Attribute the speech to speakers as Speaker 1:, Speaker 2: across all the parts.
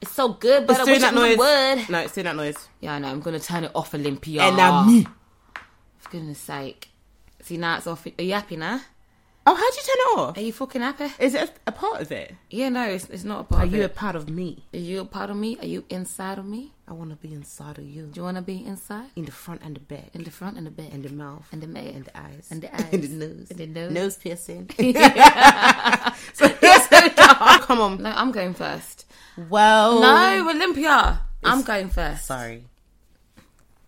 Speaker 1: It's so good, but,
Speaker 2: It's
Speaker 1: I
Speaker 2: doing
Speaker 1: wish
Speaker 2: that
Speaker 1: it
Speaker 2: noise.
Speaker 1: would.
Speaker 2: No, it's doing that noise.
Speaker 1: Yeah, I know. I'm gonna turn it off, Olympia.
Speaker 2: And now me.
Speaker 1: For goodness sake. See now it's off. Are you happy now?
Speaker 2: Oh, how'd you turn it off?
Speaker 1: Are you fucking happy?
Speaker 2: Is it a, a part of it?
Speaker 1: Yeah, no, it's, it's not a part
Speaker 2: Are
Speaker 1: of
Speaker 2: you a
Speaker 1: it.
Speaker 2: part of me?
Speaker 1: Are you a part of me? Are you inside of me?
Speaker 2: I want to be inside of you,
Speaker 1: Do you wanna be inside?
Speaker 2: in the front and the back,
Speaker 1: In the front and the back.
Speaker 2: and the mouth,
Speaker 1: And the mouth.
Speaker 2: and the eyes,
Speaker 1: And the
Speaker 2: and the
Speaker 1: eyes.
Speaker 2: nose,
Speaker 1: And the nose.
Speaker 2: piercing. Oh, come on.
Speaker 1: no, I'm going first.
Speaker 2: Well,
Speaker 1: No, Olympia. I'm going first.
Speaker 2: Oh, Sorry.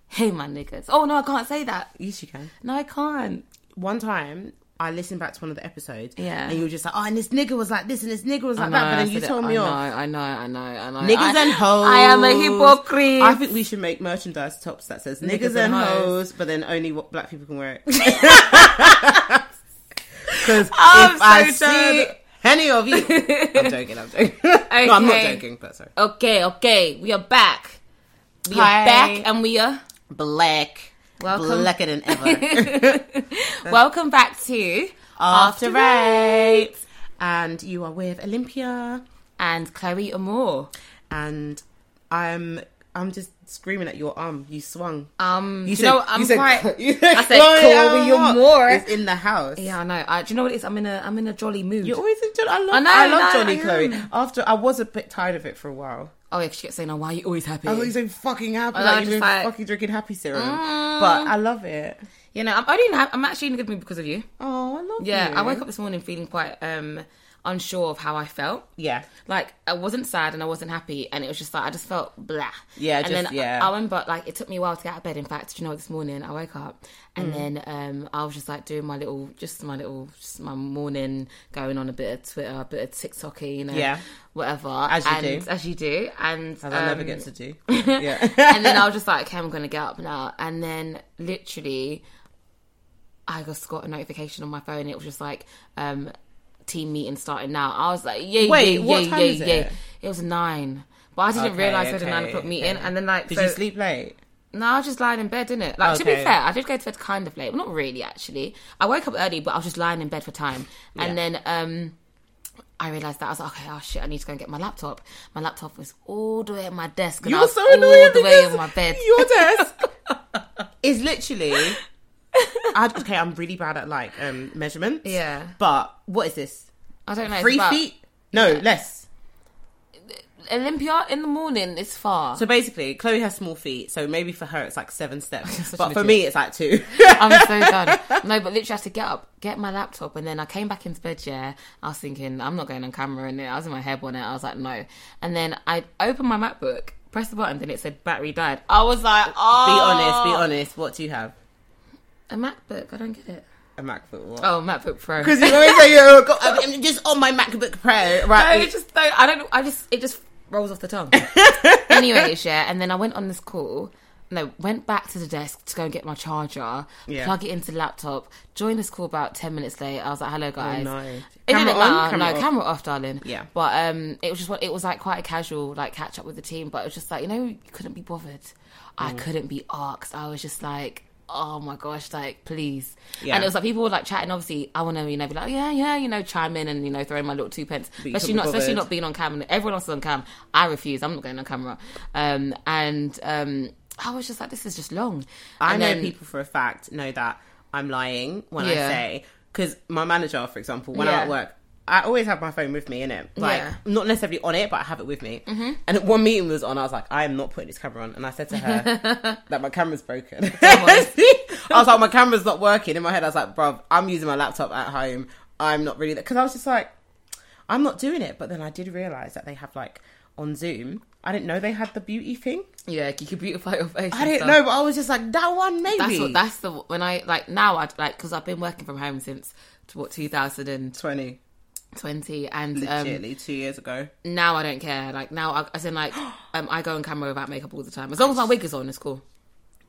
Speaker 1: Hey, my niggas. Oh, no, I can't say that.
Speaker 2: Yes, you can.
Speaker 1: No, I can't.
Speaker 2: One time. I listened back to one of the episodes,
Speaker 1: Yeah.
Speaker 2: and you were just like, "Oh, and this nigga was like this, and this nigga was like
Speaker 1: I
Speaker 2: that,"
Speaker 1: know,
Speaker 2: but
Speaker 1: I
Speaker 2: then you
Speaker 1: said it.
Speaker 2: told me
Speaker 1: I
Speaker 2: off.
Speaker 1: Know, I know, I know, I know.
Speaker 2: Niggas
Speaker 1: I,
Speaker 2: and hoes.
Speaker 1: I am a hypocrite.
Speaker 2: I think we should make merchandise tops that says niggas, and hoes, but then only what black people can wear it. Because if
Speaker 1: I'm so
Speaker 2: I see
Speaker 1: done.
Speaker 2: any of you, I'm joking. I'm joking. No, I'm not
Speaker 1: Okay.
Speaker 2: joking. But sorry,
Speaker 1: Okay, okay. We are back. We
Speaker 2: Hi.
Speaker 1: are back and we are.
Speaker 2: black,
Speaker 1: Welcome.
Speaker 2: blacker than ever.
Speaker 1: Welcome back to
Speaker 2: After rape, and you are with Olympia,
Speaker 1: and Chloe Amore.
Speaker 2: and I'm. I'm just screaming at your arm. You swung.
Speaker 1: Um,
Speaker 2: You
Speaker 1: do you know, I'm quite.
Speaker 2: you said,
Speaker 1: I said,
Speaker 2: Chloe
Speaker 1: Chloe, you're
Speaker 2: Amor
Speaker 1: more.
Speaker 2: is in the house.
Speaker 1: yeah, I know. I, do you know what it is? I'm in a I'm in a jolly mood.
Speaker 2: You're always in Johnny. I love, I
Speaker 1: I know,
Speaker 2: love
Speaker 1: no,
Speaker 2: Johnny
Speaker 1: I
Speaker 2: Chloe.
Speaker 1: am.
Speaker 2: After I was a bit tired of it for a while.
Speaker 1: oh, yeah, 'cause she kept saying, "Oh, why are you always happy?"
Speaker 2: I was like, so fucking happy,
Speaker 1: I
Speaker 2: like
Speaker 1: know,
Speaker 2: you've
Speaker 1: just
Speaker 2: been
Speaker 1: like-
Speaker 2: fucking drinking happy serum. But I love it.
Speaker 1: you know, I'm only in, ha- I'm actually in a good mood because of you.
Speaker 2: Oh, I love
Speaker 1: Yeah,
Speaker 2: you.
Speaker 1: I woke up this morning feeling quite um unsure of how I felt.
Speaker 2: Yeah,
Speaker 1: Like I wasn't sad and I wasn't happy, and it was just like I just felt blah.
Speaker 2: Yeah,
Speaker 1: and
Speaker 2: just-
Speaker 1: then
Speaker 2: yeah.
Speaker 1: I, I remember like it took me a while to get out of bed. In fact, you know, this morning I woke up
Speaker 2: Mm.
Speaker 1: and then um I was just like doing my little, just my little, just my morning, going on a bit of Twitter, a bit of TikTok, you know,
Speaker 2: Yeah.
Speaker 1: whatever.
Speaker 2: As you
Speaker 1: and,
Speaker 2: do.
Speaker 1: as you do, and
Speaker 2: as I never
Speaker 1: um,
Speaker 2: get to do. Yeah,
Speaker 1: and then I was just like, okay, I'm going to get up now. And then literally, I just got a notification on my phone. It was just like, um, team meeting starting now. I was like, yeah,
Speaker 2: Wait,
Speaker 1: yeah,
Speaker 2: what
Speaker 1: yeah,
Speaker 2: time
Speaker 1: yeah,
Speaker 2: is
Speaker 1: yeah.
Speaker 2: it?
Speaker 1: It was nine. But I didn't
Speaker 2: Okay,
Speaker 1: realize we had a nine
Speaker 2: okay,
Speaker 1: o'clock meeting,
Speaker 2: okay.
Speaker 1: and then like,
Speaker 2: Did
Speaker 1: so-
Speaker 2: you sleep late?
Speaker 1: No, I was just lying in bed, didn't it? Like to
Speaker 2: Okay.
Speaker 1: be fair, I did go to bed kind of late, but not really actually. I woke up early, but I was just lying in bed for time, and
Speaker 2: Yeah.
Speaker 1: then um, I realized that I was like, okay, oh shit, I need to go and get my laptop. My laptop was all the way at my desk, and I
Speaker 2: You're
Speaker 1: was
Speaker 2: so
Speaker 1: all
Speaker 2: annoying
Speaker 1: the way
Speaker 2: because
Speaker 1: in my bed.
Speaker 2: your desk is literally. I, okay, I'm really bad at like um measurements.
Speaker 1: Yeah.
Speaker 2: but what is this?
Speaker 1: I don't know. it's
Speaker 2: Three
Speaker 1: about-
Speaker 2: feet? No, less.
Speaker 1: Olympia in the morning is far.
Speaker 2: So basically, Chloe has small feet, so maybe for her it's like seven steps,
Speaker 1: Such
Speaker 2: but
Speaker 1: an
Speaker 2: for
Speaker 1: idiot.
Speaker 2: me it's like two.
Speaker 1: I'm so done. No, but literally, I had to get up, get my laptop, and then I came back into bed. Yeah, I was thinking I'm not going on camera, and I was in my hair bonnet. I was like, no. And then I opened my MacBook, pressed the button, then it said battery died. I was like,
Speaker 2: Be
Speaker 1: oh,
Speaker 2: honest, be honest. What do you have?
Speaker 1: A MacBook? I don't get it.
Speaker 2: A MacBook? What?
Speaker 1: Oh, MacBook Pro.
Speaker 2: Because you always say, "Oh, God, I'm I'm just on my MacBook Pro,
Speaker 1: No,
Speaker 2: right?"
Speaker 1: it just don't. I don't. I just it just rolls off the tongue. Anyways, yeah, and then I went on this call. No, went back to the desk to go and get my charger,
Speaker 2: Yeah.
Speaker 1: plug it into the laptop. Joined this call about ten minutes late. I was like, "Hello, guys."
Speaker 2: Oh, no.
Speaker 1: It
Speaker 2: Camera
Speaker 1: didn't
Speaker 2: on,
Speaker 1: matter.
Speaker 2: camera
Speaker 1: no,
Speaker 2: off.
Speaker 1: camera off, darling.
Speaker 2: Yeah.
Speaker 1: but um, it was just what it was like quite a casual like catch up with the team. But it was just like you know you couldn't be bothered.
Speaker 2: Mm.
Speaker 1: I couldn't be asked. I was just like. Oh my gosh! Like, please,
Speaker 2: Yeah.
Speaker 1: and it was like people were like chatting. Obviously, I want to, you know, be like, "Oh, yeah, yeah, you know, chime in and you know, throw in my little two pence
Speaker 2: But you
Speaker 1: especially
Speaker 2: couldn't
Speaker 1: not
Speaker 2: be
Speaker 1: especially
Speaker 2: bothered.
Speaker 1: not being on camera. Everyone else is on cam. I refuse. I'm not going on camera. Um, and um, I was just like, this is just long.
Speaker 2: I
Speaker 1: and
Speaker 2: know
Speaker 1: then-
Speaker 2: people for a fact know that I'm lying when I
Speaker 1: Yeah.
Speaker 2: say because my manager, for example, when I'm
Speaker 1: Yeah.
Speaker 2: at work, I always have my phone with me in it, like
Speaker 1: Yeah. Mm-hmm.
Speaker 2: not necessarily on it, but I have it with me. And at one meeting we was on, I was like, I am not putting this camera on, and I said to her that my camera's broken. I was like, my camera's not working. In my head, I was like, bruv, I'm using my laptop at home. I'm not really because I was just like, I'm not doing it. But then I did realize that they have like on Zoom. I didn't know they had the beauty thing.
Speaker 1: Yeah, you could beautify your face.
Speaker 2: I
Speaker 1: and
Speaker 2: didn't
Speaker 1: stuff.
Speaker 2: know, but I was just like that one maybe.
Speaker 1: That's what. That's the when I like now. I like because I've been working from home since what 2020,
Speaker 2: 20
Speaker 1: and um,
Speaker 2: literally two years ago
Speaker 1: now I don't care. Like now, I, as in like um, I go on camera without makeup all the time. As long as my wig is on, it's cool.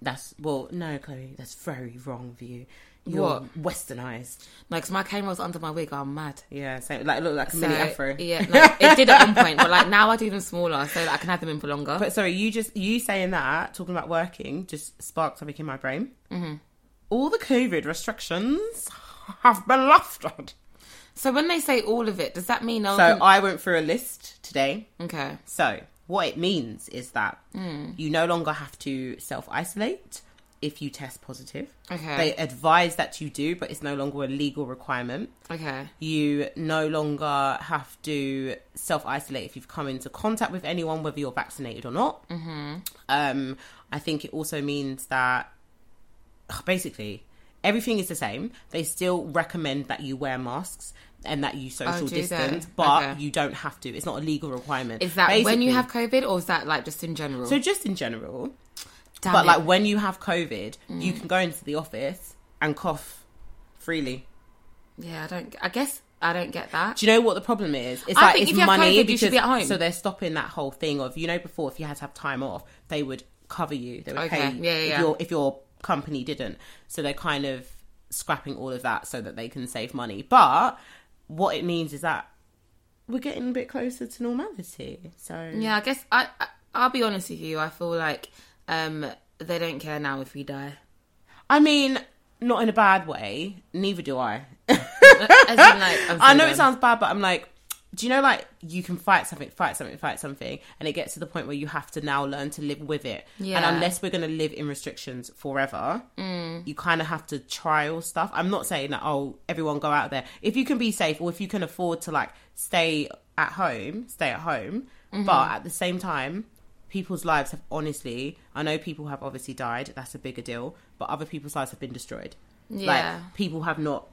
Speaker 2: that's well no chloe that's very wrong for you you're
Speaker 1: What?
Speaker 2: westernized
Speaker 1: Like 'cause my camera's under my wig, I'm mad.
Speaker 2: yeah same like look like a
Speaker 1: So,
Speaker 2: mini afro
Speaker 1: Yeah, like, it did at one point, but like now I do them smaller so that I can have them in for longer.
Speaker 2: but sorry you just you saying that talking about working just sparked something in my brain mm-hmm. all the covid restrictions have been lifted
Speaker 1: So when they say all of it, does that mean I
Speaker 2: so
Speaker 1: can...
Speaker 2: i went through a list today
Speaker 1: okay?
Speaker 2: so What it means is that
Speaker 1: Hmm.
Speaker 2: you no longer have to self isolate if you test positive.
Speaker 1: Okay.
Speaker 2: They advise that you do, but it's no longer a legal requirement.
Speaker 1: Okay.
Speaker 2: You no longer have to self isolate if you've come into contact with anyone, whether you're vaccinated or not. Mm-hmm. Um, I think it also means that ugh, basically everything is the same. They still recommend that you wear masks and that you social
Speaker 1: Oh, do they?
Speaker 2: distance, but
Speaker 1: Okay.
Speaker 2: you don't have to. It's not a legal requirement.
Speaker 1: Is that when
Speaker 2: Basically-
Speaker 1: you have COVID or is that like just in general?
Speaker 2: So just in general,
Speaker 1: Damn
Speaker 2: but
Speaker 1: it. Mm.
Speaker 2: like when you have COVID, you can go into the office and cough freely.
Speaker 1: yeah, I don't. I guess I don't get that.
Speaker 2: Do you know what the problem is? It's
Speaker 1: I
Speaker 2: like
Speaker 1: think
Speaker 2: it's
Speaker 1: if you have
Speaker 2: money
Speaker 1: COVID, you should be at home.
Speaker 2: so they're stopping that whole thing of you know before if you had to have time off, they would cover you. They would
Speaker 1: Okay.
Speaker 2: pay you
Speaker 1: Yeah, yeah,
Speaker 2: if
Speaker 1: yeah.
Speaker 2: your if your company didn't. So they're kind of scrapping all of that so that they can save money. But what it means is that we're getting a bit closer to normality. So
Speaker 1: Yeah, I guess I, I. I'll be honest with you. I feel like um they don't care now if we die.
Speaker 2: I mean, not in a bad way. Neither do I.
Speaker 1: As in, like, I'm
Speaker 2: I
Speaker 1: so
Speaker 2: know it
Speaker 1: done.
Speaker 2: sounds bad, but I'm like, do you know like you can fight something, fight something, fight something, and it gets to the point where you have to now learn to live with it.
Speaker 1: Yeah.
Speaker 2: And unless we're gonna live in restrictions forever, you kind of have to trial stuff. I'm not saying that oh everyone go out there. If you can be safe or if you can afford to like stay at home, stay at home. But at the same time, people's lives have honestly. I know people have obviously died. That's a bigger deal. But other people's lives have been destroyed.
Speaker 1: Yeah.
Speaker 2: Like people have not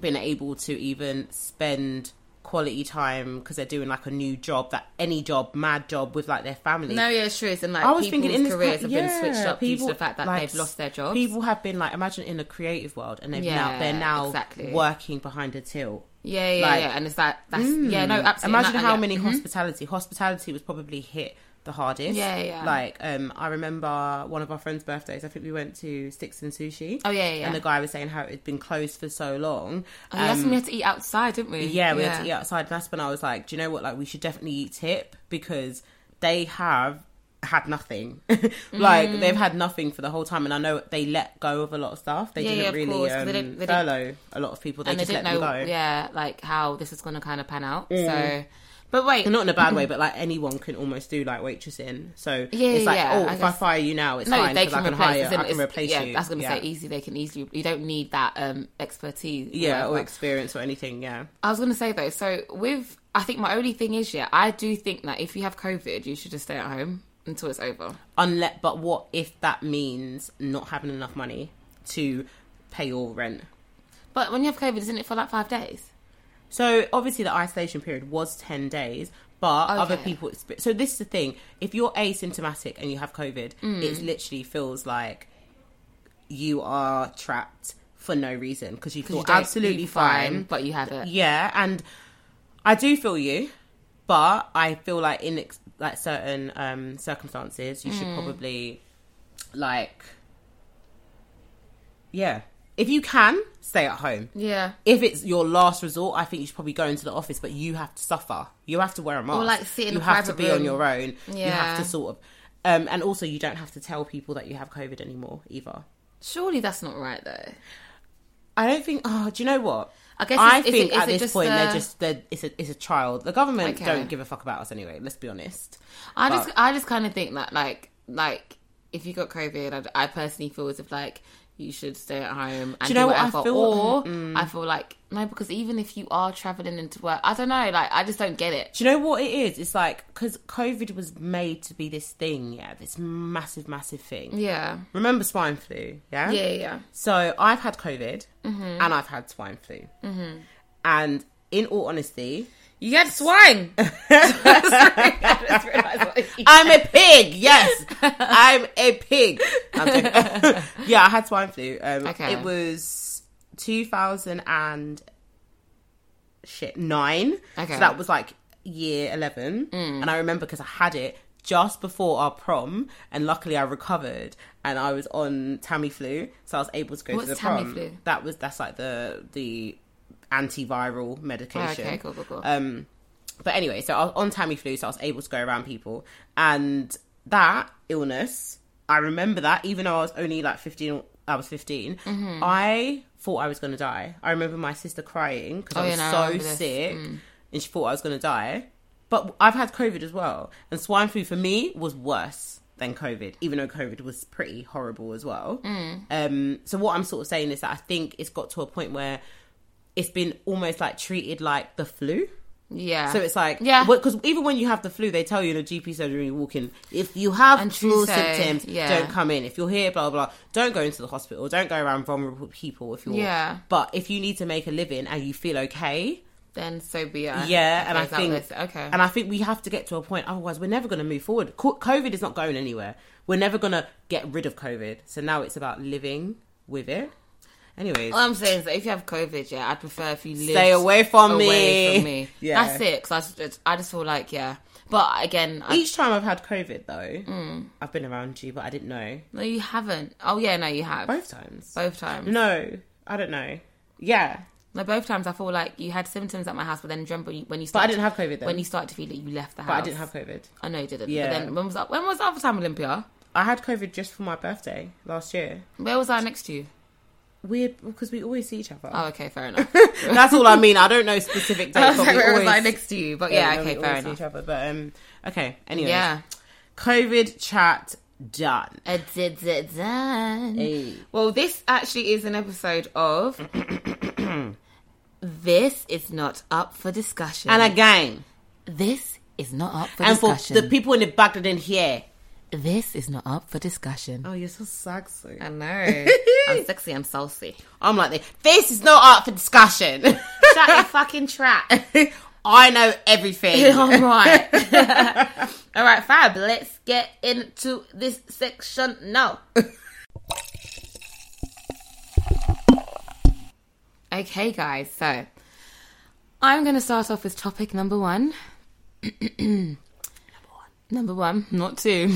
Speaker 2: been able to even spend quality time because they're doing like a new job that any job mad job with like their family
Speaker 1: No, yeah, it's true. It's in like
Speaker 2: i was
Speaker 1: people's
Speaker 2: thinking in this
Speaker 1: careers
Speaker 2: co-
Speaker 1: have been
Speaker 2: yeah,
Speaker 1: switched up due
Speaker 2: people-
Speaker 1: to the fact that
Speaker 2: like,
Speaker 1: they've lost their jobs.
Speaker 2: people have been like imagine in the creative world and they've now
Speaker 1: Yeah,
Speaker 2: they're now
Speaker 1: exactly.
Speaker 2: working behind a till
Speaker 1: yeah, yeah,
Speaker 2: like- mm,
Speaker 1: yeah. And it's like that's yeah, no, absolutely.
Speaker 2: Imagine
Speaker 1: not-
Speaker 2: how
Speaker 1: yeah.
Speaker 2: many hospitality. Hospitality was probably hit the hardest.
Speaker 1: Yeah, yeah.
Speaker 2: Like, um, I remember one of our friends' birthdays. I think we went to Sticks and Sushi.
Speaker 1: Oh, yeah, yeah,
Speaker 2: And the
Speaker 1: yeah.
Speaker 2: guy was saying how it had been closed for so long.
Speaker 1: Oh, yeah, that's
Speaker 2: Um,
Speaker 1: when we had to eat outside, didn't we?
Speaker 2: yeah, we had to eat outside. And that's when I was like, do you know what? Like, we should definitely tip because they have had nothing. like,
Speaker 1: Mm.
Speaker 2: they've had nothing for the whole time. And I know they let go of a lot of stuff. They
Speaker 1: Yeah,
Speaker 2: didn't
Speaker 1: yeah, of
Speaker 2: really
Speaker 1: course, 'cause
Speaker 2: um,
Speaker 1: they didn't- they didn't-
Speaker 2: furlough a lot of people. They
Speaker 1: and they
Speaker 2: just
Speaker 1: didn't
Speaker 2: let
Speaker 1: know,
Speaker 2: them go.
Speaker 1: yeah, like how this was going to kind of pan out. So, but wait,
Speaker 2: Mm. not in a bad way, but like anyone can almost do like waitressing. So
Speaker 1: Yeah,
Speaker 2: it's like,
Speaker 1: yeah,
Speaker 2: oh,
Speaker 1: I
Speaker 2: if I
Speaker 1: guess-
Speaker 2: fire you now, it's
Speaker 1: no,
Speaker 2: fine
Speaker 1: they
Speaker 2: because
Speaker 1: can
Speaker 2: I can
Speaker 1: replace.
Speaker 2: hire,
Speaker 1: it's in-
Speaker 2: I can
Speaker 1: it's-
Speaker 2: replace
Speaker 1: yeah,
Speaker 2: you.
Speaker 1: that's going to
Speaker 2: yeah.
Speaker 1: say easy. They can easily. You don't need that um expertise. or
Speaker 2: Yeah, or
Speaker 1: whatever.
Speaker 2: experience or anything. Yeah,
Speaker 1: I was going to say though. So with, I think my only thing is, yeah, I do think that if you have COVID, you should just stay at home until it's over.
Speaker 2: unless. But what if that means not having enough money to pay your rent?
Speaker 1: But when you have COVID, isn't it for like five days?
Speaker 2: So obviously the isolation period was ten days, but other
Speaker 1: Okay.
Speaker 2: people. expe- So this is the thing: if you're asymptomatic and you have COVID,
Speaker 1: Mm.
Speaker 2: it literally feels like you are trapped for no reason because you
Speaker 1: 'Cause
Speaker 2: feel
Speaker 1: you don't-
Speaker 2: absolutely
Speaker 1: you
Speaker 2: fine
Speaker 1: but you have it.
Speaker 2: Yeah, and I do feel you, but I feel like in ex- like certain um circumstances, you should
Speaker 1: Mm.
Speaker 2: probably like yeah. If you can, stay at home.
Speaker 1: yeah.
Speaker 2: If it's your last resort, I think you should probably go into the office, but you have to suffer. You have to wear a mask.
Speaker 1: like, sit in
Speaker 2: you
Speaker 1: a
Speaker 2: have to
Speaker 1: private
Speaker 2: be on
Speaker 1: room.
Speaker 2: your own. You
Speaker 1: Yeah.
Speaker 2: have to sort of, um, and also you don't have to tell people that you have COVID anymore either.
Speaker 1: Surely that's not right though.
Speaker 2: I don't think. Oh, do you know what?
Speaker 1: I guess
Speaker 2: I
Speaker 1: it's- is
Speaker 2: think
Speaker 1: it- is
Speaker 2: at
Speaker 1: it
Speaker 2: this
Speaker 1: just
Speaker 2: point they're
Speaker 1: the-
Speaker 2: just they're, it's a it's a trial. The government
Speaker 1: Okay.
Speaker 2: don't give a fuck about us anyway. Let's be honest.
Speaker 1: I
Speaker 2: But-
Speaker 1: just, I just kind of think that, like, like if you got COVID, I, I personally feel as if like you should stay at home and
Speaker 2: you
Speaker 1: do,
Speaker 2: know what I
Speaker 1: whatever.
Speaker 2: feel? Mm-hmm.
Speaker 1: or I feel like no, because even if you are traveling into work, I don't know. Like, I just don't get it.
Speaker 2: Do you know what it is? It's like because COVID was made to be this thing, yeah, this massive, massive thing.
Speaker 1: Yeah,
Speaker 2: Remember swine flu? Yeah.
Speaker 1: yeah, yeah.
Speaker 2: So I've had COVID and I've had swine flu, and in all honesty,
Speaker 1: You get swine. Sorry, I just realised what I said.
Speaker 2: I'm a pig. Yes, I'm a pig. I'm joking. yeah, I had swine flu. Um,
Speaker 1: Okay.
Speaker 2: It was 2000 and shit nine.
Speaker 1: Okay. Mm.
Speaker 2: So that was like year 11, and I remember because I had it just before our prom, and luckily I recovered, and I was on Tamiflu, so I was able to go
Speaker 1: What's
Speaker 2: to the prom.
Speaker 1: Tamiflu?
Speaker 2: That was that's like the the antiviral medication.
Speaker 1: okay, cool, cool, cool.
Speaker 2: Um, but anyway, so I was on Tamiflu, so I was able to go around people, and that illness, I remember that even though I was only like fifteen, or- I was 15
Speaker 1: Mm-hmm.
Speaker 2: I thought I was gonna die. I remember my sister crying because
Speaker 1: Oh,
Speaker 2: I
Speaker 1: yeah,
Speaker 2: was
Speaker 1: no, I
Speaker 2: so
Speaker 1: remember this. Mm.
Speaker 2: sick, and she thought I was gonna die. But I've had COVID as well, and swine flu for me was worse than COVID, even though COVID was pretty horrible as well.
Speaker 1: Mm.
Speaker 2: Um, so what I'm sort of saying is that I think it's got to a point where it's been almost like treated like the flu.
Speaker 1: Yeah.
Speaker 2: So it's like,
Speaker 1: Yeah.
Speaker 2: because even when you have the flu, they tell you in a GP surgery when you walk in, if you have
Speaker 1: And
Speaker 2: flu
Speaker 1: so,
Speaker 2: symptoms,
Speaker 1: yeah.
Speaker 2: don't come in. If you're here, blah, blah, blah, don't go into the hospital. Don't go around vulnerable people if you're.
Speaker 1: Yeah.
Speaker 2: But if you need to make a living and you feel okay,
Speaker 1: then so be it.
Speaker 2: yeah, and I
Speaker 1: Okay,
Speaker 2: think
Speaker 1: that was- okay.
Speaker 2: and I think we have to get to a point. Otherwise, we're never going to move forward. Co- COVID is not going anywhere. We're never going to get rid of COVID. So now it's about living with it. Anyways,
Speaker 1: All I'm saying is that if you have COVID, yeah, I'd prefer if you Oh, live
Speaker 2: stay away from me.
Speaker 1: away from me.
Speaker 2: Yeah. E-
Speaker 1: That's it. Cause I just- it's- I, just feel like yeah. But again, I,
Speaker 2: Each time I've had COVID though,
Speaker 1: Mm.
Speaker 2: I've been around you, but I didn't know
Speaker 1: no, you haven't. Oh yeah, no, you have both,
Speaker 2: both Mm. times.
Speaker 1: times. No.
Speaker 2: No, I don't know. Yeah,
Speaker 1: both times I feel like you had symptoms at my house, but then do you remember when you
Speaker 2: but I
Speaker 1: started,
Speaker 2: didn't have COVID then.
Speaker 1: when you started to feel it, you left the house.
Speaker 2: but I didn't have COVID.
Speaker 1: I know you didn't.
Speaker 2: Yeah.
Speaker 1: But then when was that, when was the other time Olympia?
Speaker 2: I had COVID just for my birthday last year.
Speaker 1: Where was I next to you?
Speaker 2: Weird, because we always see each other.
Speaker 1: Oh, okay, fair enough.
Speaker 2: That's all I mean. I don't know specific
Speaker 1: I was
Speaker 2: dates. But
Speaker 1: like,
Speaker 2: we
Speaker 1: where was I
Speaker 2: always,
Speaker 1: next to you? But yeah,
Speaker 2: we
Speaker 1: okay,
Speaker 2: always
Speaker 1: fair
Speaker 2: see
Speaker 1: enough.
Speaker 2: Each other, but um, okay. Anyway,
Speaker 1: Yeah.
Speaker 2: COVID chat done.
Speaker 1: Uh, d- d- done.
Speaker 2: Hey.
Speaker 1: Well, this actually is an episode of This is Not Up for Discussion.
Speaker 2: And again,
Speaker 1: this is not up for
Speaker 2: and for
Speaker 1: discussion.
Speaker 2: the people in the back that didn't hear.
Speaker 1: this is not up for discussion.
Speaker 2: Oh, you're so sexy.
Speaker 1: I know. I'm sexy, I'm saucy.
Speaker 2: I'm like, this is not up for discussion.
Speaker 1: Shut your fucking trap.
Speaker 2: I know everything.
Speaker 1: All right. All right, Fab, let's get into this section now. okay, guys, so I'm going to start off with topic number one. number one. Number one, not two.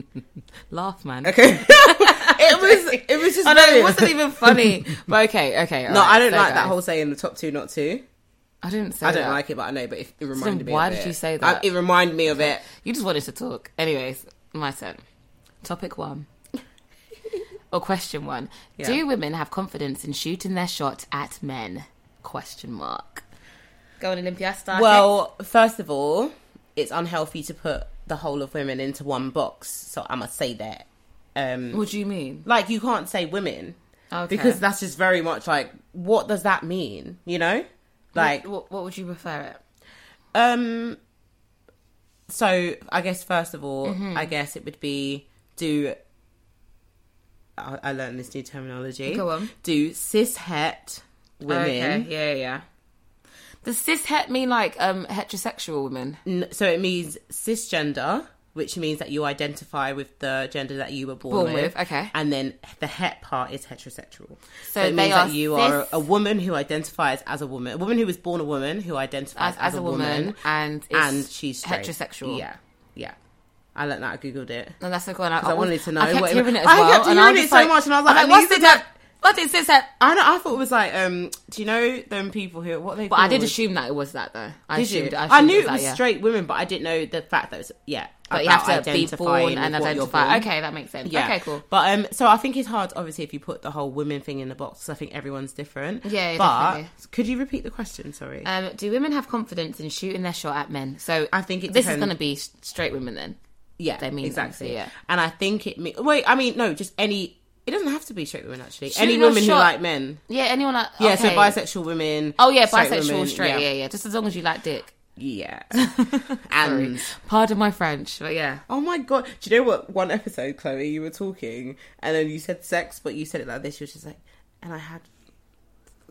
Speaker 1: Laugh, man. Okay.
Speaker 2: it was, it was just.
Speaker 1: I know, it
Speaker 2: brilliant.
Speaker 1: wasn't even funny. But okay, okay. all
Speaker 2: No,
Speaker 1: right,
Speaker 2: I don't
Speaker 1: so
Speaker 2: like that
Speaker 1: guys-
Speaker 2: whole saying the top two, not two.
Speaker 1: I didn't say
Speaker 2: I don't
Speaker 1: that.
Speaker 2: like it, but I know. But it, it reminded me.
Speaker 1: why
Speaker 2: of
Speaker 1: did
Speaker 2: it.
Speaker 1: you say
Speaker 2: I-
Speaker 1: that?
Speaker 2: it reminded me of it.
Speaker 1: You just wanted to talk. Anyways, my turn. Topic one. or question one.
Speaker 2: Yeah.
Speaker 1: Do women have confidence in shooting their shot at men? Question mark. Go on, Olympia. Start.
Speaker 2: Well, first of all, it's unhealthy to put the whole of women into one box. So I must say that. Um,
Speaker 1: What do you mean?
Speaker 2: like you can't say women
Speaker 1: Okay.
Speaker 2: because that's just very much like what does that mean you know like
Speaker 1: what, what would you prefer it?
Speaker 2: um so i guess first of all
Speaker 1: Mm-hmm.
Speaker 2: i guess it would be do i, I learned this new terminology
Speaker 1: Go on.
Speaker 2: do cis het women
Speaker 1: Okay. Yeah, yeah, yeah. Does cis het mean like um heterosexual women?
Speaker 2: N- so it means cisgender which means that you identify with the gender that you were born,
Speaker 1: Born with, okay.
Speaker 2: and then the het part is heterosexual.
Speaker 1: So
Speaker 2: it
Speaker 1: they
Speaker 2: means
Speaker 1: are
Speaker 2: that you are
Speaker 1: cis-
Speaker 2: a woman who identifies as a woman, a woman who was born a woman who identifies
Speaker 1: As, as, a woman, and is
Speaker 2: and she's straight.
Speaker 1: heterosexual.
Speaker 2: Yeah, yeah. I learned that. I googled it.
Speaker 1: And that's like when I,
Speaker 2: I wanted to know
Speaker 1: I kept
Speaker 2: what it-
Speaker 1: hearing it as
Speaker 2: I
Speaker 1: well.
Speaker 2: kept
Speaker 1: and I
Speaker 2: hearing
Speaker 1: was
Speaker 2: it
Speaker 1: just
Speaker 2: so much, and I was like, I
Speaker 1: what's it
Speaker 2: need to
Speaker 1: that? What is cis het?
Speaker 2: I know, I thought it was like um, do you know them people who what they?
Speaker 1: But I did assume that it was that though. I
Speaker 2: Mm. Did you?
Speaker 1: assumed,
Speaker 2: I,
Speaker 1: assumed
Speaker 2: knew it was
Speaker 1: that, yeah.
Speaker 2: straight women, but I didn't know the fact that it's yeah.
Speaker 1: But you
Speaker 2: about
Speaker 1: have to be
Speaker 2: identifying
Speaker 1: born and
Speaker 2: with what you're
Speaker 1: identify.
Speaker 2: born.
Speaker 1: Okay, that makes sense.
Speaker 2: Yeah.
Speaker 1: Okay, cool.
Speaker 2: But um, so I think it's hard, obviously, if you put the whole women thing in the box. 'cause I think everyone's different.
Speaker 1: Yeah, yeah,
Speaker 2: but
Speaker 1: definitely.
Speaker 2: could you repeat the question? Sorry.
Speaker 1: Um, do women have confidence in shooting their shot at men? So
Speaker 2: I think it
Speaker 1: this is
Speaker 2: depends-
Speaker 1: going to be s- straight women then.
Speaker 2: yeah,
Speaker 1: they mean that,
Speaker 2: exactly.
Speaker 1: obviously, yeah.
Speaker 2: and I think it. Me- Wait, I mean, no, just any. It doesn't have to be straight women actually.
Speaker 1: Shoot
Speaker 2: any
Speaker 1: your
Speaker 2: women who
Speaker 1: shot.
Speaker 2: like men.
Speaker 1: Yeah, anyone? Like,
Speaker 2: Yeah, so
Speaker 1: okay.
Speaker 2: bisexual women.
Speaker 1: Oh yeah,
Speaker 2: straight
Speaker 1: bisexual,
Speaker 2: women,
Speaker 1: straight. Yeah. yeah, Just as long as you like dick.
Speaker 2: yeah. and
Speaker 1: Pardon my French, but yeah.
Speaker 2: oh my god, do you know what? One episode, Chloe, you were talking, and then you said sex, but you said it like this. You were just like, and I had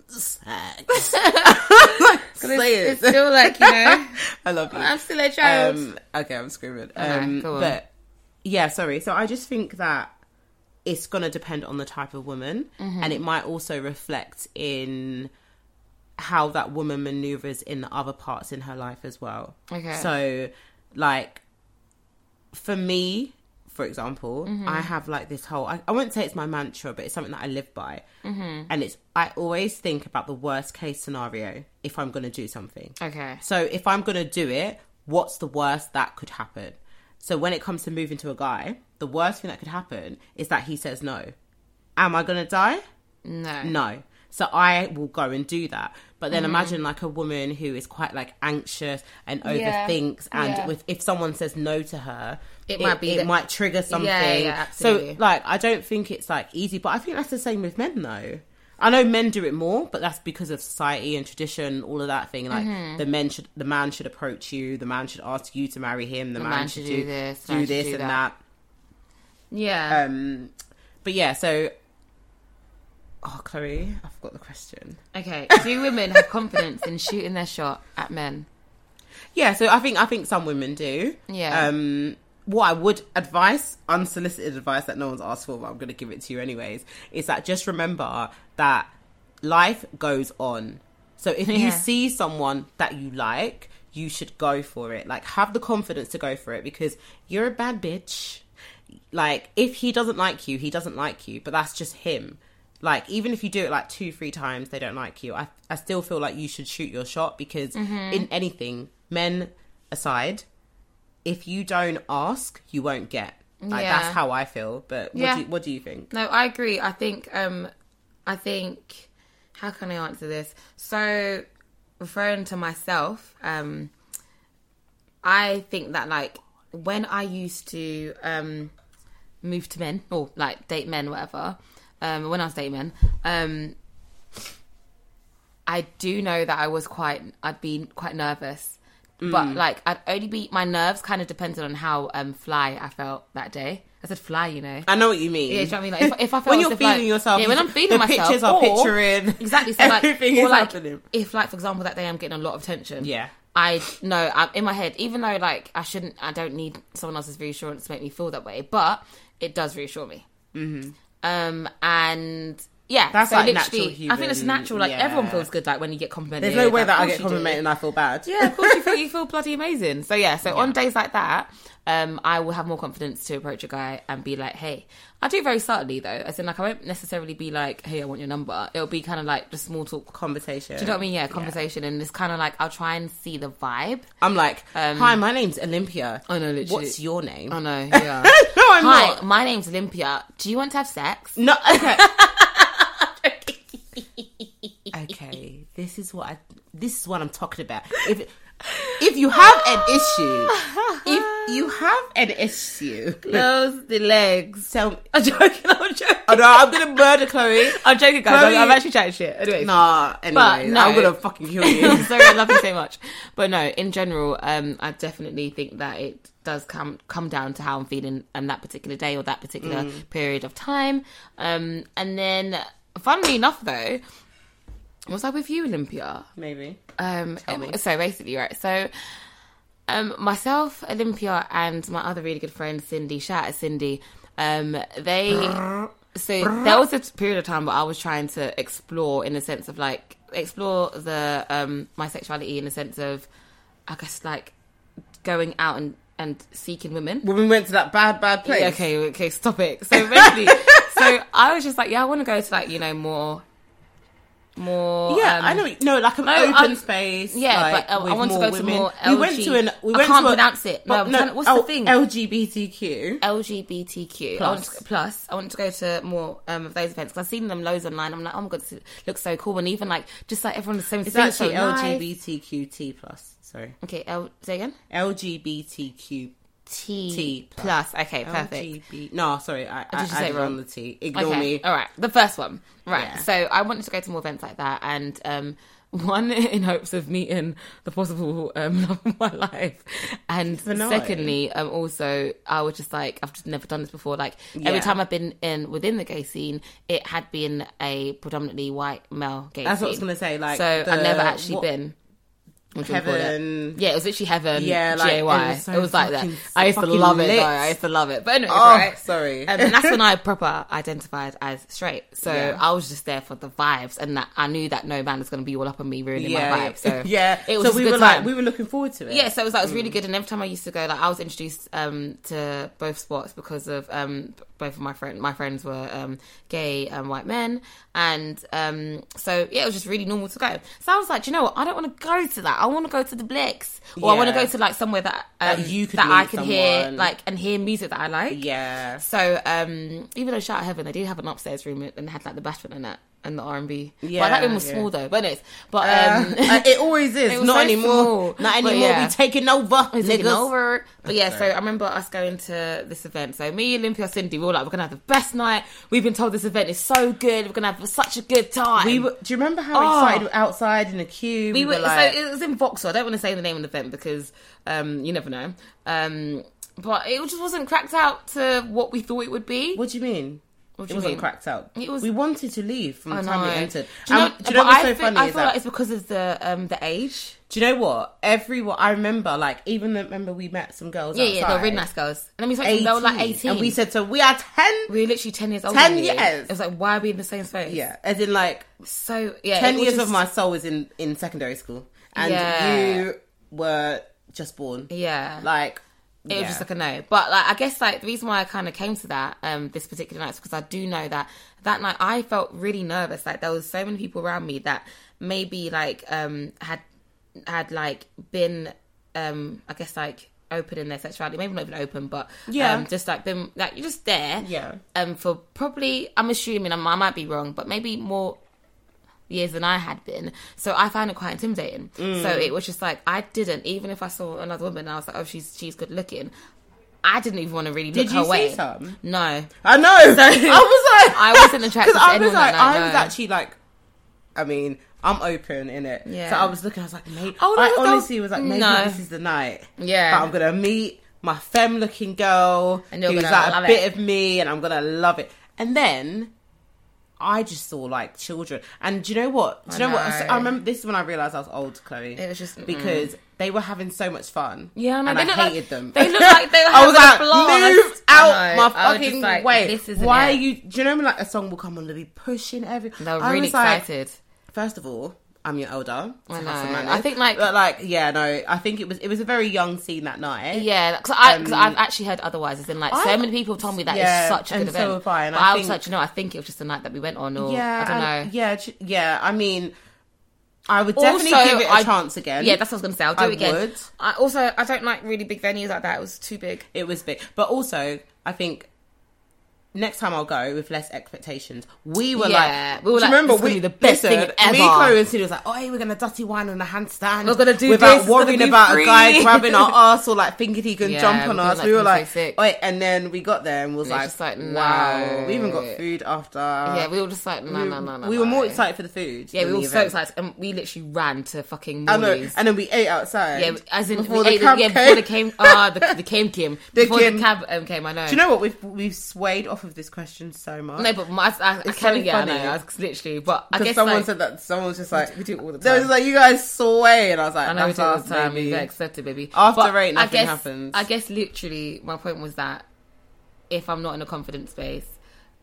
Speaker 2: sex. Say it.
Speaker 1: It's still like you know,
Speaker 2: I love you.
Speaker 1: I'm still a child.
Speaker 2: Um, okay, I'm screaming.
Speaker 1: Okay,
Speaker 2: Um,
Speaker 1: go on.
Speaker 2: But yeah, sorry. So I just think that it's gonna depend on the type of woman,
Speaker 1: Mm-hmm.
Speaker 2: and it might also reflect in how that woman maneuvers in the other parts in her life as well.
Speaker 1: Okay.
Speaker 2: So, like, for me, for example, I have like this whole I, I wouldn't say it's my mantra, but it's something that I live by. Mm-hmm. And it's, I always think about the worst case scenario if I'm going to do something.
Speaker 1: okay.
Speaker 2: So if I'm going to do it, what's the worst that could happen? So when it comes to moving to a guy, the worst thing that could happen is that he says no. Am I going to die?
Speaker 1: No.
Speaker 2: No. So I will go and do that. But But
Speaker 1: Mm.
Speaker 2: then imagine like a woman who is quite like anxious and
Speaker 1: Yeah.
Speaker 2: overthinks, and
Speaker 1: Yeah.
Speaker 2: with if someone says no to her,
Speaker 1: It might be
Speaker 2: it
Speaker 1: that-
Speaker 2: might trigger something.
Speaker 1: yeah, absolutely.
Speaker 2: So like, I don't think it's like easy, but I think that's the same with men though. I know men do it more, but that's because of society and tradition, all of that thing. Like
Speaker 1: Mm-hmm.
Speaker 2: the men should, the man should approach you, the man should ask you to marry him, the, man, should do
Speaker 1: this, the man
Speaker 2: do
Speaker 1: should
Speaker 2: this
Speaker 1: do
Speaker 2: and
Speaker 1: that.
Speaker 2: that.
Speaker 1: Yeah.
Speaker 2: Um, but yeah, so oh, Chloe, I forgot the question.
Speaker 1: okay. Do women have confidence in shooting their shot at men?
Speaker 2: Yeah, so I think I think some women do.
Speaker 1: Yeah.
Speaker 2: Um, what I would advise, unsolicited advice that no one's asked for, but I'm going to give it to you anyways, is that just remember that life goes on. So if
Speaker 1: Yeah.
Speaker 2: you see someone that you like, you should go for it. Like have the confidence to go for it because you're a bad bitch. Like if he doesn't like you, he doesn't like you, but that's just him. Like even if you do it like two, three times, they don't like you. I I still feel like you should shoot your shot because
Speaker 1: Mm-hmm.
Speaker 2: in anything, men aside, if you don't ask, you won't get. Like
Speaker 1: Yeah.
Speaker 2: that's how I feel. But what,
Speaker 1: Yeah.
Speaker 2: do, what do you think?
Speaker 1: No, I agree. I think um I think how can I answer this? So referring to myself, um I think that like when I used to um move to men or like date men, whatever, um when I was dating men, um I do know that I was quite I'd been quite nervous. But like I'd only be my nerves kind of depended on how um fly I felt that day. I said fly, you know.
Speaker 2: I know what you mean.
Speaker 1: Yeah, do you know what I mean? Like, if, if I felt
Speaker 2: when
Speaker 1: as
Speaker 2: you're
Speaker 1: if,
Speaker 2: feeling
Speaker 1: like-
Speaker 2: yourself,
Speaker 1: yeah, when I'm feeling
Speaker 2: the
Speaker 1: myself,
Speaker 2: pictures are
Speaker 1: or-
Speaker 2: picturing
Speaker 1: exactly. So like,
Speaker 2: everything
Speaker 1: or
Speaker 2: is
Speaker 1: like,
Speaker 2: happening.
Speaker 1: if like for example that day I'm getting a lot of attention,
Speaker 2: Yeah.
Speaker 1: I know I'm in my head, even though like I shouldn't, I don't need someone else's reassurance to make me feel that way, but it does reassure me. Mm-hmm. Um, and yeah,
Speaker 2: That's,
Speaker 1: so
Speaker 2: like,
Speaker 1: literally,
Speaker 2: natural
Speaker 1: I think it's
Speaker 2: human-
Speaker 1: natural. Like
Speaker 2: yeah.
Speaker 1: everyone feels good, like when you get complimented.
Speaker 2: There's no way
Speaker 1: Like, oh,
Speaker 2: that
Speaker 1: of
Speaker 2: I
Speaker 1: course you
Speaker 2: get
Speaker 1: do.
Speaker 2: complimented and I feel bad.
Speaker 1: Yeah, of course you feel you feel bloody amazing. So yeah, so on days like that, um, I will have more confidence to approach a guy and be like, "Hey." I do it very subtly though, as in like I won't necessarily be like, "Hey, I want your number." It'll be kind of like just small talk.
Speaker 2: Conversation.
Speaker 1: Do you know what I mean? Yeah, conversation, and it's kind of like I'll try and see the vibe.
Speaker 2: I'm like,
Speaker 1: Um,
Speaker 2: hi, my name's Olympia.
Speaker 1: I know, Oh, literally.
Speaker 2: What's your name?
Speaker 1: I know. Yeah.
Speaker 2: no, I'm
Speaker 1: Hi,
Speaker 2: not.
Speaker 1: my name's Olympia. Do you want to have sex?
Speaker 2: No, okay. okay, this is what I. This is what I'm talking about. If if you have an issue, if you have an issue,
Speaker 1: Close the legs.
Speaker 2: tell me.
Speaker 1: I'm joking. I'm joking.
Speaker 2: Oh no, I'm gonna murder Chloe.
Speaker 1: I'm joking, guys. I'm,
Speaker 2: Chloe-
Speaker 1: I'm actually chatting shit. Anyway,
Speaker 2: Nah, anyway,
Speaker 1: no.
Speaker 2: I'm gonna fucking kill you.
Speaker 1: I'm sorry, I love you so much. But no, in general, um, I definitely think that it does come come down to how I'm feeling on that particular day or that particular period of time. Um, and then, funnily enough, though, was I with you, Olympia?
Speaker 2: Maybe.
Speaker 1: Um, it-
Speaker 2: me.
Speaker 1: so basically, right. So, um, myself, Olympia, and my other really good friend, Cindy. Shout out, Cindy. Um, they. So there was a t- period of time where I was trying to explore, in the sense of like explore the um my sexuality, in the sense of, I guess like, going out and and seeking women.
Speaker 2: When we went to that bad, bad place.
Speaker 1: Yeah, okay, okay, stop it. So basically, so I was just like, yeah, I want to go to like you know more, more.
Speaker 2: Yeah,
Speaker 1: um,
Speaker 2: I know. what you- No, like an
Speaker 1: no,
Speaker 2: open
Speaker 1: I'm-
Speaker 2: space.
Speaker 1: yeah,
Speaker 2: like,
Speaker 1: but uh, I- I
Speaker 2: with
Speaker 1: want to go to more
Speaker 2: We went to an. We
Speaker 1: LG. I
Speaker 2: went
Speaker 1: can't
Speaker 2: to a,
Speaker 1: pronounce it. No,
Speaker 2: but
Speaker 1: I'm trying- what's the
Speaker 2: L-
Speaker 1: thing?
Speaker 2: LGBTQ.
Speaker 1: LGBTQ I want to-
Speaker 2: Plus.
Speaker 1: plus. I want to go to more um, of those events because I've seen them loads online. I'm like, oh my god, this looks so cool, and even like just like everyone the same.
Speaker 2: It's actually
Speaker 1: LGBT.
Speaker 2: LGBTQT plus. Sorry,
Speaker 1: Okay, L- say again.
Speaker 2: LGBTQ.
Speaker 1: T,
Speaker 2: T
Speaker 1: plus. Okay, perfect.
Speaker 2: LGBT No, sorry, I, I
Speaker 1: Did you say it
Speaker 2: added
Speaker 1: wrong? Oh,
Speaker 2: on the T. Ignore me.
Speaker 1: All right, the first one. Right.
Speaker 2: Yeah.
Speaker 1: So I wanted to go to more events like that, and um, one in hopes of meeting the possible um, love of my life, and
Speaker 2: nice.
Speaker 1: secondly, um, also I was just like I've just never done this before. Like every
Speaker 2: Yeah.
Speaker 1: time I've been in within the gay scene, it had been a predominantly white male gay.
Speaker 2: That's
Speaker 1: scene.
Speaker 2: what I was gonna say, like,
Speaker 1: so I've
Speaker 2: the-
Speaker 1: never actually
Speaker 2: what-
Speaker 1: been. What do you call it?
Speaker 2: Heaven.
Speaker 1: Yeah, it was literally heaven.
Speaker 2: Yeah,
Speaker 1: JY.
Speaker 2: like, it
Speaker 1: It
Speaker 2: was
Speaker 1: was,
Speaker 2: so
Speaker 1: like that.
Speaker 2: fucking-
Speaker 1: I used to
Speaker 2: fucking
Speaker 1: love it.
Speaker 2: lit.
Speaker 1: Though. I used to love it. But anyways,
Speaker 2: Oh,
Speaker 1: right?
Speaker 2: sorry.
Speaker 1: Um, and that's when I proper identified as straight. So
Speaker 2: Yeah.
Speaker 1: I was just there for the vibes, and that I knew that no man was going to be all up on me ruining my
Speaker 2: Yeah,
Speaker 1: vibe. So
Speaker 2: yeah.
Speaker 1: it was
Speaker 2: so
Speaker 1: just
Speaker 2: we
Speaker 1: a good
Speaker 2: were
Speaker 1: time.
Speaker 2: like, we were Mm. looking forward to it.
Speaker 1: yeah, so it was like it was really good, and every time I used to go, like I was introduced um, to both spots because of um, both of my friend, my friends were um, gay and white men, and um, so yeah, it was just really normal to go. So I was like, "Do you know what? I don't want to go to that. I want to go to the Blix, or I want to
Speaker 2: Yeah.
Speaker 1: go to like somewhere that um,
Speaker 2: That you could
Speaker 1: that I
Speaker 2: meet
Speaker 1: can hear
Speaker 2: someone.
Speaker 1: like and hear music that I like.
Speaker 2: yeah.
Speaker 1: So um, even though Shout Out Heaven, they do have an upstairs room and had like the bashment and that. and the R and B.
Speaker 2: Yeah,
Speaker 1: but that room was
Speaker 2: yeah.
Speaker 1: small though. But anyways, but
Speaker 2: Um,
Speaker 1: um,
Speaker 2: uh, it always is.
Speaker 1: it was
Speaker 2: not
Speaker 1: so
Speaker 2: anymore.
Speaker 1: small,
Speaker 2: Not
Speaker 1: but
Speaker 2: anymore.
Speaker 1: yeah.
Speaker 2: We taking over.
Speaker 1: It's taking
Speaker 2: niggas.
Speaker 1: over. But yeah, so I remember us going to this event. So me, Olympia, Cindy, we were like, we're gonna have the best night. We've been told this event is so good. We're gonna have such a good time.
Speaker 2: We were, do you remember how
Speaker 1: Oh.
Speaker 2: excited we were outside in the queue?
Speaker 1: we were,
Speaker 2: like,
Speaker 1: so it was in Vauxhall. I don't want to say the name of the event because um, you never know. Um, but it just wasn't cracked out to what we thought it would be.
Speaker 2: what do you mean?
Speaker 1: What do
Speaker 2: it
Speaker 1: you
Speaker 2: wasn't
Speaker 1: mean?
Speaker 2: cracked out.
Speaker 1: It was-
Speaker 2: we wanted to leave from
Speaker 1: I
Speaker 2: the
Speaker 1: know.
Speaker 2: time we entered.
Speaker 1: Do you know,
Speaker 2: And- do you know
Speaker 1: but
Speaker 2: what's
Speaker 1: I
Speaker 2: so
Speaker 1: think-
Speaker 2: funny
Speaker 1: I
Speaker 2: is
Speaker 1: feel
Speaker 2: that
Speaker 1: like it's because of the um, the age.
Speaker 2: Do you know what? Everyone, I remember, like, even the- remember we met some girls.
Speaker 1: Yeah, yeah, they were
Speaker 2: outside,
Speaker 1: really nice girls. And then we spoke to them, they were like 18.
Speaker 2: And we said, so we are 10.
Speaker 1: we were literally 10 years old.
Speaker 2: 10 years.
Speaker 1: It was like, why are we in the same space?
Speaker 2: Yeah, as in, like,
Speaker 1: So, yeah.
Speaker 2: 10
Speaker 1: it was
Speaker 2: years
Speaker 1: just-
Speaker 2: of my soul was in, in secondary school. And
Speaker 1: Yeah.
Speaker 2: you were just born.
Speaker 1: Yeah.
Speaker 2: Like,
Speaker 1: it
Speaker 2: yeah.
Speaker 1: was just like a no. But like, I guess like the reason why I kind of came to that um this particular night is because I do know that that night I felt really nervous. Like there was so many people around me that maybe like um had had like been um I guess like open in their sexuality, maybe not even open, but
Speaker 2: Yeah.
Speaker 1: um, just like been like you're just there.
Speaker 2: Yeah.
Speaker 1: Um, for probably I'm assuming I'm, I might be wrong, but maybe more years than I had been. So I found it quite intimidating. So
Speaker 2: Mm.
Speaker 1: it was just like I didn't, even if I saw another woman and I was like, Oh, she's she's good looking, I didn't even want to really look
Speaker 2: Did
Speaker 1: her
Speaker 2: you see
Speaker 1: way.
Speaker 2: some?
Speaker 1: No.
Speaker 2: I know. I was like,
Speaker 1: I wasn't attracted
Speaker 2: Because
Speaker 1: to
Speaker 2: I was
Speaker 1: anyone
Speaker 2: like,
Speaker 1: that night,
Speaker 2: I was
Speaker 1: no.
Speaker 2: actually like, I mean, I'm open in it.
Speaker 1: Yeah.
Speaker 2: So I was looking. I was like, maybe.
Speaker 1: Oh, no,
Speaker 2: I
Speaker 1: that was-
Speaker 2: honestly was like, maybe
Speaker 1: no.
Speaker 2: this is the night.
Speaker 1: Yeah.
Speaker 2: That I'm gonna meet my femme-looking girl
Speaker 1: And you're
Speaker 2: who's
Speaker 1: gonna
Speaker 2: like
Speaker 1: love
Speaker 2: a
Speaker 1: it.
Speaker 2: bit of me, and I'm gonna love it. And then. I just saw like children, and do you know what? Do you
Speaker 1: I
Speaker 2: know, what? So
Speaker 1: know.
Speaker 2: I remember this is when I realized I was old, Chloe.
Speaker 1: It was just- mm.
Speaker 2: because they were having so much fun.
Speaker 1: Yeah, I know.
Speaker 2: and
Speaker 1: They
Speaker 2: I
Speaker 1: looked like-
Speaker 2: hated them.
Speaker 1: they looked like they were
Speaker 2: I was
Speaker 1: having a
Speaker 2: like,
Speaker 1: blast.
Speaker 2: move
Speaker 1: I
Speaker 2: out
Speaker 1: know.
Speaker 2: my
Speaker 1: I was just
Speaker 2: fucking
Speaker 1: like,
Speaker 2: way.
Speaker 1: this isn't
Speaker 2: Why
Speaker 1: it.
Speaker 2: are you? Do you know when like a song will come on, they'll be pushing every.
Speaker 1: They were
Speaker 2: I
Speaker 1: really
Speaker 2: was like,
Speaker 1: excited.
Speaker 2: First of all, I'm your elder. so
Speaker 1: I
Speaker 2: have
Speaker 1: know.
Speaker 2: some manners.
Speaker 1: I think, like-
Speaker 2: but like, yeah, no. I think it was it was a very young scene that night.
Speaker 1: Yeah, because I because
Speaker 2: Um,
Speaker 1: I've actually heard otherwise. As in, like so
Speaker 2: I-
Speaker 1: many people told me that
Speaker 2: Yeah,
Speaker 1: it's such a good
Speaker 2: and so
Speaker 1: event.
Speaker 2: have I, and
Speaker 1: but
Speaker 2: I
Speaker 1: I, was
Speaker 2: think-
Speaker 1: like, you know, I think it was just the night that we went on, or
Speaker 2: yeah.
Speaker 1: I don't know.
Speaker 2: and- yeah, ch- yeah. I mean, I would definitely give it a
Speaker 1: I-
Speaker 2: chance again.
Speaker 1: Yeah, that's what I was gonna say. I'll do
Speaker 2: I
Speaker 1: it again.
Speaker 2: would.
Speaker 1: I also I don't like really big venues like that. It was too big.
Speaker 2: It was big, but also I think next time I'll go with less expectations. We were
Speaker 1: Yeah,
Speaker 2: like,
Speaker 1: we were
Speaker 2: do you
Speaker 1: like,
Speaker 2: remember
Speaker 1: this is gonna
Speaker 2: we
Speaker 1: be the best thing
Speaker 2: Me,
Speaker 1: ever.
Speaker 2: Chloe, and Cindy was like, oh, hey, we're gonna dutty wine on a handstand.
Speaker 1: We're gonna do
Speaker 2: without
Speaker 1: this, it's gonna
Speaker 2: worrying
Speaker 1: be
Speaker 2: about
Speaker 1: free."
Speaker 2: a guy grabbing our ass or like thinking he can
Speaker 1: Yeah,
Speaker 2: jump on
Speaker 1: we're
Speaker 2: us.
Speaker 1: like,
Speaker 2: we were
Speaker 1: feeling so
Speaker 2: like,
Speaker 1: sick.
Speaker 2: oh, and then we got there and was
Speaker 1: it's
Speaker 2: like,
Speaker 1: just like,
Speaker 2: wow,
Speaker 1: no.
Speaker 2: we even got food after.
Speaker 1: yeah, we were just like, no,
Speaker 2: We-
Speaker 1: no, no, no.
Speaker 2: We were
Speaker 1: no.
Speaker 2: more excited for the food.
Speaker 1: Yeah,
Speaker 2: than
Speaker 1: we were
Speaker 2: the
Speaker 1: so
Speaker 2: event.
Speaker 1: excited, and we literally ran to fucking
Speaker 2: I know,
Speaker 1: Morley's.
Speaker 2: and then we ate outside.
Speaker 1: Yeah, as in
Speaker 2: before
Speaker 1: we
Speaker 2: the
Speaker 1: ate the-
Speaker 2: cab
Speaker 1: yeah,
Speaker 2: came.
Speaker 1: before the came ah the, the came came before
Speaker 2: came.
Speaker 1: the cab um, came. I know.
Speaker 2: Do you know what we've we've swayed off of this question so much?
Speaker 1: No, but my, I, I
Speaker 2: It's
Speaker 1: can't
Speaker 2: so
Speaker 1: get. I
Speaker 2: funny.
Speaker 1: know. I was literally, but I
Speaker 2: Because
Speaker 1: guess
Speaker 2: someone
Speaker 1: like,
Speaker 2: said that someone was just like
Speaker 1: we do it all the
Speaker 2: They was
Speaker 1: time.
Speaker 2: like you guys sway, and I was like, "Uh-huh,
Speaker 1: I know we
Speaker 2: that's
Speaker 1: do it all
Speaker 2: us,
Speaker 1: the time. We
Speaker 2: baby.
Speaker 1: get accepted, baby.
Speaker 2: After
Speaker 1: But
Speaker 2: rate, nothing
Speaker 1: I guess,
Speaker 2: happens.
Speaker 1: I guess literally, my point was that if I'm not in a confident space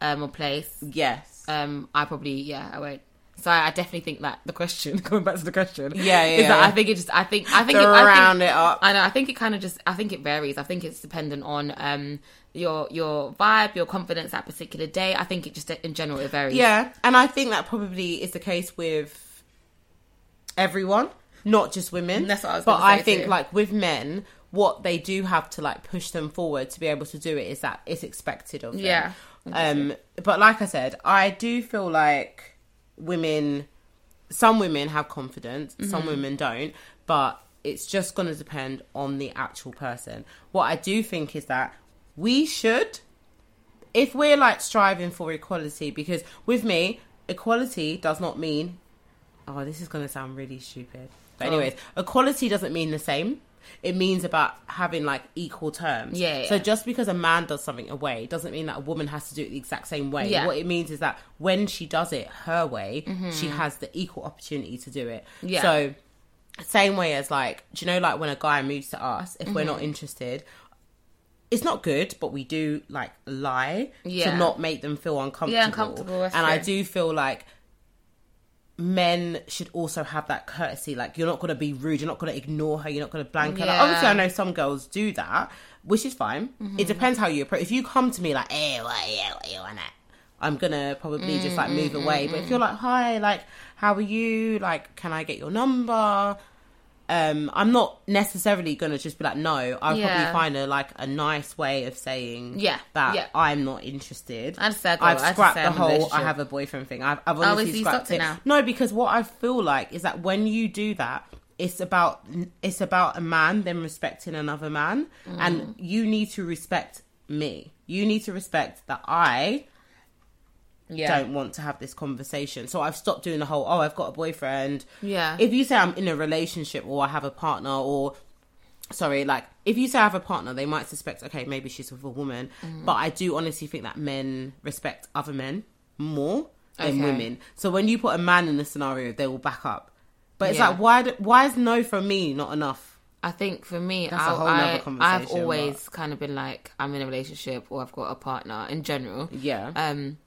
Speaker 1: um, or place,
Speaker 2: Yes.
Speaker 1: um, I probably yeah, I won't. So I, I definitely think that the question, going back to the question,
Speaker 2: Yeah, yeah,
Speaker 1: is that
Speaker 2: yeah.
Speaker 1: I think it just, I think, I think,
Speaker 2: To
Speaker 1: it, I
Speaker 2: round
Speaker 1: think,
Speaker 2: it up.
Speaker 1: I know, I think it kind of just, I think it varies. I think it's dependent on um your your vibe, your confidence that particular day. I think it just in general it varies.
Speaker 2: yeah, and I think that probably is the case with everyone, not just women.
Speaker 1: Mm, That's what I was
Speaker 2: But
Speaker 1: gonna say
Speaker 2: I think
Speaker 1: too.
Speaker 2: like with men, what they do have to like push them forward to be able to do it is that it's expected of them.
Speaker 1: Yeah.
Speaker 2: Um, but like I said, I do feel like women. Some women have confidence,
Speaker 1: Mm-hmm.
Speaker 2: some women don't, but it's just going to depend on the actual person. What I do think is that we should, if we're like striving for equality, because with me, equality does not mean. Oh, this is going to sound really stupid. But,
Speaker 1: Oh.
Speaker 2: anyways, equality doesn't mean the same. It means about having like equal terms.
Speaker 1: Yeah,
Speaker 2: So
Speaker 1: yeah.
Speaker 2: just because a man does something away doesn't mean that a woman has to do it the exact same way.
Speaker 1: Yeah. Mm-hmm.
Speaker 2: What it means is that when she does it her way, she has the equal opportunity to do it.
Speaker 1: Yeah.
Speaker 2: So same way as like, do you know like when a guy moves to us, if
Speaker 1: Mm-hmm.
Speaker 2: we're not interested, it's not good, but we do like lie
Speaker 1: Yeah.
Speaker 2: to not make them feel uncomfortable.
Speaker 1: uncomfortable,
Speaker 2: And
Speaker 1: that's
Speaker 2: I
Speaker 1: true.
Speaker 2: do feel like men should also have that courtesy. Like you're not gonna be rude, you're not gonna ignore her, you're not gonna blank her.
Speaker 1: Yeah.
Speaker 2: Like,
Speaker 1: Mm-hmm.
Speaker 2: obviously, I know some girls do that, which is fine. It depends how you approach. If you come to me like, "Hey, what, yeah, what you wanna?" I'm gonna probably just like move
Speaker 1: Mm-hmm,
Speaker 2: away. But if you're like, "Hi, like, how are you? Like, can I get your number?" um, I'm not necessarily gonna just be like, no. I'll
Speaker 1: Yeah.
Speaker 2: probably find a like a nice way of saying,
Speaker 1: Yeah,
Speaker 2: that
Speaker 1: yeah.
Speaker 2: I'm not interested.
Speaker 1: I understand that.
Speaker 2: I've
Speaker 1: I had to
Speaker 2: scrapped
Speaker 1: say
Speaker 2: the
Speaker 1: I'm in a
Speaker 2: whole I
Speaker 1: relationship.
Speaker 2: have a boyfriend thing. I've, I've
Speaker 1: is
Speaker 2: honestly
Speaker 1: he
Speaker 2: scrapped
Speaker 1: stopped it
Speaker 2: it.
Speaker 1: now?
Speaker 2: No, because what I feel like is that when you do that, it's about it's about a man then respecting another man,
Speaker 1: Mm.
Speaker 2: and you need to respect me. You need to respect that I
Speaker 1: Yeah.
Speaker 2: don't want to have this conversation. So I've stopped doing the whole, oh, I've got a boyfriend.
Speaker 1: Yeah.
Speaker 2: If you say I'm in a relationship or I have a partner or, sorry, like, if you say I have a partner, they might suspect, okay, maybe she's with a woman.
Speaker 1: Mm.
Speaker 2: But I do honestly think that men respect other men more than
Speaker 1: Okay.
Speaker 2: women. So when you put a man in the scenario, they will back up. But it's
Speaker 1: Yeah.
Speaker 2: like, why, do, why is no from me not enough?
Speaker 1: I think for me,
Speaker 2: a whole
Speaker 1: I,
Speaker 2: nother
Speaker 1: I, I've
Speaker 2: conversation,
Speaker 1: always kind of been like, I'm in a relationship or I've got a partner in general.
Speaker 2: Yeah.
Speaker 1: Um,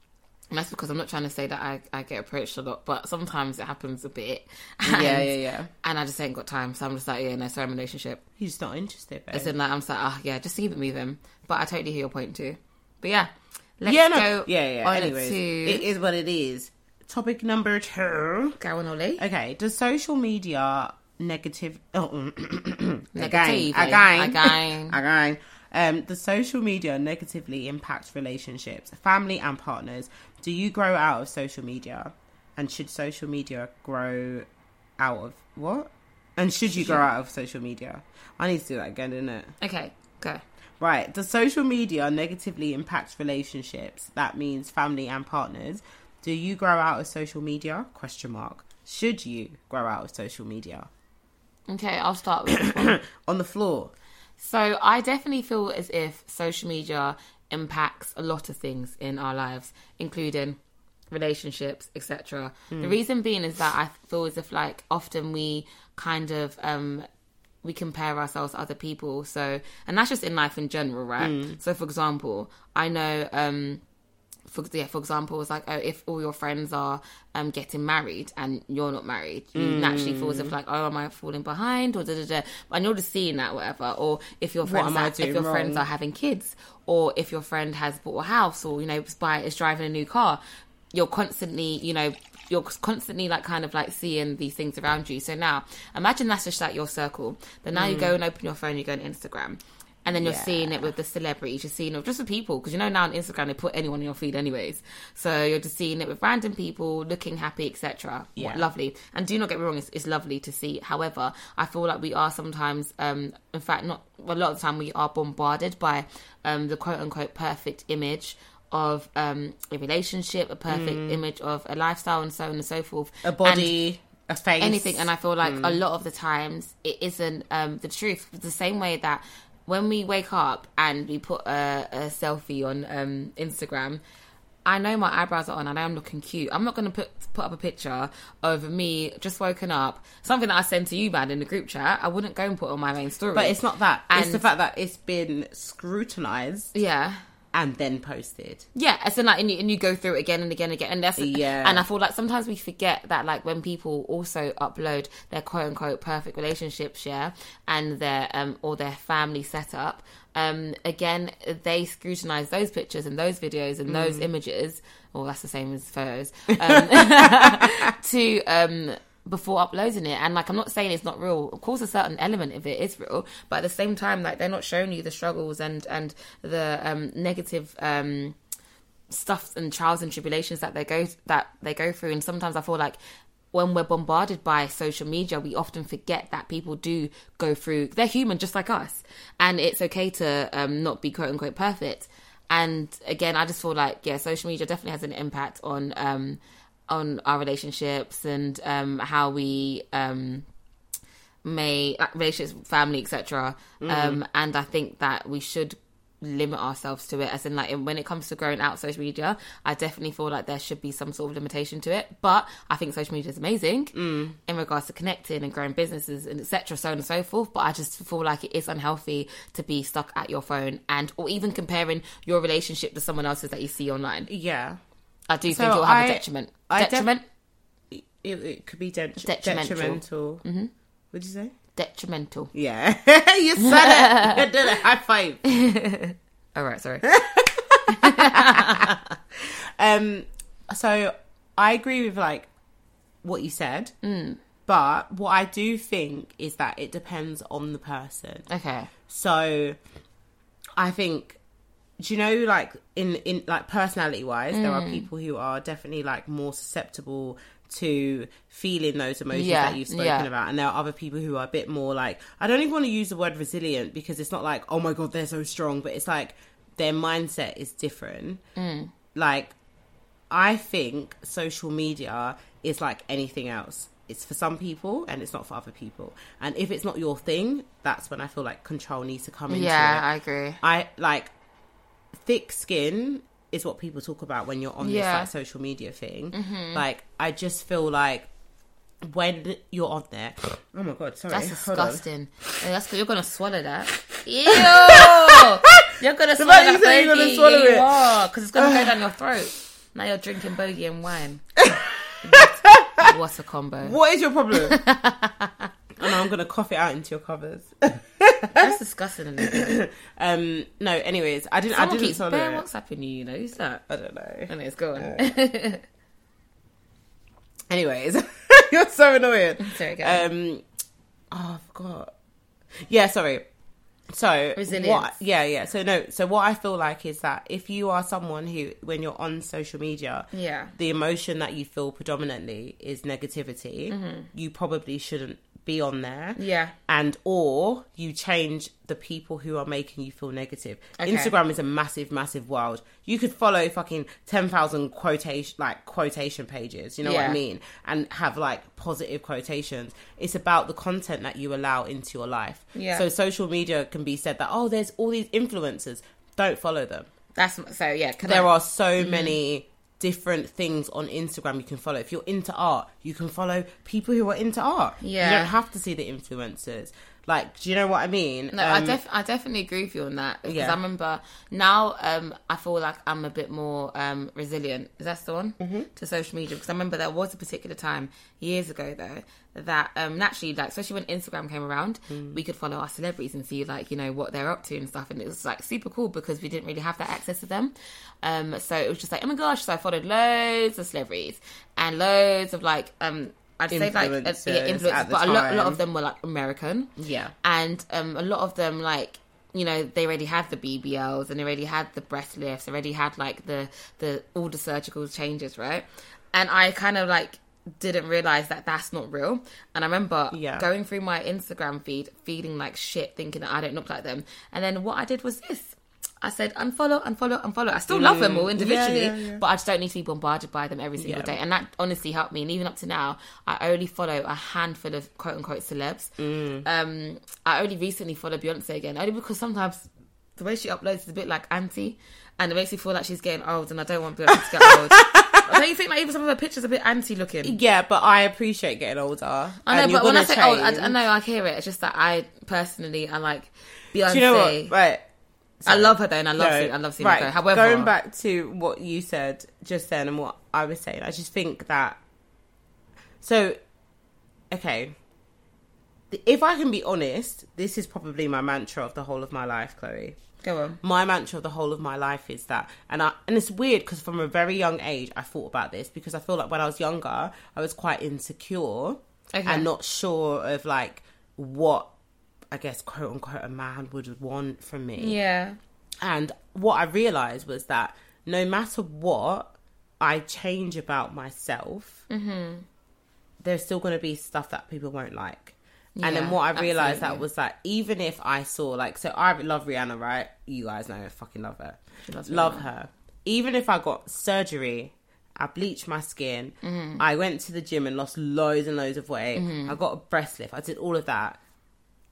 Speaker 1: and that's because I'm not trying to say that I, I get approached a lot, but sometimes it happens a bit. And,
Speaker 2: yeah, yeah, yeah.
Speaker 1: And I just ain't got time, so I'm just like, yeah, no, sorry, I'm in a relationship.
Speaker 2: He's just not interested, babe.
Speaker 1: As in, like, I'm just like, oh, yeah, just keep it moving. But I totally hear your point too. But yeah, let's
Speaker 2: yeah, no.
Speaker 1: go.
Speaker 2: yeah, yeah.
Speaker 1: On
Speaker 2: Anyways,
Speaker 1: to
Speaker 2: it is what it is. Topic number two.
Speaker 1: Gowan Ollie.
Speaker 2: Okay, does social media negative? Oh, again,
Speaker 1: Negative, eh?
Speaker 2: again,
Speaker 1: Again.
Speaker 2: again. Um, does social media negatively impact relationships, family and partners? Do you grow out of social media, and should social media grow out of what? And should you grow out of social media? I need to do that again, isn't it?
Speaker 1: Okay, go.
Speaker 2: Right. Does social media negatively impact relationships? That means family and partners. Do you grow out of social media? Question mark. Should you grow out of social media?
Speaker 1: Okay, I'll start with
Speaker 2: On the floor.
Speaker 1: So I definitely feel as if social media impacts a lot of things in our lives, including relationships, etc.
Speaker 2: Hmm.
Speaker 1: The reason being is that I feel as if like often we kind of um we compare ourselves to other people. So and that's just in life in general, right?
Speaker 2: Hmm.
Speaker 1: So for example, I know um for yeah, for example, it's like oh, if all your friends are um getting married and you're not married, you naturally feel
Speaker 2: Mm.
Speaker 1: as if like oh, am I falling behind or da da da, and you're just seeing that whatever. Or if your friends
Speaker 2: am I
Speaker 1: are, if
Speaker 2: doing
Speaker 1: your friends
Speaker 2: wrong?
Speaker 1: are having kids, or if your friend has bought a house, or you know is buy is driving a new car, you're constantly you know you're constantly like kind of like seeing these things around you. So now imagine that's just like your circle. Then now you go and open your phone, you go on Instagram. And then you're
Speaker 2: Mm. Yeah.
Speaker 1: seeing it with the celebrities, you're seeing it with just with people, because you know now on Instagram they put anyone in your feed, anyways. So you're just seeing it with random people looking happy, etc.
Speaker 2: Yeah.
Speaker 1: What- Lovely. And do not get me wrong, it's, it's lovely to see. However, I feel like we are sometimes, um, in fact, not a lot of the time, we are bombarded by um, the quote unquote perfect image of um, a relationship, a perfect image of a lifestyle, and so on and so forth.
Speaker 2: Mm. A
Speaker 1: And-
Speaker 2: body, a face.
Speaker 1: anything and i feel like
Speaker 2: Mm.
Speaker 1: a lot of the times it isn't um the truth the same way that when we wake up and we put a, a selfie on um instagram I know my eyebrows are on and I am looking cute. I'm not going to put put up a picture of me just woken up, something that I sent to you, man, in the group chat. I wouldn't go and put it on my main story.
Speaker 2: But it's not that. it's the
Speaker 1: And-
Speaker 2: fact that it's been scrutinized
Speaker 1: yeah.
Speaker 2: and then posted.
Speaker 1: Yeah, as in like, and you, and you go through it again and again and again, and that's
Speaker 2: Yeah.
Speaker 1: And I feel like sometimes we forget that like when people also upload their quote unquote perfect relationships, yeah, and their um or their family setup, um, again they scrutinize those pictures and those videos and those images. Well, that's the same as photos. Um, to um before uploading it and like i'm not saying it's not real of course a certain element of it is real but at the same time like they're not showing you the struggles and and the um negative um stuff and trials and tribulations that they go that they go through and sometimes i feel like when we're bombarded by social media we often forget that people do go through they're human just like us and it's okay to um, not be quote unquote perfect and again i just feel like yeah social media definitely has an impact on um on our relationships and um how we um may like relationships family etc
Speaker 2: Mm.
Speaker 1: um and i think that we should limit ourselves to it as in like in- when it comes to growing out social media i definitely feel like there should be some sort of limitation to it but i think social media is amazing
Speaker 2: Mm.
Speaker 1: in regards to connecting and growing businesses and etc so on and so forth but i just feel like it is unhealthy to be stuck at your phone and or even comparing your relationship to someone else's that you see online
Speaker 2: Yeah.
Speaker 1: i do
Speaker 2: So
Speaker 1: think it'll have
Speaker 2: I-
Speaker 1: a detriment
Speaker 2: I def-
Speaker 1: detriment
Speaker 2: It, it could be det-
Speaker 1: Detrimental.
Speaker 2: detrimental. What'd you say?
Speaker 1: detrimental
Speaker 2: Yeah. you said it. You did it. High five.
Speaker 1: all right sorry Mm.
Speaker 2: Um, so I agree with like what you said, But what I do think is that it depends on the person.
Speaker 1: Okay.
Speaker 2: So I think do you know like in in like personality wise there
Speaker 1: Mm.
Speaker 2: are people who are definitely like more susceptible to feeling those emotions
Speaker 1: Yeah,
Speaker 2: that you've spoken
Speaker 1: yeah.
Speaker 2: about and there are other people who are a bit more like I don't even want to use the word resilient because it's not like oh my god they're so strong but it's like their mindset is different like I think social media is like anything else. It's for some people and it's not for other people. And if it's not your thing, that's when I feel like control needs to come into
Speaker 1: Yeah,
Speaker 2: it.
Speaker 1: I agree.
Speaker 2: I like thick skin is what people talk about when you're on
Speaker 1: Yeah. Mm-hmm.
Speaker 2: this like social media thing. Like I just feel like when you're on there, oh my god, sorry,
Speaker 1: That's
Speaker 2: hold on.
Speaker 1: disgusting. Yeah, that's good. You're gonna swallow that. Ew! you're gonna swallow
Speaker 2: you
Speaker 1: that.
Speaker 2: say you're gonna swallow it.
Speaker 1: because it's gonna go down your throat. Now you're drinking bogey and wine. what a combo.
Speaker 2: What is your problem? and I'm gonna cough it out into your covers.
Speaker 1: That's disgusting. Isn't it?
Speaker 2: Um, no, anyways, I didn't. I
Speaker 1: Someone
Speaker 2: didn't
Speaker 1: keeps
Speaker 2: swallow
Speaker 1: bare
Speaker 2: it.
Speaker 1: WhatsApping you. You know who's that?
Speaker 2: I don't know.
Speaker 1: And it's gone.
Speaker 2: Anyways, you're so annoying.
Speaker 1: Sorry, go on.
Speaker 2: Um, oh, I forgot. Yeah, sorry. So
Speaker 1: Resilience.
Speaker 2: What, yeah, yeah. So no. So what I feel like is that if you are someone who, when you're on social media,
Speaker 1: yeah.
Speaker 2: the emotion that you feel predominantly is negativity, you probably shouldn't be on there.
Speaker 1: Mm-hmm. Yeah.
Speaker 2: And or you change the people who are making you feel negative.
Speaker 1: Okay.
Speaker 2: Instagram is a massive, massive world. You could follow fucking ten thousand quotation like quotation pages, you know what
Speaker 1: Yeah.
Speaker 2: I mean? And have like positive quotations. It's about the content that you allow into your life.
Speaker 1: Yeah.
Speaker 2: So social media can be said that, oh, there's all these influencers. Don't follow them
Speaker 1: That's so. Yeah. Can
Speaker 2: there
Speaker 1: I,
Speaker 2: are so
Speaker 1: Mm-hmm.
Speaker 2: many different things on Instagram you can follow. If you're into art, you can follow people who are into art. You
Speaker 1: Yeah.
Speaker 2: don't have to see the influencers. Like, do you know what I mean?
Speaker 1: No, I,
Speaker 2: Um,
Speaker 1: def- I definitely agree with you on that. Because
Speaker 2: Yeah.
Speaker 1: I remember now um, I feel like I'm a bit more um, resilient. Is that the one? Mm-hmm. To social media. Because I remember there was a particular time years ago, though, that um, naturally, like, especially when Instagram came around,
Speaker 2: Mm.
Speaker 1: we could follow our celebrities and see, like, you know, what they're up to and stuff. And it was, like, super cool because we didn't really have that access to them. Um, so it was just like, oh my gosh. So I followed loads of celebrities and loads of, like, um, I'd say, like, uh,
Speaker 2: Influencers at
Speaker 1: yeah, influencers,
Speaker 2: the
Speaker 1: but a lot, a lot
Speaker 2: time.
Speaker 1: of them were, like, American
Speaker 2: Yeah.
Speaker 1: and um, a lot of them like you know they already had the BBLs and they already had the breast lifts, already had like the the all the surgical changes, right? And I kind of like didn't realize that that's not real. And I remember
Speaker 2: Yeah.
Speaker 1: going through my Instagram feed, feeling like shit, thinking that I don't look like them. And then what I did was this. I said unfollow, unfollow, unfollow. I still love them all individually,
Speaker 2: Mm, yeah, yeah.
Speaker 1: but I just don't need to be bombarded by them every single
Speaker 2: Yeah.
Speaker 1: day. And that honestly helped me. And even up to now, I only follow a handful of quote unquote celebs.
Speaker 2: Mm.
Speaker 1: Um, I only recently follow Beyonce again, only because sometimes the way she uploads is a bit like anti, and it makes me feel like she's getting old, and I don't want Beyonce to get old. don't you think like even some of her pictures are a bit anti looking?
Speaker 2: Yeah, but I appreciate getting older.
Speaker 1: I
Speaker 2: and
Speaker 1: know,
Speaker 2: you're
Speaker 1: but when I
Speaker 2: gonna
Speaker 1: say old, I,
Speaker 2: change.
Speaker 1: I know I hear it. It's just that I personally, I like Beyonce.
Speaker 2: Do you know what? Right.
Speaker 1: I love her though, and I love
Speaker 2: No,
Speaker 1: seeing, I love seeing her go. However,
Speaker 2: going back to what you said just then and what I was saying, I just think that. So, okay. If I can be honest, this is probably my mantra of the whole of my life, Chloe.
Speaker 1: go on.
Speaker 2: My mantra of the whole of my life is that, and I, and it's weird because from a very young age, I thought about this because I feel like when I was younger, I was quite insecure
Speaker 1: Okay.
Speaker 2: and not sure of like what I guess quote unquote a man would want from me.
Speaker 1: Yeah.
Speaker 2: And what I realized was that no matter what I change about myself,
Speaker 1: Mm-hmm.
Speaker 2: there's still going to be stuff that people won't like. and then
Speaker 1: Yeah,
Speaker 2: what I realized that
Speaker 1: absolutely.
Speaker 2: was that even if I saw like, so I love Rihanna, right? You guys know, I fucking love her,
Speaker 1: loves
Speaker 2: love
Speaker 1: Rihanna.
Speaker 2: her. Even if I got surgery, I bleached my skin,
Speaker 1: Mm-hmm.
Speaker 2: I went to the gym and lost loads and loads of weight. I got a breast lift. I did all of that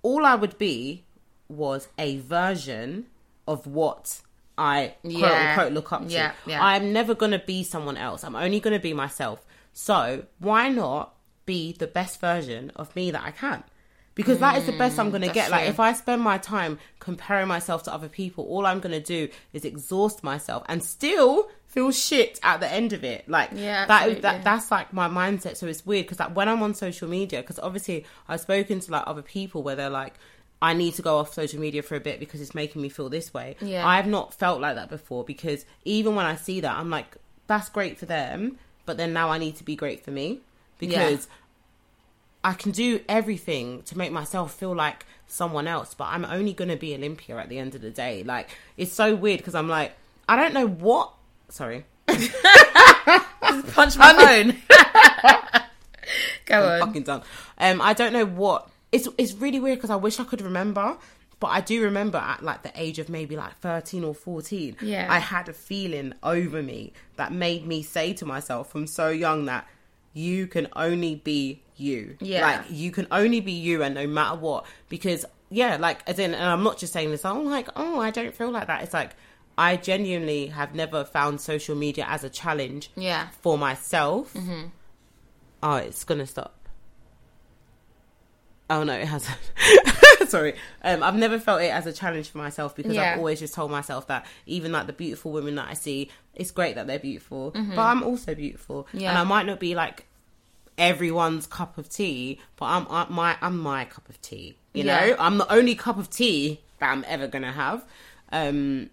Speaker 2: all I would be was a version of what I quote
Speaker 1: Yeah.
Speaker 2: unquote look up to.
Speaker 1: Yeah, yeah.
Speaker 2: I'm never gonna be someone else. I'm only gonna be myself. So why not be the best version of me that I can? Because that is the best I'm gonna get. Like
Speaker 1: Mm, true.
Speaker 2: if I spend my time comparing myself to other people, all I'm gonna do is exhaust myself and still feel shit at the end of it. Like
Speaker 1: Yeah,
Speaker 2: that,
Speaker 1: absolutely.
Speaker 2: that that's like my mindset. So it's weird because like when I'm on social media, because obviously I've spoken to like other people where they're like, I need to go off social media for a bit because it's making me feel this way.
Speaker 1: Yeah.
Speaker 2: I've not felt like that before because even when I see that, I'm like, that's great for them, but then now I need to be great for me because I can do everything to make myself feel like someone else, but I'm only going to be Olympia at the end of the day. Like, it's so weird because I'm like, I don't know what. Sorry.
Speaker 1: Punch my phone. Go on.
Speaker 2: fucking done. Um, I don't know what it's. It's really weird because I wish I could remember, but I do remember at like the age of maybe like thirteen or fourteen.
Speaker 1: Yeah.
Speaker 2: I had a feeling over me that made me say to myself from so young that you can only be you.
Speaker 1: Yeah.
Speaker 2: like you can only be you, and no matter what, because yeah, like as in, and I'm not just saying this. I'm like, oh, I don't feel like that. It's like. I genuinely have never found social media as a challenge
Speaker 1: Yeah.
Speaker 2: for myself. Oh, it's gonna stop. Oh no, it hasn't. Sorry, um, I've never felt it as a challenge for myself because
Speaker 1: Yeah.
Speaker 2: I've always just told myself that even like the beautiful women that I see, it's great that they're beautiful, but I'm also beautiful, and
Speaker 1: Mm-hmm. Yeah.
Speaker 2: I might not be like everyone's cup of tea, but I'm, i my I'm my cup of tea. You
Speaker 1: Yeah.
Speaker 2: know, I'm the only cup of tea that I'm ever gonna have. Um,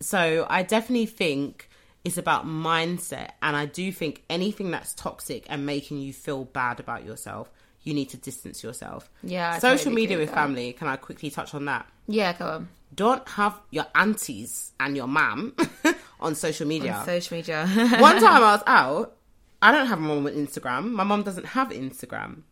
Speaker 2: so I definitely think it's about mindset, and I do think anything that's toxic and making you feel bad about yourself, you need to distance yourself.
Speaker 1: Yeah, I
Speaker 2: social
Speaker 1: totally
Speaker 2: media
Speaker 1: agree
Speaker 2: with
Speaker 1: with that.
Speaker 2: family. Can I quickly touch on that?
Speaker 1: Yeah, go on.
Speaker 2: Don't have your aunties and your mum on social media.
Speaker 1: Social media.
Speaker 2: One time I was out. I don't have a mum on Instagram. My mum doesn't have Instagram.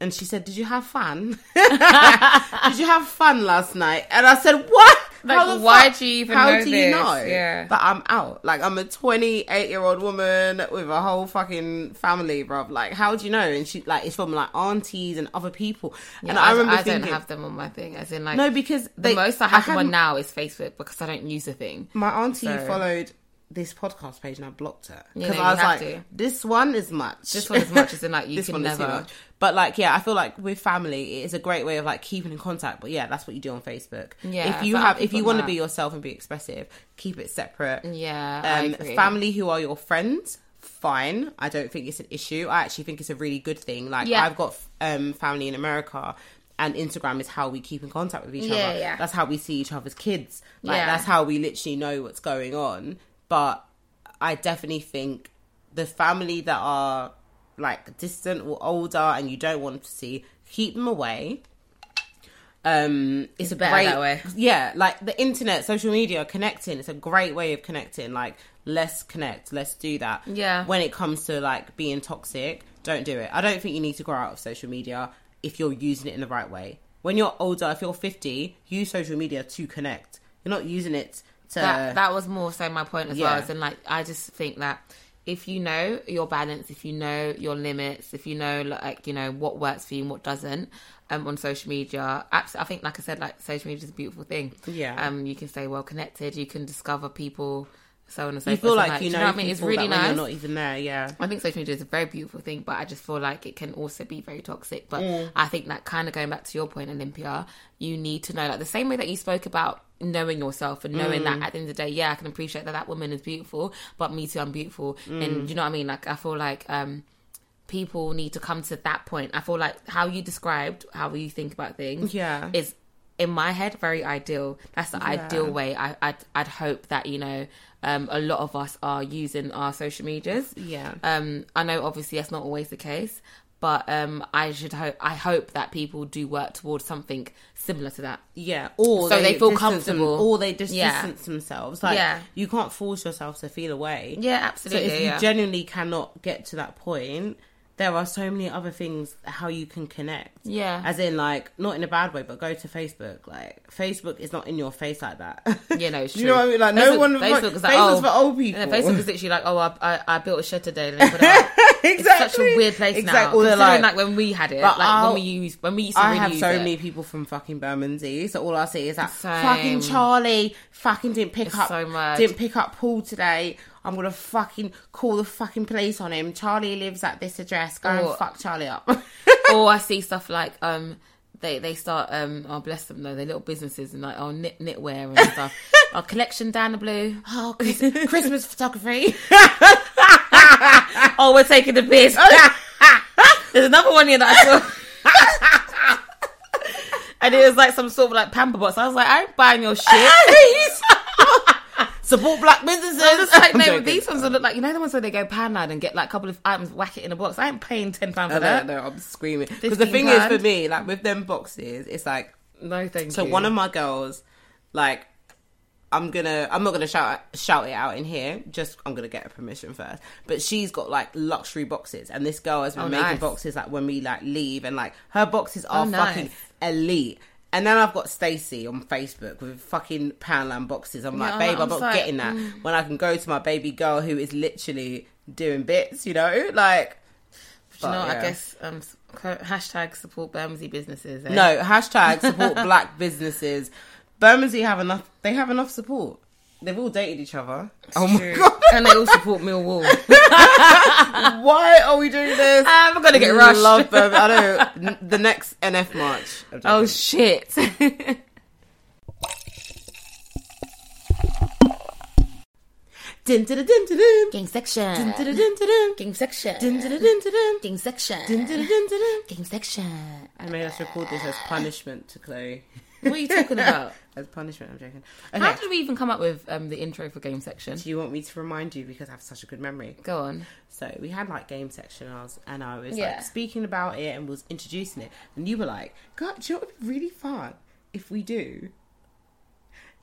Speaker 2: And she said, Did you have fun? Did you have fun last night? And I said, What?
Speaker 1: Like,
Speaker 2: How the
Speaker 1: why
Speaker 2: fuck-
Speaker 1: do you even
Speaker 2: How
Speaker 1: know
Speaker 2: do you
Speaker 1: this?
Speaker 2: know
Speaker 1: Yeah.
Speaker 2: that I'm out? Like, I'm a 28 year old woman with a whole fucking family, bruv. Like, how do you know? And she, like, it's from like aunties and other people. and I, remember
Speaker 1: I
Speaker 2: thinking,
Speaker 1: don't have them on my thing. As in, like,
Speaker 2: No, because
Speaker 1: the
Speaker 2: they-
Speaker 1: most I have
Speaker 2: I
Speaker 1: one
Speaker 2: haven't-
Speaker 1: now is Facebook because I don't use the thing.
Speaker 2: my auntie
Speaker 1: So-
Speaker 2: followed this podcast page and I blocked her
Speaker 1: Yeah,
Speaker 2: because
Speaker 1: no,
Speaker 2: I
Speaker 1: you
Speaker 2: was
Speaker 1: have
Speaker 2: like,
Speaker 1: to.
Speaker 2: this one is much.
Speaker 1: This one is much as in, like, you
Speaker 2: This
Speaker 1: can
Speaker 2: one is too
Speaker 1: never-
Speaker 2: much. But like, yeah, I feel like with family, it is a great way of like keeping in contact. But yeah, that's what you do on Facebook.
Speaker 1: Yeah,
Speaker 2: if you
Speaker 1: but I
Speaker 2: have, if
Speaker 1: prefer
Speaker 2: you want to
Speaker 1: that.
Speaker 2: be yourself and be expressive, keep it separate.
Speaker 1: Yeah, I
Speaker 2: Um,
Speaker 1: agree.
Speaker 2: family who are your friends, fine. I don't think it's an issue. I actually think it's a really good thing. Like
Speaker 1: Yeah.
Speaker 2: I've got um, family in America. And Instagram is how we keep in contact with each
Speaker 1: Yeah,
Speaker 2: other.
Speaker 1: yeah.
Speaker 2: That's how we see each other's kids. Like
Speaker 1: Yeah.
Speaker 2: that's how we literally know what's going on. But I definitely think the family that are like distant or older and you don't want to see, keep them away. Um, it's, a
Speaker 1: better
Speaker 2: great
Speaker 1: that way.
Speaker 2: yeah, like the internet, social media, connecting. It's a great way of connecting. Like, let's connect, let's do that.
Speaker 1: Yeah.
Speaker 2: When it comes to like being toxic, don't do it. I don't think you need to grow out of social media if you're using it in the right way. When you're older, if you're 50, use social media to connect. You're not using it to.
Speaker 1: that that was more so my point as
Speaker 2: uh, Yeah.
Speaker 1: well. As in, like, I just think that if you know your balance, if you know your limits, if you know like you know what works for you and what doesn't, um, on social media, abs- I think like I said, like social media is a beautiful thing.
Speaker 2: Yeah.
Speaker 1: um, you can stay well connected, you can discover people, so on and so
Speaker 2: you
Speaker 1: forth.
Speaker 2: feel
Speaker 1: And,
Speaker 2: like, you
Speaker 1: do
Speaker 2: know,
Speaker 1: what I mean, it's
Speaker 2: people
Speaker 1: really
Speaker 2: that when
Speaker 1: nice.
Speaker 2: You're not even there, yeah.
Speaker 1: I think social media is a very beautiful thing, but I just feel like it can also be very toxic. But I think that kind of going back to your point, Olympia, you need to know, like the same way that you spoke about knowing yourself and knowing that at the end of the day, yeah, I can appreciate that that woman is beautiful, but me too, I'm beautiful. And you know what I mean? Like, I feel like, um, people need to come to that point. I feel like how you described how you think about things
Speaker 2: Yeah.
Speaker 1: is in my head very ideal. That's the ideal way. I I'd, I'd hope that you know um, a lot of us are using our social medias.
Speaker 2: Yeah.
Speaker 1: Um, I know obviously that's not always the case, but um, I should hope I hope that people do work towards something similar to that.
Speaker 2: Yeah, or
Speaker 1: So they feel
Speaker 2: distance them-
Speaker 1: comfortable.
Speaker 2: or they just
Speaker 1: Yeah.
Speaker 2: distance themselves. Like
Speaker 1: Yeah.
Speaker 2: you can't force yourself to feel away.
Speaker 1: Yeah,
Speaker 2: So
Speaker 1: absolutely.
Speaker 2: if you genuinely cannot get to that point, there are so many other things how you can connect.
Speaker 1: Yeah.
Speaker 2: As in like not in a bad way, but go to Facebook. Like Facebook is not in your face like that.
Speaker 1: Yeah, no, it's true.
Speaker 2: You know what I mean? Like no
Speaker 1: Facebook-
Speaker 2: one
Speaker 1: Facebook is like,
Speaker 2: Facebook's
Speaker 1: oh,
Speaker 2: for old people.
Speaker 1: Yeah, Facebook is literally like, oh, I, I, I built a shed today. And then put it up.
Speaker 2: exactly.
Speaker 1: It's such a weird place
Speaker 2: Exactly.
Speaker 1: now.
Speaker 2: Or they're
Speaker 1: Considering like, when we had it,
Speaker 2: But
Speaker 1: like
Speaker 2: I'll-
Speaker 1: when we used, when we used to
Speaker 2: I
Speaker 1: really
Speaker 2: have
Speaker 1: use
Speaker 2: so
Speaker 1: it.
Speaker 2: many people from fucking Bermondsey, so all I see is that
Speaker 1: Same.
Speaker 2: fucking Charlie fucking didn't pick
Speaker 1: It's
Speaker 2: up
Speaker 1: so much.
Speaker 2: didn't pick up Paul today. I'm gonna fucking call the fucking police on him. Charlie lives at this address. Go
Speaker 1: Or-
Speaker 2: and fuck Charlie up.
Speaker 1: or I see stuff like um they they start um oh bless them though their little businesses and like oh knit knitwear and stuff. Our collection down the blue.
Speaker 2: oh, Chris- Christmas photography.
Speaker 1: Oh, we're taking the piss.
Speaker 2: Oh.
Speaker 1: There's another one here that I saw. And it was like some sort of like pamper box. I was like, I ain't buying your shit.
Speaker 2: Support black businesses.
Speaker 1: I was like,
Speaker 2: I'm
Speaker 1: no,
Speaker 2: joking.
Speaker 1: but these ones will look like you know the ones where they go pan out and get like a couple of items, whack it in a box. I ain't paying ten pounds
Speaker 2: No,
Speaker 1: for
Speaker 2: no,
Speaker 1: that.
Speaker 2: no, I'm screaming. Because the
Speaker 1: 15
Speaker 2: thing is,
Speaker 1: grand.
Speaker 2: for me, like with them boxes, it's like
Speaker 1: No, thank
Speaker 2: so.
Speaker 1: you.
Speaker 2: One of my girls, like, I'm gonna, I'm not gonna shout shout it out in here. Just, I'm gonna get her permission first. But she's got like luxury boxes, and this girl has been
Speaker 1: Oh,
Speaker 2: making
Speaker 1: nice. Oh,
Speaker 2: boxes like when we like leave, and like her boxes are
Speaker 1: nice.
Speaker 2: fucking elite. And then I've got Stacey on Facebook with fucking Poundland boxes. I'm
Speaker 1: I'm
Speaker 2: like,
Speaker 1: like-
Speaker 2: babe,
Speaker 1: mm.
Speaker 2: I'm,
Speaker 1: I'm
Speaker 2: not
Speaker 1: sorry.
Speaker 2: getting that when I can go to my baby girl who is literally doing bits, you know? Like,
Speaker 1: Do you know,
Speaker 2: yeah.
Speaker 1: I guess um, s- co- hashtag support Bermondsey businesses. eh?
Speaker 2: No, hashtag support black businesses. Bermondsey have enough. They have enough support. They've all dated each other. Oh my
Speaker 1: True.
Speaker 2: god!
Speaker 1: and they all support Millwall.
Speaker 2: Why are we doing this?
Speaker 1: I'm gonna Ah, get rushed.
Speaker 2: Love Berm- I know n- the next NF march. I'm
Speaker 1: oh
Speaker 2: joking.
Speaker 1: shit!
Speaker 2: Dun, dun, dun, dun, dun, dun.
Speaker 1: Gang
Speaker 2: Dun,
Speaker 1: section.
Speaker 2: dun, dun, dun, dun.
Speaker 1: Gang section.
Speaker 2: Dun, dun, dun, dun, dun.
Speaker 1: Gang section.
Speaker 2: Dun, dun, dun, dun, dun.
Speaker 1: Gang section.
Speaker 2: I made us record this as punishment to Chloe.
Speaker 1: What are you talking about?
Speaker 2: As punishment, I'm joking.
Speaker 1: Oh. How
Speaker 2: Okay.
Speaker 1: did we even come up with um, the intro for game section?
Speaker 2: Do you want me to remind you because I have such a good memory?
Speaker 1: Go on.
Speaker 2: So we had like game section, and I was, and I was
Speaker 1: Yeah.
Speaker 2: like speaking about it and was introducing it, and you were like, "God, do you know what would be really fun if we do?"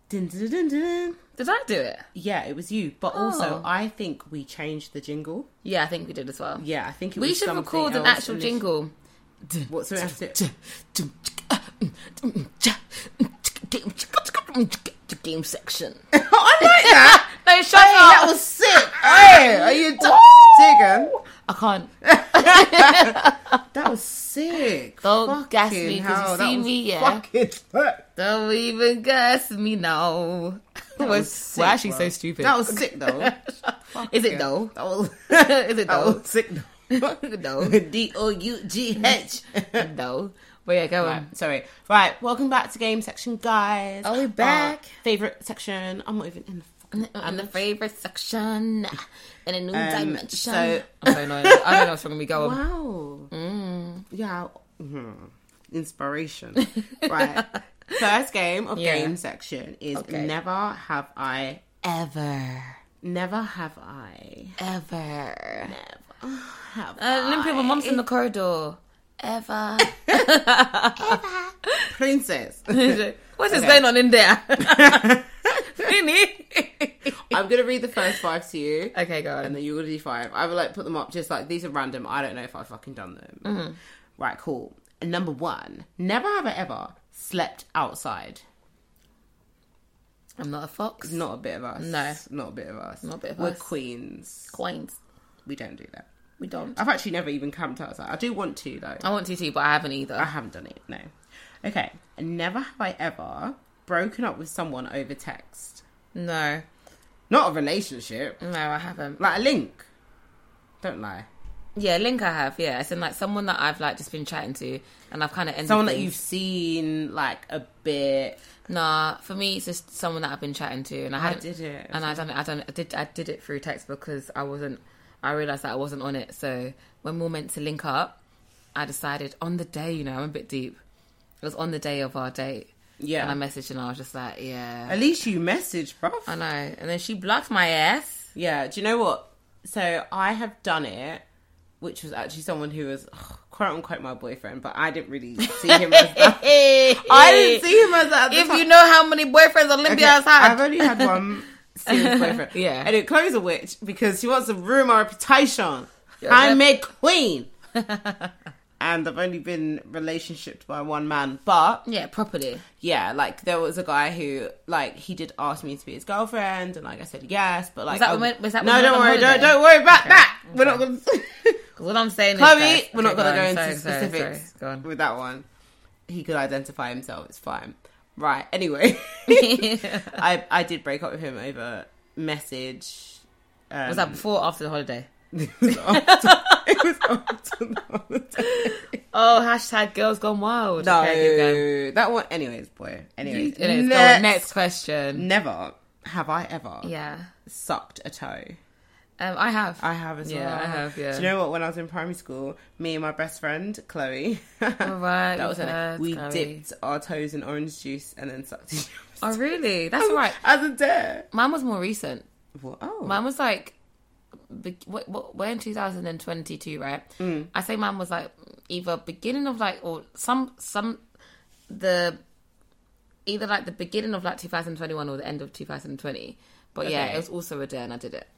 Speaker 2: Dun, dun, dun, dun, dun.
Speaker 1: Did I do it?
Speaker 2: Yeah, it was you, but also
Speaker 1: Oh.
Speaker 2: I think we changed the jingle.
Speaker 1: Yeah, I think we did as well.
Speaker 2: Yeah, I think it
Speaker 1: we
Speaker 2: was
Speaker 1: should
Speaker 2: something
Speaker 1: record an
Speaker 2: else
Speaker 1: actual
Speaker 2: and it-
Speaker 1: jingle.
Speaker 2: What's the rest of it?
Speaker 1: Game section.
Speaker 2: I like that.
Speaker 1: No, shut up.
Speaker 2: hey, that was sick. hey, are you d- digging?
Speaker 1: I can't.
Speaker 2: That was sick.
Speaker 1: Don't gas me,
Speaker 2: Fucking
Speaker 1: 'cause you
Speaker 2: hell, that
Speaker 1: see
Speaker 2: was
Speaker 1: me, yeah.
Speaker 2: Fucking sick.
Speaker 1: Don't even gas me now. We're,
Speaker 2: was sick,
Speaker 1: we're actually
Speaker 2: bro.
Speaker 1: so stupid.
Speaker 2: That was sick though.
Speaker 1: Is it though?
Speaker 2: That was
Speaker 1: Is it
Speaker 2: that
Speaker 1: though?
Speaker 2: was sick though.
Speaker 1: No.
Speaker 2: D O U G H.
Speaker 1: No. But yeah, go on.
Speaker 2: Sorry. Right. Welcome back to game section, guys.
Speaker 1: Are we
Speaker 2: Our
Speaker 1: back?
Speaker 2: favorite section. I'm not even in the fucking.
Speaker 1: And the favorite section in a new dimension.
Speaker 2: so-
Speaker 1: I'm so annoyed. I don't know what's wrong with me. Go on.
Speaker 2: Wow. Yeah. mhm. Inspiration. right. First game of
Speaker 1: Yeah.
Speaker 2: game section is
Speaker 1: Okay.
Speaker 2: never have I.
Speaker 1: Ever.
Speaker 2: Never have I.
Speaker 1: Ever.
Speaker 2: Have
Speaker 1: And then people, mum's in the corridor. Ever.
Speaker 2: princess.
Speaker 1: What is
Speaker 2: Okay.
Speaker 1: going on in there? Finny.
Speaker 2: I'm gonna read the first five to you.
Speaker 1: okay, go
Speaker 2: and
Speaker 1: on.
Speaker 2: then you order five. I would like put them up just like these are random. I don't know if I've fucking done them.
Speaker 1: Mm-hmm.
Speaker 2: Right, cool. And number one, never have I ever slept outside.
Speaker 1: I'm not a fox.
Speaker 2: Not a bit of us.
Speaker 1: No.
Speaker 2: not a bit of us.
Speaker 1: Not a bit of
Speaker 2: We're
Speaker 1: us.
Speaker 2: queens.
Speaker 1: Coins.
Speaker 2: We don't do that.
Speaker 1: We don't.
Speaker 2: I've actually never even camped outside. I do want to though.
Speaker 1: I want to too, but I haven't
Speaker 2: I
Speaker 1: either.
Speaker 2: haven't done it. No. Okay. And never have I ever broken up with someone over text.
Speaker 1: No.
Speaker 2: Not a relationship,
Speaker 1: No, I haven't.
Speaker 2: like a link. Don't lie.
Speaker 1: Yeah, link I have. Yeah, it's in like someone that I've like just been chatting to, and I've kind of ended.
Speaker 2: Someone that
Speaker 1: things.
Speaker 2: you've seen like a bit.
Speaker 1: Nah, for me it's just someone that I've been chatting to, and I,
Speaker 2: I
Speaker 1: hadn't-
Speaker 2: did it.
Speaker 1: and I done it. I done it. I did. I did it through text because I wasn't. I realized that I wasn't on it. So when we were meant to link up, I decided on the day. You know, I'm a bit deep. It was on the day of our date.
Speaker 2: Yeah.
Speaker 1: and I messaged and I was just like, yeah,
Speaker 2: At least you message, bruv.
Speaker 1: I know. And then she blocked my ass.
Speaker 2: Yeah, do you know what? So I have done it, which was actually someone who was ugh, quote unquote my boyfriend, but I didn't really see him as that. I
Speaker 1: I
Speaker 2: didn't see him as that. at the
Speaker 1: If
Speaker 2: time.
Speaker 1: you know how many boyfriends Olympia has had,
Speaker 2: I've only had one serious boyfriend.
Speaker 1: Yeah.
Speaker 2: And it closes a witch because she wants to ruin my reputation.
Speaker 1: Yeah,
Speaker 2: I'm
Speaker 1: that-
Speaker 2: a queen. and I've only been relationshiped by one man, but
Speaker 1: yeah, properly.
Speaker 2: yeah, like there was a guy who like he did ask me to be his girlfriend, and like I said yes, but like
Speaker 1: that
Speaker 2: I-
Speaker 1: when- was that
Speaker 2: no,
Speaker 1: when we
Speaker 2: don't
Speaker 1: were on
Speaker 2: worry, don't
Speaker 1: holiday?
Speaker 2: don't worry about
Speaker 1: Okay,
Speaker 2: that. We're not gonna
Speaker 1: 'Cause What I'm saying
Speaker 2: Chloe,
Speaker 1: is, guys-
Speaker 2: we're not
Speaker 1: Okay,
Speaker 2: gonna go,
Speaker 1: on.
Speaker 2: into
Speaker 1: Sorry, sorry, sorry.
Speaker 2: specifics
Speaker 1: Go on.
Speaker 2: with that one. He could identify himself; it's fine. Right. Anyway, I I did break up with him over message. Um,
Speaker 1: Was that before or after the holiday?
Speaker 2: it was after, it was after the holiday.
Speaker 1: Oh, hashtag girls gone wild.
Speaker 2: No,
Speaker 1: Okay, keep going.
Speaker 2: that one. Anyways, boy. Anyways,
Speaker 1: It is. Go on,
Speaker 2: next-
Speaker 1: next question.
Speaker 2: never have I ever
Speaker 1: Yeah.
Speaker 2: sucked a toe.
Speaker 1: Um, I have.
Speaker 2: I have as
Speaker 1: Yeah,
Speaker 2: well.
Speaker 1: I have, yeah.
Speaker 2: Do you know what? When I was in primary school, me and my best friend Chloe,
Speaker 1: All right,
Speaker 2: that was her name.
Speaker 1: that's
Speaker 2: We
Speaker 1: Chloe.
Speaker 2: dipped our toes in orange juice and then sucked it.
Speaker 1: Oh, really? That's all right.
Speaker 2: As a dare.
Speaker 1: Mine was more recent.
Speaker 2: What? Oh.
Speaker 1: Mine was like, be- what- what- we're in 2022, right? Mm. I say mine was like either beginning of like or some some the either like the beginning of like 2021 or the end of 2020. But yeah,
Speaker 2: Okay.
Speaker 1: it was also a day and I did it.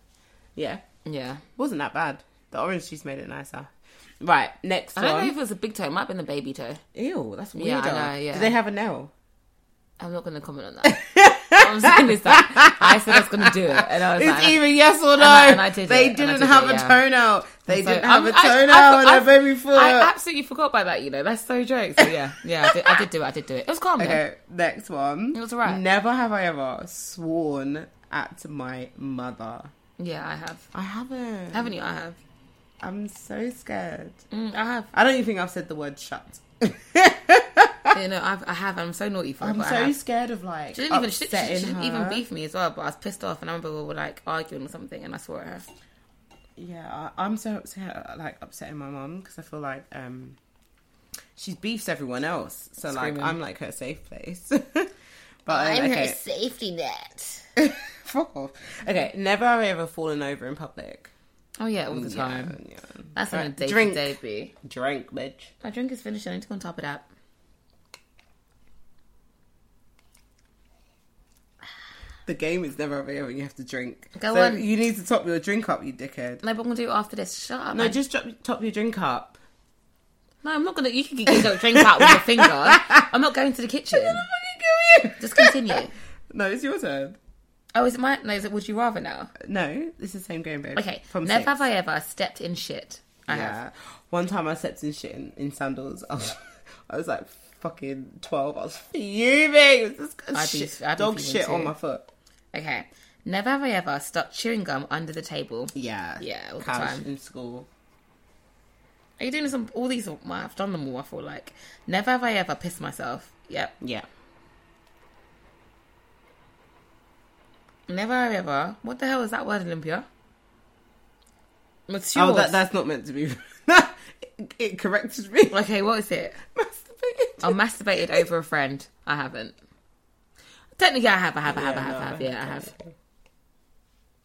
Speaker 2: yeah.
Speaker 1: Yeah,
Speaker 2: wasn't that bad. The orange juice made it nicer. Right. Next
Speaker 1: I don't know
Speaker 2: one.
Speaker 1: if it was a big toe. It might have been a baby toe.
Speaker 2: Ew, that's weird.
Speaker 1: Yeah, I know, yeah.
Speaker 2: Do they have a nail?
Speaker 1: I'm not going to comment on that. I'm saying this. Like, I said I was going to do it, and I was
Speaker 2: It's
Speaker 1: like,
Speaker 2: either yes or no.
Speaker 1: I- and I did
Speaker 2: they
Speaker 1: it, and I
Speaker 2: didn't
Speaker 1: did
Speaker 2: have
Speaker 1: it,
Speaker 2: a
Speaker 1: yeah.
Speaker 2: toenail. They
Speaker 1: So,
Speaker 2: didn't
Speaker 1: um,
Speaker 2: have a
Speaker 1: I- I
Speaker 2: toenail
Speaker 1: thought-
Speaker 2: on
Speaker 1: I-
Speaker 2: their baby foot.
Speaker 1: I absolutely forgot about that. You know, that's so joke. So yeah, yeah, I did, I did do it. I did do it. It was calm. though.
Speaker 2: Okay, next one.
Speaker 1: It was alright.
Speaker 2: Never have I ever sworn at my mother.
Speaker 1: Yeah, I have.
Speaker 2: I haven't.
Speaker 1: Haven't you? I have.
Speaker 2: I'm so scared.
Speaker 1: Mm, I have.
Speaker 2: I don't even think I've said the word shut.
Speaker 1: you know, I've, I have. I'm so naughty for it.
Speaker 2: I'm
Speaker 1: but I
Speaker 2: so
Speaker 1: have.
Speaker 2: scared of like
Speaker 1: She didn't even, she, she,
Speaker 2: upsetting
Speaker 1: she didn't
Speaker 2: her.
Speaker 1: even beef me as well, but I was pissed off, and I remember we were like arguing or something, and I swore at her.
Speaker 2: Yeah, I, I'm so upset, like upsetting my mum because I feel like um, she beefs everyone else. So
Speaker 1: Screaming.
Speaker 2: like I'm like her safe place. but um, okay,
Speaker 1: safety net.
Speaker 2: fuck off. Okay, never have I ever fallen over in public.
Speaker 1: Oh yeah, all the time.
Speaker 2: Mm, Yeah,
Speaker 1: That's on a
Speaker 2: Right,
Speaker 1: day to
Speaker 2: drink.
Speaker 1: day be.
Speaker 2: Drink, bitch.
Speaker 1: My drink is finished. I need to go and top it up.
Speaker 2: The game is never have I ever. You have to drink.
Speaker 1: Go
Speaker 2: so
Speaker 1: on.
Speaker 2: You need to top your drink up, you dickhead.
Speaker 1: No, but I'm gonna do it after this. Shut up.
Speaker 2: No,
Speaker 1: I-
Speaker 2: just drop, top your drink up.
Speaker 1: no, I'm not gonna. You can get your drink out with your finger. I'm not going to the kitchen.
Speaker 2: Fucking kill you.
Speaker 1: Just continue.
Speaker 2: No, it's your turn.
Speaker 1: Oh, is it my? No, is it? Would you rather now?
Speaker 2: No, it's the same game, babe.
Speaker 1: Okay.
Speaker 2: From
Speaker 1: Never
Speaker 2: six.
Speaker 1: have I ever stepped in shit. I have.
Speaker 2: Yeah. One time I slept in shit in, in sandals. I was, I was like fucking 12. I was fuming. It was
Speaker 1: I'd
Speaker 2: just
Speaker 1: be-
Speaker 2: shit,
Speaker 1: I'd be
Speaker 2: dog
Speaker 1: fuming
Speaker 2: shit
Speaker 1: too.
Speaker 2: on my foot.
Speaker 1: Okay. Never have I ever stuck chewing gum under the table.
Speaker 2: Yeah.
Speaker 1: Yeah, all the
Speaker 2: Couch
Speaker 1: time.
Speaker 2: in school.
Speaker 1: Are you doing some all these? I've done them all. I feel like never have I ever pissed myself. Yep.
Speaker 2: Yeah.
Speaker 1: Never have I ever. What the hell is that word, Olympia? Mature.
Speaker 2: Oh, that, that's not meant to be. it, it corrected me.
Speaker 1: okay. What is it?
Speaker 2: Masturbated.
Speaker 1: I masturbated over a friend. I haven't. Technically, I have. I have. I have. I
Speaker 2: Yeah,
Speaker 1: have. I
Speaker 2: no,
Speaker 1: have.
Speaker 2: I
Speaker 1: Yeah, I have.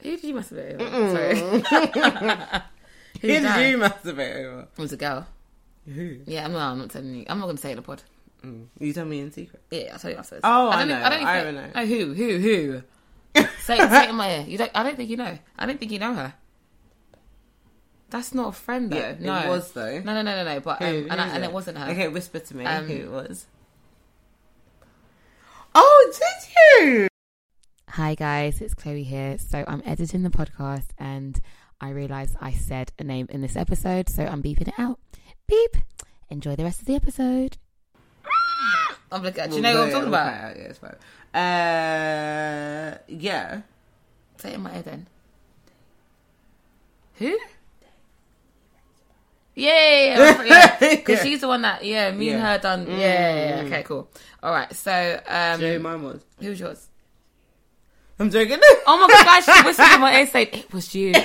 Speaker 1: Who did you masturbate over? Sorry. Who
Speaker 2: Who
Speaker 1: did
Speaker 2: did
Speaker 1: I?
Speaker 2: you masturbate over?
Speaker 1: It was a girl.
Speaker 2: Who?
Speaker 1: Yeah, I'm not. I'm not telling you. I'm not going to say it in the pod.
Speaker 2: Mm. You tell me in secret.
Speaker 1: Yeah, I'll tell you afterwards.
Speaker 2: Oh, I
Speaker 1: don't
Speaker 2: know.
Speaker 1: even- don't even
Speaker 2: I
Speaker 1: think-
Speaker 2: don't know.
Speaker 1: Oh, who? Who? Who? Say, it- say it in my ear. You don't. I don't think you know. I don't think you know her. That's not a friend though.
Speaker 2: Yeah, it
Speaker 1: no,
Speaker 2: was, though.
Speaker 1: No, no, no, no, no. But um,
Speaker 2: Who-
Speaker 1: and, I,
Speaker 2: who's
Speaker 1: and it wasn't her.
Speaker 2: Okay, whisper to me
Speaker 1: Um,
Speaker 2: who it was. Oh, did you?
Speaker 1: Hi guys, it's Chloe here. So I'm editing the podcast and I realised I said a name in this episode, so I'm beeping it out. Beep. Enjoy the rest of the episode. I'm looking at Oh, do you know what I'm
Speaker 2: Well,
Speaker 1: talking
Speaker 2: yeah,
Speaker 1: about?
Speaker 2: yeah, it's fine. Uh, yeah.
Speaker 1: Say it in my ear then. Who? Yeah, because
Speaker 2: Yeah.
Speaker 1: she's the one that yeah, me and
Speaker 2: Yeah. Mm.
Speaker 1: her done. Yeah, yeah, yeah. okay, cool. All right, so
Speaker 2: Do you know who
Speaker 1: um,
Speaker 2: mine was?
Speaker 1: who's yours?
Speaker 2: I'm joking.
Speaker 1: Oh my god, guys, she whispered in my ear saying, It was you.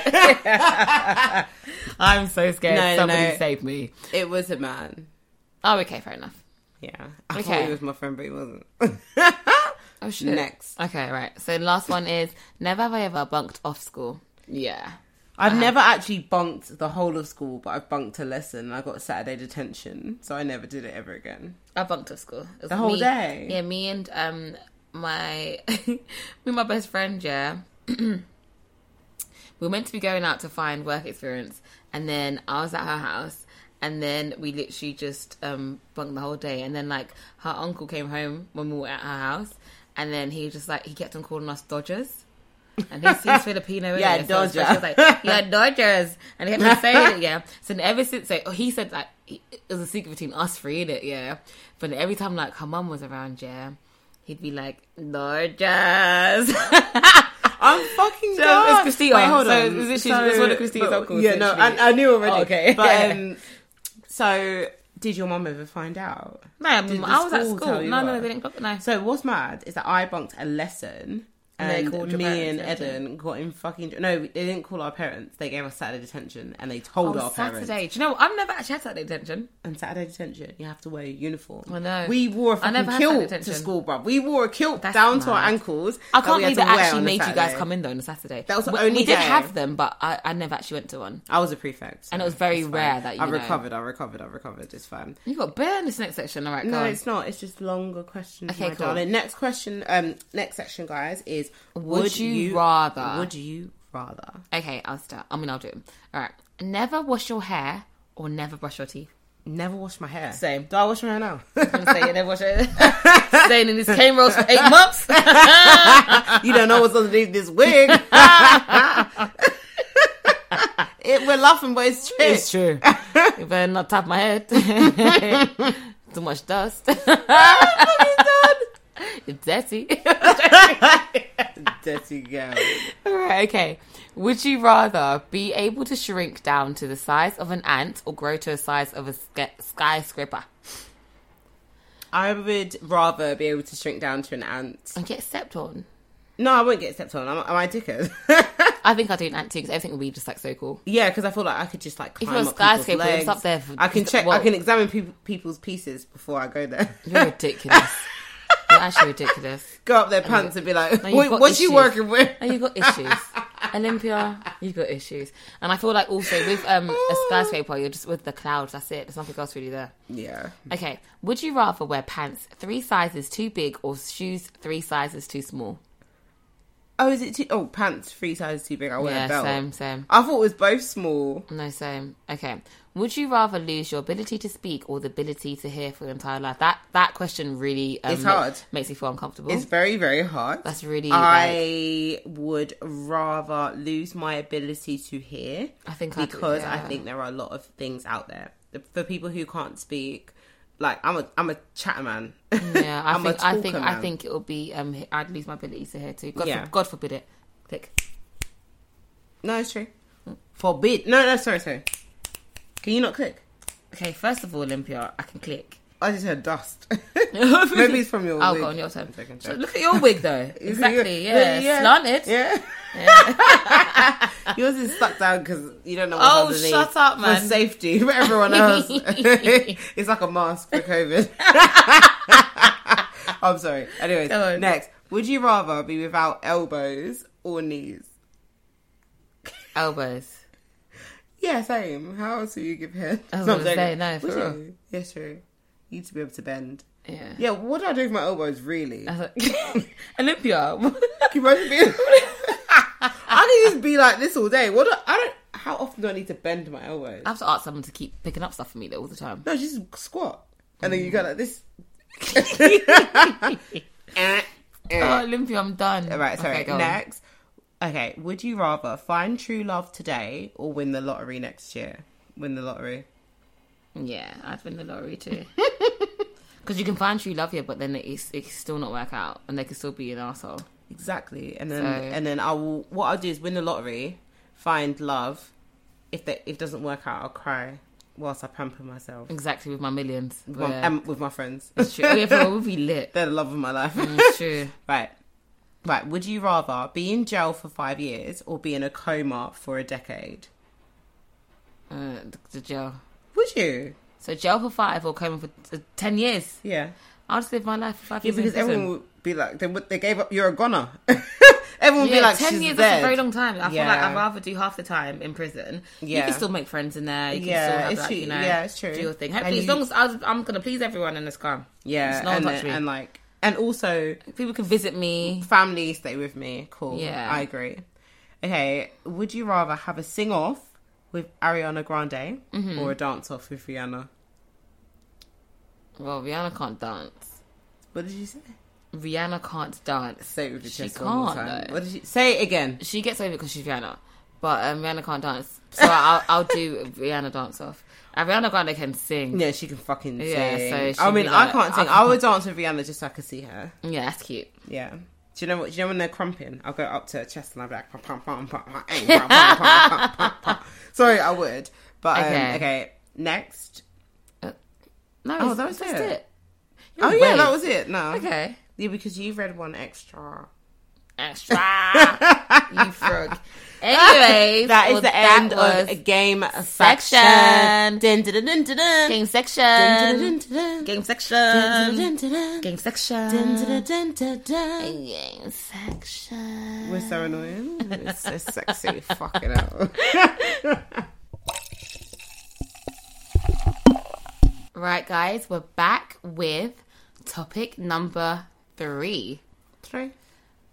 Speaker 1: I'm so scared.
Speaker 2: No, no,
Speaker 1: Somebody
Speaker 2: no.
Speaker 1: saved me.
Speaker 2: It was a man.
Speaker 1: Oh, okay, fair enough.
Speaker 2: Yeah. I thought
Speaker 1: Okay.
Speaker 2: he was my friend, but he wasn't.
Speaker 1: Oh, shit.
Speaker 2: Next.
Speaker 1: Okay, right. So, last one is Never have I ever bunked off school. Yeah. Uh-huh.
Speaker 2: I've never actually bunked the whole of school, but I've bunked a lesson. and I got Saturday detention, so I never did it ever again.
Speaker 1: I bunked off school. It was
Speaker 2: The whole
Speaker 1: me-
Speaker 2: day?
Speaker 1: Yeah, me and um my me and my best friend, yeah. we were meant to be going out to find work experience and then I was at her house and then we literally just um bunked the whole day and then like her uncle came home when we were at her house and then he just like he kept on calling us Dodgers. And he's, he's Filipino. innit?
Speaker 2: Yeah,
Speaker 1: So it's like-
Speaker 2: Dodger.
Speaker 1: she was Like, yeah, Dodgers. And he kept on saying it, yeah. So then ever since, like, he said, like, it was a secret between us three, innit? Yeah. But every time, like, her mum was around, yeah, he'd be like, Dodgers.
Speaker 2: I'm fucking
Speaker 1: So
Speaker 2: done.
Speaker 1: it's Christina.
Speaker 2: Wait, hold
Speaker 1: so
Speaker 2: on.
Speaker 1: it's literally- it's one of Christina's
Speaker 2: but-
Speaker 1: uncles,
Speaker 2: Yeah, no,
Speaker 1: literally.
Speaker 2: I, I knew already.
Speaker 1: Oh, okay.
Speaker 2: But, um, so, did your mum ever find out?
Speaker 1: No, I, mean,
Speaker 2: the
Speaker 1: I was at
Speaker 2: school
Speaker 1: school.
Speaker 2: tell you
Speaker 1: No, no,
Speaker 2: what?
Speaker 1: they didn't. No.
Speaker 2: So what's mad is that I bunked a lesson
Speaker 1: And they
Speaker 2: And
Speaker 1: called your
Speaker 2: me and
Speaker 1: parents, didn't
Speaker 2: Eden got in fucking. No, they didn't call our parents. They gave us Saturday detention and they told
Speaker 1: Oh,
Speaker 2: our parents.
Speaker 1: Saturday. Do you know what? I've never actually had Saturday detention.
Speaker 2: And Saturday detention, you have to wear a uniform.
Speaker 1: I know.
Speaker 2: We wore a
Speaker 1: I never had
Speaker 2: fucking
Speaker 1: Saturday
Speaker 2: kilt to
Speaker 1: detention.
Speaker 2: school, bruv. We wore a kilt
Speaker 1: That's
Speaker 2: down to our
Speaker 1: mad.
Speaker 2: ankles.
Speaker 1: I can't
Speaker 2: we
Speaker 1: believe
Speaker 2: had
Speaker 1: that
Speaker 2: to wear
Speaker 1: actually
Speaker 2: on a
Speaker 1: made you guys
Speaker 2: Saturday.
Speaker 1: come in though on a Saturday.
Speaker 2: That was the
Speaker 1: we,
Speaker 2: only
Speaker 1: We did
Speaker 2: day.
Speaker 1: have them, but I, I never actually went to one.
Speaker 2: I was a prefect, so
Speaker 1: And it was very
Speaker 2: it's fine.
Speaker 1: rare that, you
Speaker 2: I
Speaker 1: know-
Speaker 2: recovered. I recovered. I recovered. It's fine.
Speaker 1: You got bear in this next section, all right?
Speaker 2: No,
Speaker 1: go on.
Speaker 2: it's not. It's just longer questions,
Speaker 1: Okay,
Speaker 2: my
Speaker 1: cool.
Speaker 2: darling. Next question. Um, next section, guys, is
Speaker 1: Would you rather?
Speaker 2: Would you rather?
Speaker 1: Okay, I'll start. I mean, I'll do it. All right. Never wash your hair or never brush your teeth.
Speaker 2: Never wash my hair.
Speaker 1: Same.
Speaker 2: Do I wash my hair now?
Speaker 1: I'm saying never wash your hair. Staying in these cane rolls for eight months.
Speaker 2: you don't know what's underneath this wig. it, we're laughing, but it's true.
Speaker 1: It's true. you better not tap my head. Too much dust. it's dirty.
Speaker 2: Dirty girl.
Speaker 1: All right, okay. Would you rather be able to shrink down to the size of an ant or grow to the size of a sca- skyscraper?
Speaker 2: I would rather be able to shrink down to an ant.
Speaker 1: And get stepped on.
Speaker 2: No, I won't get stepped on. Am, I- am I a dickhead?
Speaker 1: I think I'll do an ant too because everything will be just like so cool.
Speaker 2: yeah, because I feel like I could just like climb
Speaker 1: you're a
Speaker 2: up people's
Speaker 1: skyscraper, it's
Speaker 2: legs.
Speaker 1: up there for-
Speaker 2: I can check. I
Speaker 1: well-
Speaker 2: can examine peop people's pieces before I go there.
Speaker 1: You're ridiculous. You're actually ridiculous.
Speaker 2: go up their pants and be like,
Speaker 1: No, you've
Speaker 2: what,
Speaker 1: got
Speaker 2: "What's you
Speaker 1: issues.
Speaker 2: working with?"
Speaker 1: And you got issues. Olympia, you got issues. And I feel like also with um, a skyscraper, you're just with the clouds. That's it. There's nothing else really there.
Speaker 2: Yeah,
Speaker 1: Okay. Would you rather wear pants three sizes too big or shoes three sizes too small?
Speaker 2: Oh, is it too? Oh, pants three sizes too big. I wear
Speaker 1: yeah,
Speaker 2: a belt.
Speaker 1: same, same.
Speaker 2: I thought it was both small.
Speaker 1: No, same. Okay. Would you rather lose your ability to speak or the ability to hear for your entire life? That that question really um,
Speaker 2: It's hard.
Speaker 1: makes me feel uncomfortable.
Speaker 2: It's very, very hard.
Speaker 1: That's really. like,
Speaker 2: I would rather lose my ability to hear.
Speaker 1: I think I do,
Speaker 2: because I
Speaker 1: yeah.
Speaker 2: think there are a lot of things out there for people who can't speak. Like I'm a I'm a chatter man.
Speaker 1: Yeah, I
Speaker 2: I'm a
Speaker 1: think I think
Speaker 2: talker
Speaker 1: I
Speaker 2: man.
Speaker 1: think it'll be um he- I'd lose my ability to hear too. God, for-
Speaker 2: Yeah.
Speaker 1: God forbid it. Click.
Speaker 2: No, it's true. Forbid. No, no, sorry, sorry. Can you not click?
Speaker 1: Okay, first of all, Olympia, I can click.
Speaker 2: I just heard dust. Maybe it's from your.
Speaker 1: Oh,
Speaker 2: wig.
Speaker 1: go on your turn.
Speaker 2: Second
Speaker 1: So
Speaker 2: turn.
Speaker 1: look at your wig though. exactly. Yeah.
Speaker 2: Yeah.
Speaker 1: Slanted.
Speaker 2: Yeah. Yours is stuck down because you don't know. What's
Speaker 1: Oh,
Speaker 2: underneath.
Speaker 1: shut up, man.
Speaker 2: For safety for everyone else, it's like a mask for COVID. I'm sorry. Anyways,
Speaker 1: Go on.
Speaker 2: next, would you rather be without elbows or knees?
Speaker 1: Elbows.
Speaker 2: Yeah, same. How else do you give head?
Speaker 1: I was
Speaker 2: No, I'm
Speaker 1: gonna
Speaker 2: joking.
Speaker 1: say, no, for
Speaker 2: Would
Speaker 1: real.
Speaker 2: you? Yeah, true. You need to be able to bend.
Speaker 1: Yeah.
Speaker 2: Yeah, what do I do with my elbows? Really?
Speaker 1: I was like, Olympia.
Speaker 2: Can you imagine being? I can just be like this all day. What do I don't? How often do I need to bend my elbows?
Speaker 1: I have to ask someone to keep picking up stuff for me though, all the time.
Speaker 2: No, just squat, and then you go like this. Eh,
Speaker 1: Oh, Olympia, I'm done.
Speaker 2: All right, sorry.
Speaker 1: Okay, go on.
Speaker 2: next, okay. Would you rather find true love today or win the lottery next year? Win the lottery.
Speaker 1: Yeah, I'd win the lottery too. Because you can find true love here, but then it's, it can still not work out, and they can still be an asshole.
Speaker 2: Exactly, and then
Speaker 1: So-
Speaker 2: and then I will. What I'll do is win the lottery, find love. If that if it doesn't work out, I'll cry whilst I pamper myself.
Speaker 1: Exactly with my millions.
Speaker 2: With
Speaker 1: Where-
Speaker 2: my- um, with my friends,
Speaker 1: It's true. Oh, yeah, bro, we'll be lit.
Speaker 2: they're the love of my life.
Speaker 1: It's true.
Speaker 2: Right. Right. Would you rather be in jail for five years or be in a coma for a decade?
Speaker 1: Uh, the, the jail.
Speaker 2: Would you?
Speaker 1: So jail for five or coma for t- ten years.
Speaker 2: Yeah.
Speaker 1: I'll just live my life for five
Speaker 2: Yeah,
Speaker 1: years.
Speaker 2: because
Speaker 1: in prison.
Speaker 2: everyone would be like, they, would, they gave up, you're a goner. everyone would
Speaker 1: Yeah,
Speaker 2: be like,
Speaker 1: ten
Speaker 2: she's
Speaker 1: years
Speaker 2: dead.
Speaker 1: is a very long time. I feel like
Speaker 2: Yeah.
Speaker 1: I'd rather do half the time in prison. You
Speaker 2: Yeah.
Speaker 1: can still make friends in there. You can
Speaker 2: Yeah,
Speaker 1: still have
Speaker 2: it's
Speaker 1: like,
Speaker 2: true.
Speaker 1: you know,
Speaker 2: Yeah, it's true.
Speaker 1: do your thing.
Speaker 2: And
Speaker 1: Hopefully, as
Speaker 2: you-
Speaker 1: long as I was, I'm gonna please everyone in this car.
Speaker 2: Yeah.
Speaker 1: It's no one
Speaker 2: and,
Speaker 1: touch me.
Speaker 2: and like, and also,
Speaker 1: People can visit me.
Speaker 2: family stay with me. Cool.
Speaker 1: Yeah.
Speaker 2: I agree. Okay. Would you rather have a sing off with Ariana Grande
Speaker 1: Mm-hmm.
Speaker 2: or a dance off with Rihanna?
Speaker 1: Well, Rihanna can't dance.
Speaker 2: What did you say?
Speaker 1: Rihanna can't dance.
Speaker 2: Say it with your
Speaker 1: She
Speaker 2: chest one more
Speaker 1: can't,
Speaker 2: time.
Speaker 1: though.
Speaker 2: What did you say it again?
Speaker 1: She gets over because she's Rihanna, but um, Rihanna can't dance. So I'll, I'll do Rihanna dance off. And Rihanna Grande can sing.
Speaker 2: Yeah, she can fucking sing.
Speaker 1: Yeah, so
Speaker 2: I
Speaker 1: she'd
Speaker 2: mean,
Speaker 1: be
Speaker 2: I
Speaker 1: like,
Speaker 2: can't sing.
Speaker 1: I-
Speaker 2: I would dance with Rihanna just so I could see her.
Speaker 1: Yeah, that's cute.
Speaker 2: Yeah. Do you know what? Do you know when they're crumping? I'll go up to her chest and I'll be like, pum, pum, pum, pum, pum, eh, pum, pum, pum, pum, pum, pum. sorry, I would. But um,
Speaker 1: Okay.
Speaker 2: okay. next.
Speaker 1: No,
Speaker 2: Oh,
Speaker 1: that was Uh, it.
Speaker 2: Oh yeah, that was it. No,
Speaker 1: okay.
Speaker 2: yeah, because you've read one extra.
Speaker 1: extra. you frog. Anyways,
Speaker 2: That is
Speaker 1: well,
Speaker 2: the end
Speaker 1: was
Speaker 2: of a game
Speaker 1: section.
Speaker 2: section. Dun, dun, dun, dun, dun, dun.
Speaker 1: game section.
Speaker 2: Dun, dun, dun, dun.
Speaker 1: Game
Speaker 2: Dun,
Speaker 1: section.
Speaker 2: dun, dun, dun.
Speaker 1: Game
Speaker 2: Dun, dun,
Speaker 1: section.
Speaker 2: dun, dun, dun.
Speaker 1: Game section.
Speaker 2: We're so annoying. It's so sexy. Fucking hell.
Speaker 1: Right, guys, we're back with topic number three
Speaker 2: Three.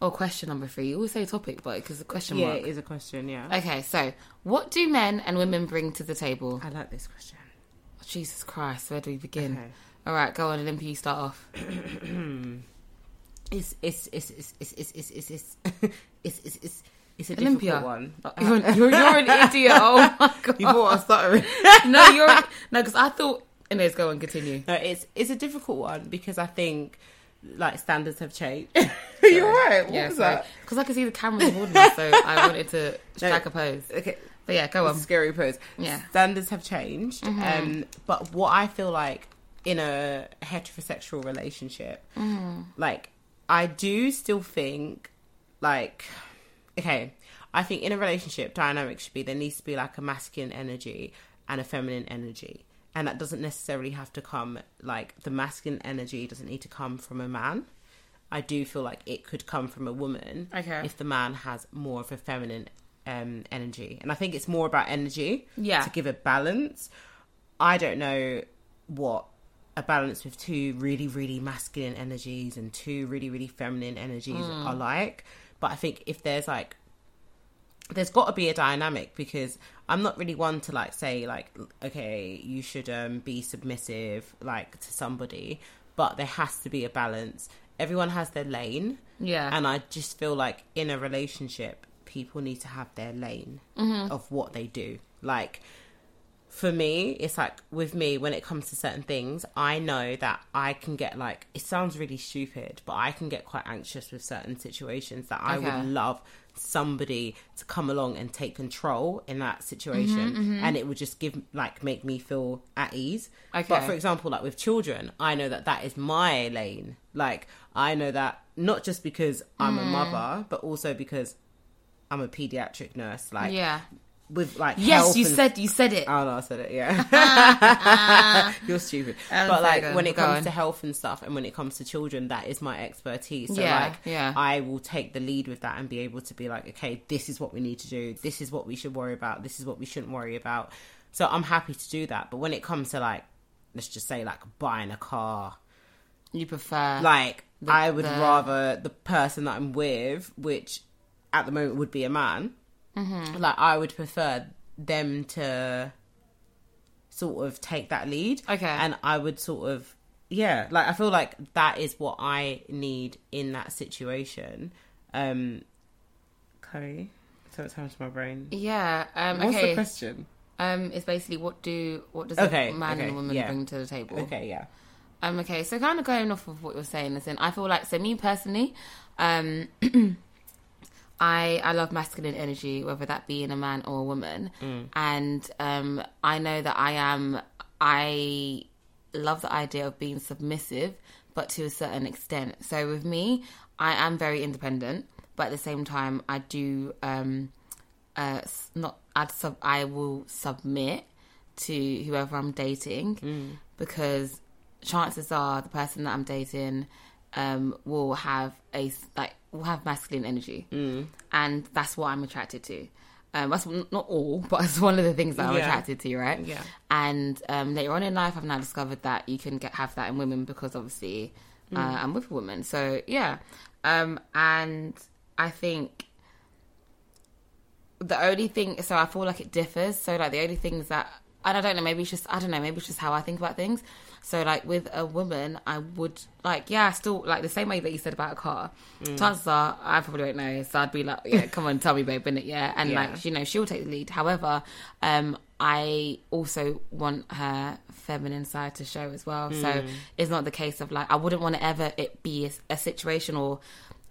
Speaker 1: or question number three. You always say topic, but because the question
Speaker 2: Yeah,
Speaker 1: mark.
Speaker 2: it is a question. Yeah.
Speaker 1: Okay, so what do men and women bring to the table?
Speaker 2: I like this question.
Speaker 1: Jesus Christ, where do we begin?
Speaker 2: Okay.
Speaker 1: All right, go on, Olympia, you start off.
Speaker 2: It's it's it's it's it's it's it's it's it's it's it's, it's, it's a
Speaker 1: Olympia,
Speaker 2: difficult one.
Speaker 1: You're, you're, you're an idiot. Oh my god.
Speaker 2: You bought us stuttering.
Speaker 1: no, you're no, because I thought. Anyways, go and continue.
Speaker 2: No, it's it's a difficult one because I think like standards have changed. You're right. What was that?
Speaker 1: Because I could see the camera recording us, so I wanted to strike a pose.
Speaker 2: Okay.
Speaker 1: But yeah, go
Speaker 2: It's
Speaker 1: on.
Speaker 2: a scary pose.
Speaker 1: Yeah. Mm-hmm.
Speaker 2: Standards have changed. Um, but what I feel like in a heterosexual relationship,
Speaker 1: Mm-hmm.
Speaker 2: like, I do still think, like, okay, I think in a relationship, dynamic should be there needs to be like a masculine energy and a feminine energy. And that doesn't necessarily have to come, like, the masculine energy doesn't need to come from a man. I do feel like it could come from a woman
Speaker 1: Okay.
Speaker 2: if the man has more of a feminine um, energy. And I think it's more about energy
Speaker 1: Yeah.
Speaker 2: to give a balance. I don't know what a balance with two really, really masculine energies and two really, really feminine energies are like. But I think if there's like there's got to be a dynamic because I'm not really one to like say like l- okay you should um be submissive like to somebody but there has to be a balance everyone has their lane
Speaker 1: Yeah.
Speaker 2: and I just feel like in a relationship people need to have their lane
Speaker 1: Mm-hmm.
Speaker 2: of what they do like for me, it's like with me when it comes to certain things, I know that I can get like it sounds really stupid, but I can get quite anxious with certain situations that I
Speaker 1: Okay.
Speaker 2: would love somebody to come along and take control in that situation
Speaker 1: Mm-hmm,
Speaker 2: and it would just give like make me feel at ease. But
Speaker 1: Okay.
Speaker 2: for example, like with children, I know that that is my lane. Like I know that not just because I'm
Speaker 1: Hmm.
Speaker 2: a mother, but also because I'm a pediatric nurse. Like
Speaker 1: yeah.
Speaker 2: with like
Speaker 1: Yes,
Speaker 2: health
Speaker 1: you
Speaker 2: and
Speaker 1: said you said it.
Speaker 2: Oh no, I said it.
Speaker 1: Ah,
Speaker 2: Yeah, you're stupid.
Speaker 1: Um,
Speaker 2: but like
Speaker 1: Sagan,
Speaker 2: when it
Speaker 1: go
Speaker 2: comes
Speaker 1: on.
Speaker 2: to health and stuff, and when it comes to children, that is my expertise. So
Speaker 1: Yeah,
Speaker 2: like,
Speaker 1: yeah.
Speaker 2: I will take the lead with that and be able to be like, okay, this is what we need to do. This is what we should worry about. This is what we shouldn't worry about. So I'm happy to do that. But when it comes to like, let's just say like buying a car,
Speaker 1: you prefer
Speaker 2: like I would
Speaker 1: the-
Speaker 2: rather the person that I'm with, which at the moment would be a man,
Speaker 1: Mm-hmm.
Speaker 2: like I would prefer them to sort of take that lead.
Speaker 1: Okay.
Speaker 2: And I would sort of yeah, like I feel like that is what I need in that situation. Um Chloe, so it's happened to my brain.
Speaker 1: yeah. Um,
Speaker 2: What's the
Speaker 1: okay.
Speaker 2: question?
Speaker 1: um, it's basically what do what does
Speaker 2: Okay,
Speaker 1: a man
Speaker 2: okay,
Speaker 1: and woman
Speaker 2: yeah.
Speaker 1: bring to the table?
Speaker 2: Okay, yeah.
Speaker 1: Um, okay, so kind of going off of what you're saying, listen, I feel like so me personally, um, I I love masculine energy, whether that be in a man or a woman, and um, I know that I am I love the idea of being submissive, but to a certain extent. So with me, I am very independent, but at the same time, I do um, uh, s- not I'd sub I will submit to whoever I'm dating because chances are the person that I'm dating um, will have a s- like will have masculine energy, mm. and that's what I'm attracted to. Um, that's n- not all, but it's one of the things that I'm
Speaker 2: Yeah.
Speaker 1: attracted to, right?
Speaker 2: Yeah.
Speaker 1: And um, later on in life, I've now discovered that you can get have that in women because obviously uh,
Speaker 2: Mm.
Speaker 1: I'm with a woman. So yeah, um, and I think the only thing so i feel like it differs so like the only things that and i don't know maybe it's just i don't know maybe it's just how i think about things so like with a woman i would like yeah I still like the same way that you said about a car
Speaker 2: Mm.
Speaker 1: chances are i probably don't know so i'd be like yeah come on tell me babe innit yeah and
Speaker 2: Yeah.
Speaker 1: like you know she'll take the lead however um i also want her feminine side to show as well so it's not the case of like i wouldn't want to ever it be a, a situation or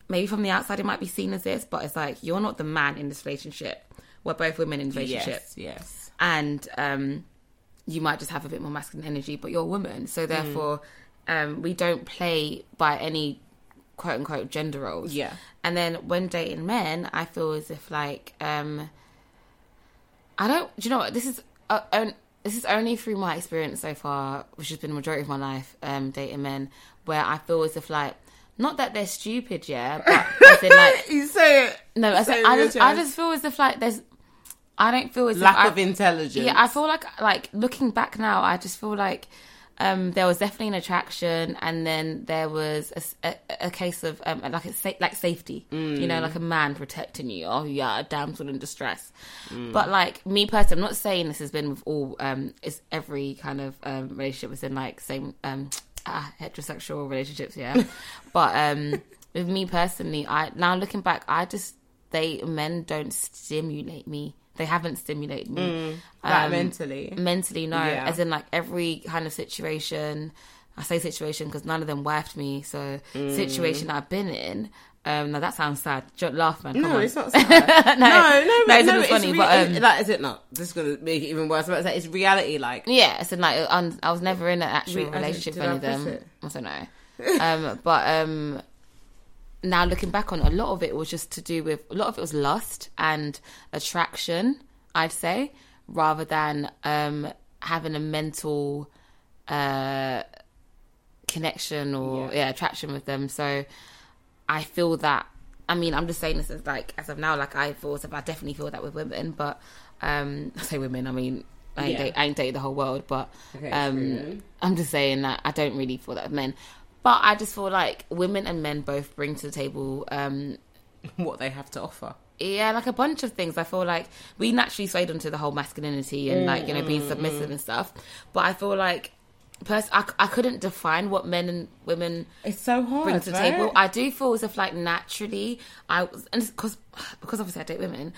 Speaker 1: maybe from the outside it might be seen as this, but it's like you're not the man in this relationship. We're both women in the relationship,
Speaker 2: Yes, yes.
Speaker 1: and um, you might just have a bit more masculine energy, but you're a woman, so therefore um, we don't play by any quote unquote gender roles.
Speaker 2: Yeah.
Speaker 1: And then when dating men, I feel as if like um I don't. Do you know what? This is uh, on, this is only through my experience so far, which has been the majority of my life um, dating men, where I feel as if like not that they're stupid, yeah, but as in, like
Speaker 2: you say it.
Speaker 1: no, as
Speaker 2: Say
Speaker 1: in,
Speaker 2: it
Speaker 1: I
Speaker 2: real
Speaker 1: just I
Speaker 2: time.
Speaker 1: just feel as if like there's I don't feel as
Speaker 2: Lack
Speaker 1: if I-
Speaker 2: of intelligence.
Speaker 1: yeah, I feel like like looking back now, I just feel like um, there was definitely an attraction, and then there was a s- a, a case of um, like a sa- like safety, you know, like a man protecting you. Oh yeah, a damsel in distress. But like me personally, I'm not saying this has been with all. Um, it's every kind of um, relationship within like same um, ah, heterosexual relationships, yeah. but um, with me personally, I now looking back, I just they men don't stimulate me. They haven't stimulated me.
Speaker 2: Like
Speaker 1: Um,
Speaker 2: mentally.
Speaker 1: mentally no
Speaker 2: Yeah.
Speaker 1: as in like every kind of situation i say situation because none of them wifed me so
Speaker 2: Mm.
Speaker 1: situation i've been in um now that sounds sad don't laugh man come
Speaker 2: No,
Speaker 1: on.
Speaker 2: it's not sad.
Speaker 1: No,
Speaker 2: no, no, no,
Speaker 1: no,
Speaker 2: no,
Speaker 1: it's not
Speaker 2: it's
Speaker 1: funny,
Speaker 2: re-
Speaker 1: but,
Speaker 2: it-
Speaker 1: um,
Speaker 2: like, is it not? This is gonna make it even worse. But it's, like, it's reality, like
Speaker 1: yeah as in like uh, un- i was never in an actual
Speaker 2: Wait, I didn't-
Speaker 1: relationship with
Speaker 2: did I
Speaker 1: any of them
Speaker 2: press
Speaker 1: i
Speaker 2: it?
Speaker 1: don't know um but um now looking back on it, a lot of it was just to do with a lot of it was lust and attraction i'd say rather than um having a mental uh connection or yeah. attraction with them so i feel that i mean i'm just saying this as like as of now like i feel as if i definitely feel that with women but um i say women i mean i ain't,
Speaker 2: Yeah.
Speaker 1: date, I ain't dated the whole world but
Speaker 2: Okay, true.
Speaker 1: um i'm just saying that i don't really feel that with men but i just feel like women and men both bring to the table um
Speaker 2: what they have to offer.
Speaker 1: yeah, like a bunch of things. I feel like we naturally swayed onto the whole masculinity and like you know
Speaker 2: Mm,
Speaker 1: being submissive and stuff. But I feel like, pers- I, c- I couldn't define what men and women
Speaker 2: It's so hard.
Speaker 1: bring to the table. I do feel as if like naturally I was, and because because obviously I date women,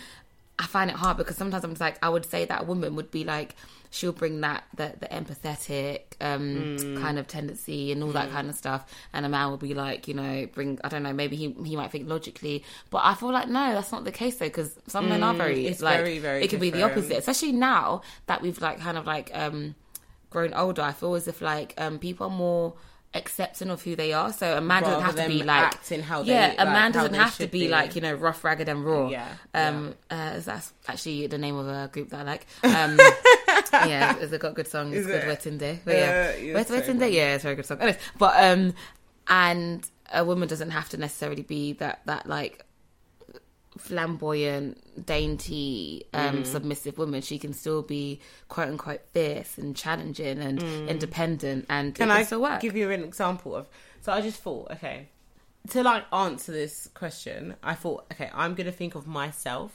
Speaker 1: I find it hard because sometimes I'm just like I would say that a woman would be like she'll bring that the, the empathetic um
Speaker 2: Hmm.
Speaker 1: kind of tendency and all that kind of stuff, and a man will be like you know bring I don't know maybe he he might think logically, but I feel like no that's not the case though because some men are very
Speaker 2: Hmm, it's
Speaker 1: like
Speaker 2: very, very
Speaker 1: it could be the
Speaker 2: different.
Speaker 1: opposite, especially now that we've like kind of like um grown older, I feel as if like um, people are more accepting of who they are. So a man doesn't
Speaker 2: Rather
Speaker 1: have to
Speaker 2: than
Speaker 1: be like
Speaker 2: acting how they-
Speaker 1: yeah, a
Speaker 2: like,
Speaker 1: man
Speaker 2: how
Speaker 1: doesn't
Speaker 2: they
Speaker 1: have to
Speaker 2: should
Speaker 1: be,
Speaker 2: be.
Speaker 1: like you know rough, ragged, and raw.
Speaker 2: Yeah,
Speaker 1: Um, uh, that's actually the name of a group that I like. Um, yeah, it's, it's got good songs. It's
Speaker 2: Is
Speaker 1: good
Speaker 2: it?
Speaker 1: Wet in Day. But yeah,
Speaker 2: Uh, yeah,
Speaker 1: Wet
Speaker 2: it's
Speaker 1: Wet
Speaker 2: very
Speaker 1: in Day. Yeah, it's a very good song. Anyways, but um, and a woman doesn't have to necessarily be that that like flamboyant, dainty, um,
Speaker 2: Mm.
Speaker 1: submissive woman. She can still be quote unquote fierce and challenging and independent, and it
Speaker 2: Mm. Can
Speaker 1: can
Speaker 2: I
Speaker 1: still work.
Speaker 2: give you an example of? So I just thought, okay, to like answer this question, I thought, okay, I'm gonna think of myself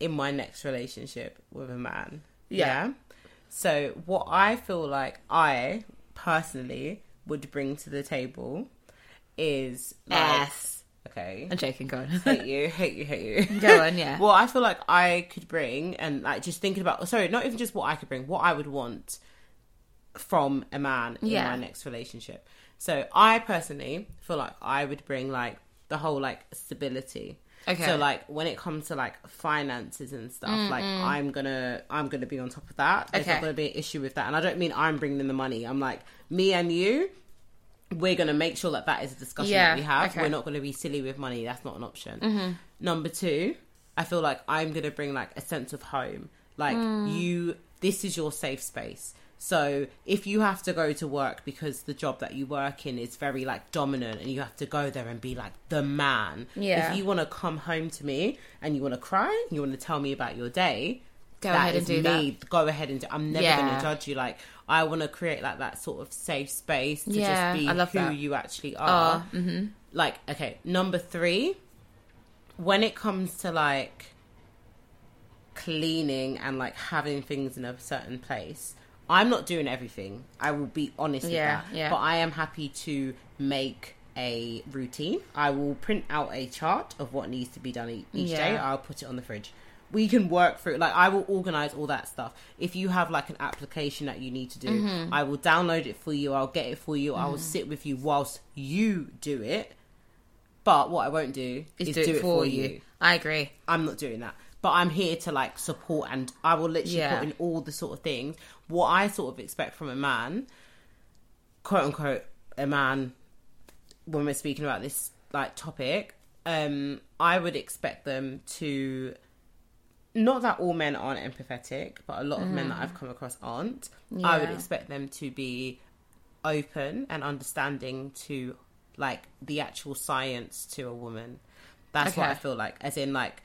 Speaker 2: in my next relationship with a man.
Speaker 1: Yeah.
Speaker 2: So what I feel like I personally would bring to the table is like,
Speaker 1: Ass.
Speaker 2: Okay.
Speaker 1: I'm joking, go on.
Speaker 2: hate you, hate you, hate you.
Speaker 1: Go on, yeah.
Speaker 2: well, I feel like I could bring, and like just thinking about, sorry, not even just what I could bring, what I would want from a man in
Speaker 1: Yeah.
Speaker 2: my next relationship. So I personally feel like I would bring like the whole like stability.
Speaker 1: Okay. Mm,
Speaker 2: So like when it comes to like finances and stuff, like I'm gonna I'm gonna be on top of that. There's
Speaker 1: Okay.
Speaker 2: not gonna be an issue with that, and I don't mean I'm bringing the money. I'm like me and you. We're gonna make sure that that is a discussion
Speaker 1: Yeah,
Speaker 2: that we have.
Speaker 1: okay.
Speaker 2: We're not going to be silly with money. That's not an option. Number two, I feel like I'm going to bring like a sense of home. Like you, this is your safe space. So if you have to go to work because the job that you work in is very like dominant and you have to go there and be like the man.
Speaker 1: Yeah.
Speaker 2: If you want to come home to me and you want to cry, you want to tell me about your day.
Speaker 1: Go
Speaker 2: that
Speaker 1: ahead and do
Speaker 2: is me. Go ahead and do. I'm never going
Speaker 1: Yeah.
Speaker 2: to judge you. Like I want to create like that sort of safe space to
Speaker 1: Yeah,
Speaker 2: just be
Speaker 1: I love
Speaker 2: who
Speaker 1: that. Ah, mm-hmm.
Speaker 2: you actually are. Like, okay, number three, when it comes to like cleaning and like having things in a certain place, I'm not doing everything. I will be honest
Speaker 1: Yeah,
Speaker 2: with that.
Speaker 1: yeah.
Speaker 2: But I am happy to make a routine. I will print out a chart of what needs to be done e- each day.
Speaker 1: Yeah.
Speaker 2: I'll put it on the fridge. We can work through like I will organize all that stuff. If you have like an application that you need to do, I will download it for you. I'll get it for you. I will sit with you whilst you do it. But what I won't do is, do, it for you.
Speaker 1: I agree.
Speaker 2: I'm not doing that. But I'm here to like support and I will literally
Speaker 1: Yeah.
Speaker 2: put in all the sort of things what I sort of expect from a man, quote unquote, a man when we're speaking about this like topic, um, I would expect them to not that all men aren't empathetic, but a lot of men that I've come across aren't. I would
Speaker 1: Mm-hmm. Yeah.
Speaker 2: expect them to be open and understanding to like the actual science to a woman. That's what
Speaker 1: Okay.
Speaker 2: I feel like. As in like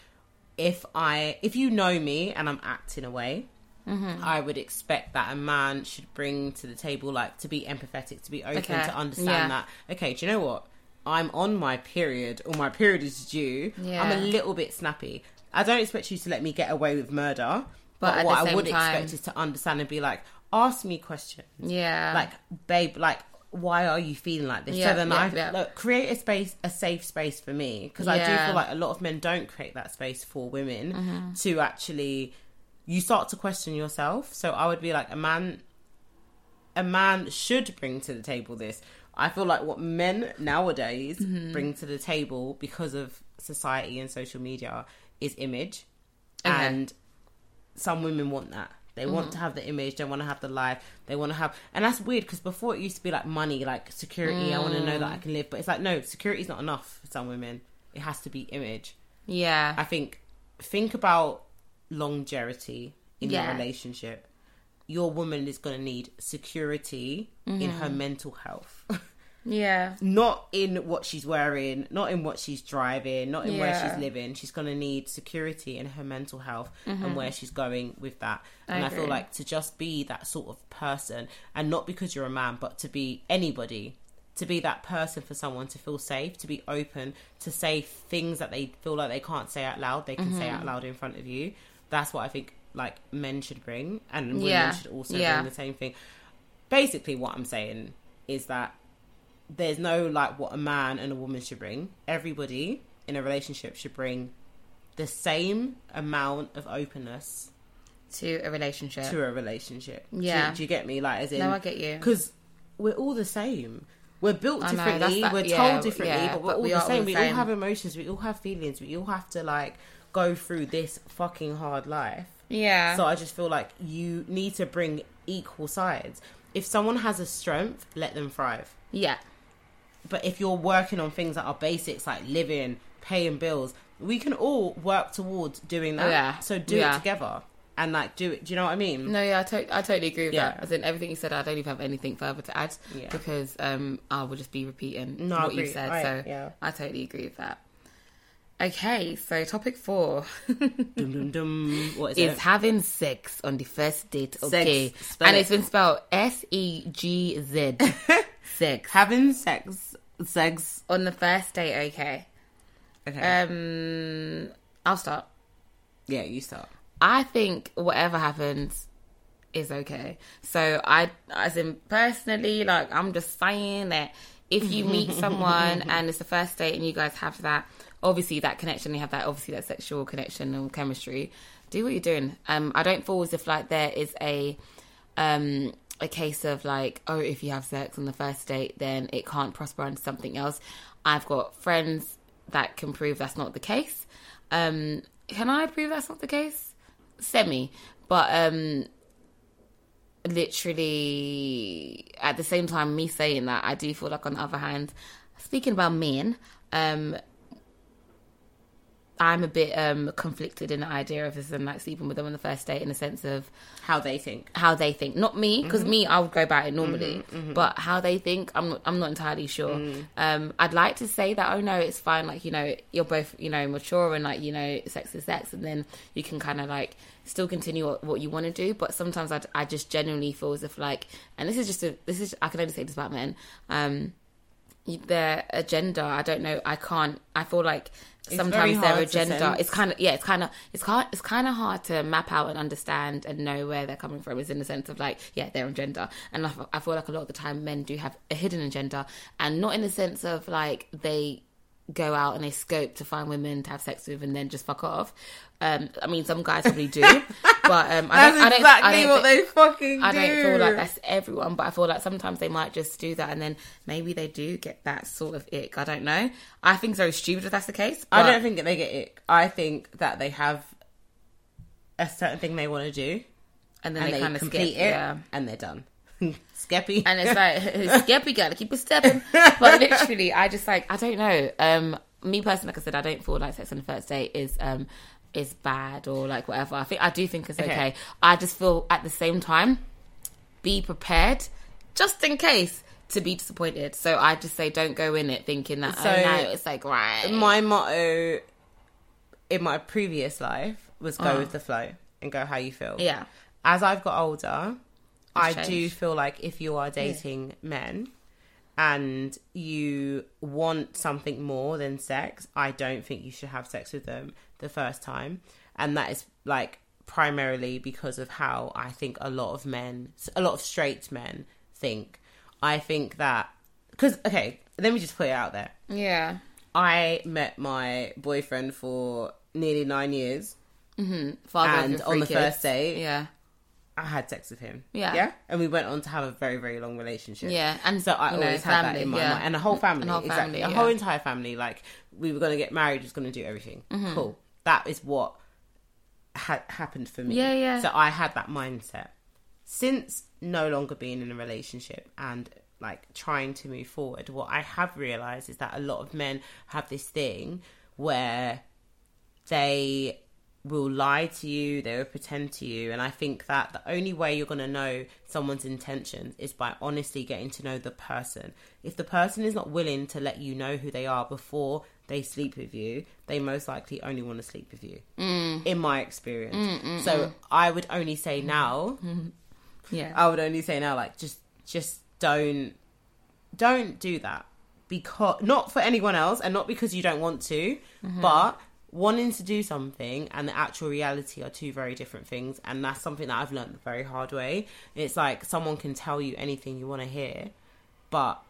Speaker 2: if I if you know me and I'm acting away,
Speaker 1: Mm-hmm.
Speaker 2: I would expect that a man should bring to the table like to be empathetic, to be open,
Speaker 1: Okay.
Speaker 2: to understand
Speaker 1: Yeah.
Speaker 2: that. Okay, do you know what? I'm on my period, or my period is due. I'm
Speaker 1: Yeah.
Speaker 2: a little bit snappy. I don't expect you to let me get away with murder,
Speaker 1: But
Speaker 2: but,
Speaker 1: at
Speaker 2: what
Speaker 1: the
Speaker 2: I
Speaker 1: same
Speaker 2: would
Speaker 1: time-
Speaker 2: expect is to understand and be like, ask me questions.
Speaker 1: Yeah.
Speaker 2: Like, babe, like, why are you feeling like this?
Speaker 1: Yeah,
Speaker 2: so then
Speaker 1: yeah,
Speaker 2: I
Speaker 1: yeah.
Speaker 2: look, create a space, a safe space for me, because I do
Speaker 1: Yeah. Mm-hmm.
Speaker 2: feel like a lot of men don't create that space for women to actually. You start to question yourself. So I would be like, a man a man should bring to the table this. I feel like what men nowadays bring to the table because of society and social media is image.
Speaker 1: Okay.
Speaker 2: And some women want that. They want to have the image, they want to have the life, they want to have. And that's weird because before it used to be like money, like security, I want to know that I can live. But it's like, no, security's not enough for some women. It has to be image.
Speaker 1: yeah.
Speaker 2: I think think about longevity in your
Speaker 1: Yeah.
Speaker 2: relationship. Your woman is going to need security in her mental health,
Speaker 1: yeah.
Speaker 2: not in what she's wearing, not in what she's driving, not in where
Speaker 1: Yeah.
Speaker 2: she's living. She's going to need security in her mental health and where she's going with that.
Speaker 1: I
Speaker 2: and I feel
Speaker 1: agree.
Speaker 2: like to just be that sort of person, and not because you're a man, but to be anybody. To be that person for someone to feel safe, to be open, to say things that they feel like they can't say out loud, they can say out loud in front of you. That's what I think like men should bring, and women
Speaker 1: Yeah.
Speaker 2: should also
Speaker 1: Yeah.
Speaker 2: bring the same thing. Basically, what I'm saying is that there's no like what a man and a woman should bring. Everybody in a relationship should bring the same amount of openness
Speaker 1: To a relationship.
Speaker 2: to a relationship. Do you-
Speaker 1: Yeah.
Speaker 2: Do, you get me? Like, as in,
Speaker 1: No, I get you.
Speaker 2: Because we're all the same. We're built
Speaker 1: I know, that's
Speaker 2: differently.
Speaker 1: that-
Speaker 2: we're
Speaker 1: yeah,
Speaker 2: told differently,
Speaker 1: yeah,
Speaker 2: but we're
Speaker 1: but
Speaker 2: all
Speaker 1: we
Speaker 2: the
Speaker 1: are all
Speaker 2: same.
Speaker 1: the
Speaker 2: we
Speaker 1: same.
Speaker 2: all have emotions. We all have feelings. We all have to like go through this fucking hard life.
Speaker 1: yeah.
Speaker 2: So I just feel like you need to bring equal sides. If someone has a strength, let them thrive.
Speaker 1: yeah.
Speaker 2: But if you're working on things that are basics like living, paying bills, we can all work towards doing that.
Speaker 1: Yeah.
Speaker 2: So do
Speaker 1: Yeah.
Speaker 2: it together and like do it. Do you know what I mean?
Speaker 1: No, yeah, I, to- I totally agree with
Speaker 2: Yeah.
Speaker 1: that. As in everything you said, I don't even have anything further to add
Speaker 2: Yeah.
Speaker 1: because um, I will just be repeating
Speaker 2: No, I
Speaker 1: what you
Speaker 2: agree.
Speaker 1: said.
Speaker 2: I-
Speaker 1: so
Speaker 2: yeah.
Speaker 1: I totally agree with that. Okay, so topic four Mm.
Speaker 2: Dum, dum, dum. What is,
Speaker 1: is
Speaker 2: it?
Speaker 1: having sex on the first date. Okay,
Speaker 2: spell
Speaker 1: and
Speaker 2: it.
Speaker 1: it's been spelled S E G Z. Sex
Speaker 2: Having sex. Sex.
Speaker 1: on the first date. Okay,
Speaker 2: Okay.
Speaker 1: um, I'll start.
Speaker 2: yeah, you start.
Speaker 1: I think whatever happens is okay. So I, as in personally, like I'm just saying that if you meet someone and it's the first date and you guys have that, obviously that connection, you have that obviously that sexual connection and chemistry. Do what you're doing. Um, I don't feel as if like there is a, um, a case of like, oh, if you have sex on the first date, then it can't prosper into something else. I've got friends that can prove that's not the case. Um, can I prove that's not the case? Semi, but um, literally at the same time me saying that i do feel like on the other hand speaking about men um i'm a bit um conflicted in the idea of this and like sleeping with them on the first date in the sense of
Speaker 2: How they think.
Speaker 1: how they think not me because
Speaker 2: Mm-hmm.
Speaker 1: me i would go about it normally but how they think i'm not, i'm not entirely sure
Speaker 2: Mm.
Speaker 1: um i'd like to say that oh no it's fine like you know you're both you know mature and like you know sex is sex and then you can kind of like still continue what, what you want to do but sometimes I, I just genuinely feel as if like and this is just a this is i can only say this about men um you- their agenda i don't know i can't i feel like
Speaker 2: very
Speaker 1: sometimes their
Speaker 2: hard to
Speaker 1: agenda
Speaker 2: sense.
Speaker 1: it's kind of yeah it's kind of it's hard it's kind of hard to map out and understand and know where they're coming from is in the sense of like yeah their agenda and I, f- I feel like a lot of the time men do have a hidden agenda and not in the sense of like they go out and they scope to find women to have sex with and then just fuck off um i mean some guys probably do but um I
Speaker 2: That's
Speaker 1: don't, I don't,
Speaker 2: exactly
Speaker 1: I don't
Speaker 2: what
Speaker 1: thi-
Speaker 2: they fucking do.
Speaker 1: I don't feel like that's everyone, but I feel like sometimes they might just do that, and then maybe they do get that sort of ick. I don't know. I think it's very stupid if that's the case.
Speaker 2: I
Speaker 1: but-
Speaker 2: don't think that they get it. I think that they have a certain thing they want to do
Speaker 1: and then
Speaker 2: and
Speaker 1: they,
Speaker 2: they,
Speaker 1: kind of skip.
Speaker 2: complete it
Speaker 1: Yeah,
Speaker 2: and they're done. Skeppy.
Speaker 1: and it's like Skeppy gotta keep it stepping. But literally, I just like I don't know. Um, me personally, like I said, I don't feel like sex on the first date is um is bad or like whatever. I think I do think it's okay.
Speaker 2: Okay.
Speaker 1: I just feel at the same time, be prepared just in case to be disappointed. So I just say don't go in it thinking that
Speaker 2: So,
Speaker 1: oh no, it's like right.
Speaker 2: my motto in my previous life was go with the flow and go how you feel.
Speaker 1: Uh-huh. yeah,
Speaker 2: As I've got older, I do
Speaker 1: changed.
Speaker 2: feel like if you are dating men and you want something more than sex, I don't think you should have sex with them the first time. And that is like primarily because of how I think a lot of men, a lot of straight men think. I think that, because, okay, let me just put it out there.
Speaker 1: yeah.
Speaker 2: I met my boyfriend for nearly nine years,
Speaker 1: Father of
Speaker 2: and
Speaker 1: your
Speaker 2: on
Speaker 1: three
Speaker 2: the
Speaker 1: kids.
Speaker 2: first date,
Speaker 1: yeah,
Speaker 2: I had sex with him.
Speaker 1: Yeah.
Speaker 2: yeah, and we went on to have a very, very long relationship.
Speaker 1: Yeah, and,
Speaker 2: so I
Speaker 1: you know,
Speaker 2: always had that
Speaker 1: family,
Speaker 2: in my
Speaker 1: yeah.
Speaker 2: mind, and a whole family,
Speaker 1: And whole
Speaker 2: exactly,
Speaker 1: family,
Speaker 2: a
Speaker 1: yeah.
Speaker 2: whole entire family. Like we were going to get married, was going to do everything.
Speaker 1: Mm-hmm.
Speaker 2: Cool. That is what ha- happened for me.
Speaker 1: Yeah, yeah.
Speaker 2: So I had that mindset. Since no longer being in a relationship and like trying to move forward, what I have realized is that a lot of men have this thing where they will lie to you, they will pretend to you. And I think that the only way you're going to know someone's intentions is by honestly getting to know the person. If the person is not willing to let you know who they are before they sleep with you, they most likely only want to sleep with you, mm. in my experience. so I would only say now,
Speaker 1: yeah.
Speaker 2: I would only say now, like just just don't don't do that because not for anyone else, and not because you don't want to, but wanting to do something and the actual reality are two very different things, and that's something that I've learned the very hard way. It's like someone can tell you anything you want to hear, but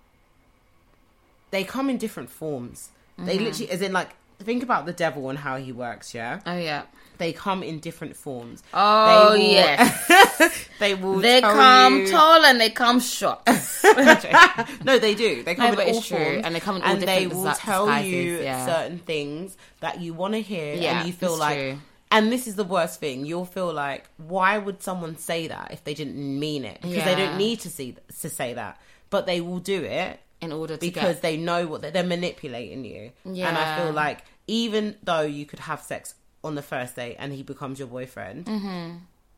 Speaker 2: they come in different forms. They literally, as in, like think about the devil and how he works. Yeah,
Speaker 1: Oh yeah.
Speaker 2: they come in different forms.
Speaker 1: Oh
Speaker 2: They will-
Speaker 1: yes.
Speaker 2: they will.
Speaker 1: They
Speaker 2: tell
Speaker 1: come
Speaker 2: you-
Speaker 1: tall and they come short.
Speaker 2: no, they do. They come
Speaker 1: but
Speaker 2: in all
Speaker 1: it's true,
Speaker 2: forms,
Speaker 1: and they come in all
Speaker 2: they
Speaker 1: different
Speaker 2: will
Speaker 1: desi-
Speaker 2: tell you
Speaker 1: sizes, yeah.
Speaker 2: certain things that you want to hear,
Speaker 1: Yeah,
Speaker 2: and you feel
Speaker 1: it's
Speaker 2: like.
Speaker 1: true.
Speaker 2: And this is the worst thing. You'll feel like, why would someone say that if they didn't mean it? Because they
Speaker 1: Yeah.
Speaker 2: don't need to see to say that, but they will do it
Speaker 1: in order to
Speaker 2: because
Speaker 1: get
Speaker 2: they know what they're, they're manipulating you. And I
Speaker 1: Yeah.
Speaker 2: feel like even though you could have sex on the first date and he becomes your boyfriend,
Speaker 1: Mm-hmm.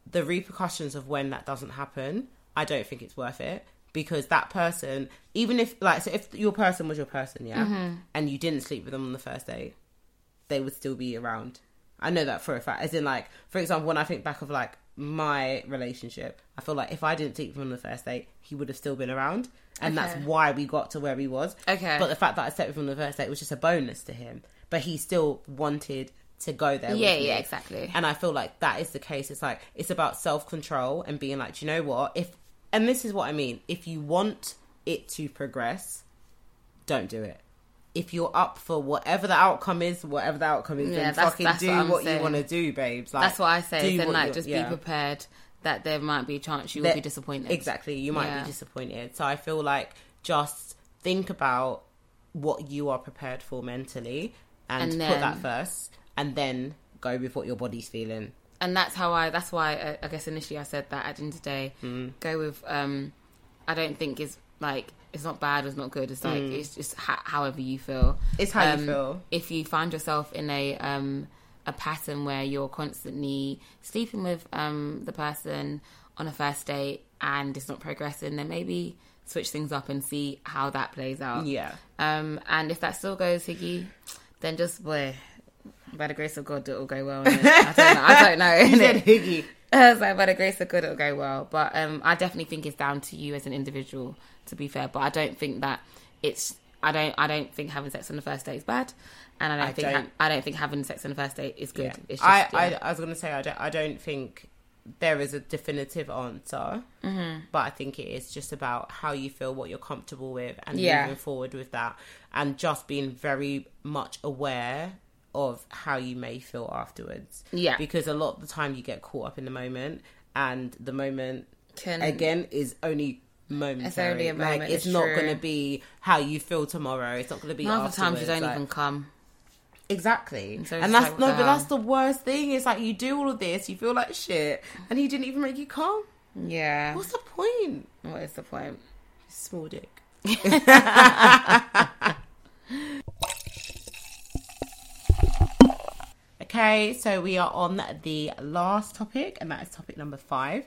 Speaker 2: the repercussions of when that doesn't happen, I don't think it's worth it because that person, even if like, so if your person was your person, yeah,
Speaker 1: Mm-hmm.
Speaker 2: and you didn't sleep with them on the first date, they would still be around. I know that for a fact. As in, like, for example, when I think back of like my relationship, I feel like if I didn't sleep with him on the first date, he would have still been around, and
Speaker 1: Okay.
Speaker 2: that's why we got to where we was.
Speaker 1: Okay.
Speaker 2: But the fact that I slept with him on the first date was just a bonus to him. But he still wanted to go there.
Speaker 1: Yeah,
Speaker 2: with me.
Speaker 1: yeah, exactly.
Speaker 2: And I feel like that is the case. It's like it's about self control and being like, "Do you know what? If and this is what I mean. If you want it to progress, don't do it. If you're up for whatever the outcome is, whatever the outcome is,
Speaker 1: Yeah,
Speaker 2: then
Speaker 1: that's-
Speaker 2: fucking
Speaker 1: that's
Speaker 2: do
Speaker 1: what
Speaker 2: what,
Speaker 1: I'm
Speaker 2: you
Speaker 1: saying.
Speaker 2: want to do, babes. Like,
Speaker 1: That's what I say.
Speaker 2: do
Speaker 1: Then
Speaker 2: what
Speaker 1: like,
Speaker 2: you-
Speaker 1: just
Speaker 2: yeah.
Speaker 1: be prepared that there might be a chance you will
Speaker 2: That-
Speaker 1: be disappointed.
Speaker 2: Exactly, you might
Speaker 1: Yeah.
Speaker 2: be disappointed. So I feel like just think about what you are prepared for mentally,
Speaker 1: And
Speaker 2: and, put that
Speaker 1: then-
Speaker 2: first, and then go with what your body's feeling.
Speaker 1: and that's how I. That's why uh, I guess initially I said that at the end of the day,
Speaker 2: Mm.
Speaker 1: go with. um I don't think is like it's not bad. It's not good. It's like it's just ha- however you feel.
Speaker 2: Mm. It's how you
Speaker 1: Um,
Speaker 2: feel.
Speaker 1: If you find yourself in a um a pattern where you're constantly sleeping with um the person on a first date and it's not progressing, then maybe switch things up and see how that plays out.
Speaker 2: Yeah.
Speaker 1: Um, and if that still goes, Higgy, then just boy, by the grace of God, it'll go well. innit? I don't know. I don't know. innit?
Speaker 2: Said Higgy.
Speaker 1: I was like, by the grace of God, it'll go well. But um, I definitely think it's down to you as an individual. To be fair, but I don't think that it's. I don't. I don't think having sex on the first date is bad, and I don't
Speaker 2: I
Speaker 1: think.
Speaker 2: don't-
Speaker 1: I don't think having sex on the first date is good.
Speaker 2: Yeah.
Speaker 1: It's just,
Speaker 2: I,
Speaker 1: yeah.
Speaker 2: I, I was gonna say I don't I don't think there is a definitive answer,
Speaker 1: Mm-hmm.
Speaker 2: but I think it is just about how you feel, what you're comfortable with, and
Speaker 1: Yeah.
Speaker 2: moving forward with that, and just being very much aware of how you may feel afterwards.
Speaker 1: Yeah.
Speaker 2: because a lot of the time you get caught up in the moment, and the moment
Speaker 1: Can-
Speaker 2: again is only. Momentary.
Speaker 1: a moment,
Speaker 2: Like
Speaker 1: it's
Speaker 2: it's not
Speaker 1: true.
Speaker 2: going to be how you feel tomorrow. It's not going to be.
Speaker 1: Half the times you
Speaker 2: afterwards,
Speaker 1: don't
Speaker 2: like-
Speaker 1: even come.
Speaker 2: Exactly.
Speaker 1: So it's
Speaker 2: and
Speaker 1: like,
Speaker 2: that's
Speaker 1: uh,
Speaker 2: no,
Speaker 1: wow.
Speaker 2: but that's the worst thing. It's like you do all of this, you feel like shit, and he didn't even make you calm.
Speaker 1: Yeah.
Speaker 2: What's the point?
Speaker 1: What is the point?
Speaker 2: Small dick. okay, so we are on the last topic, and that is topic number five.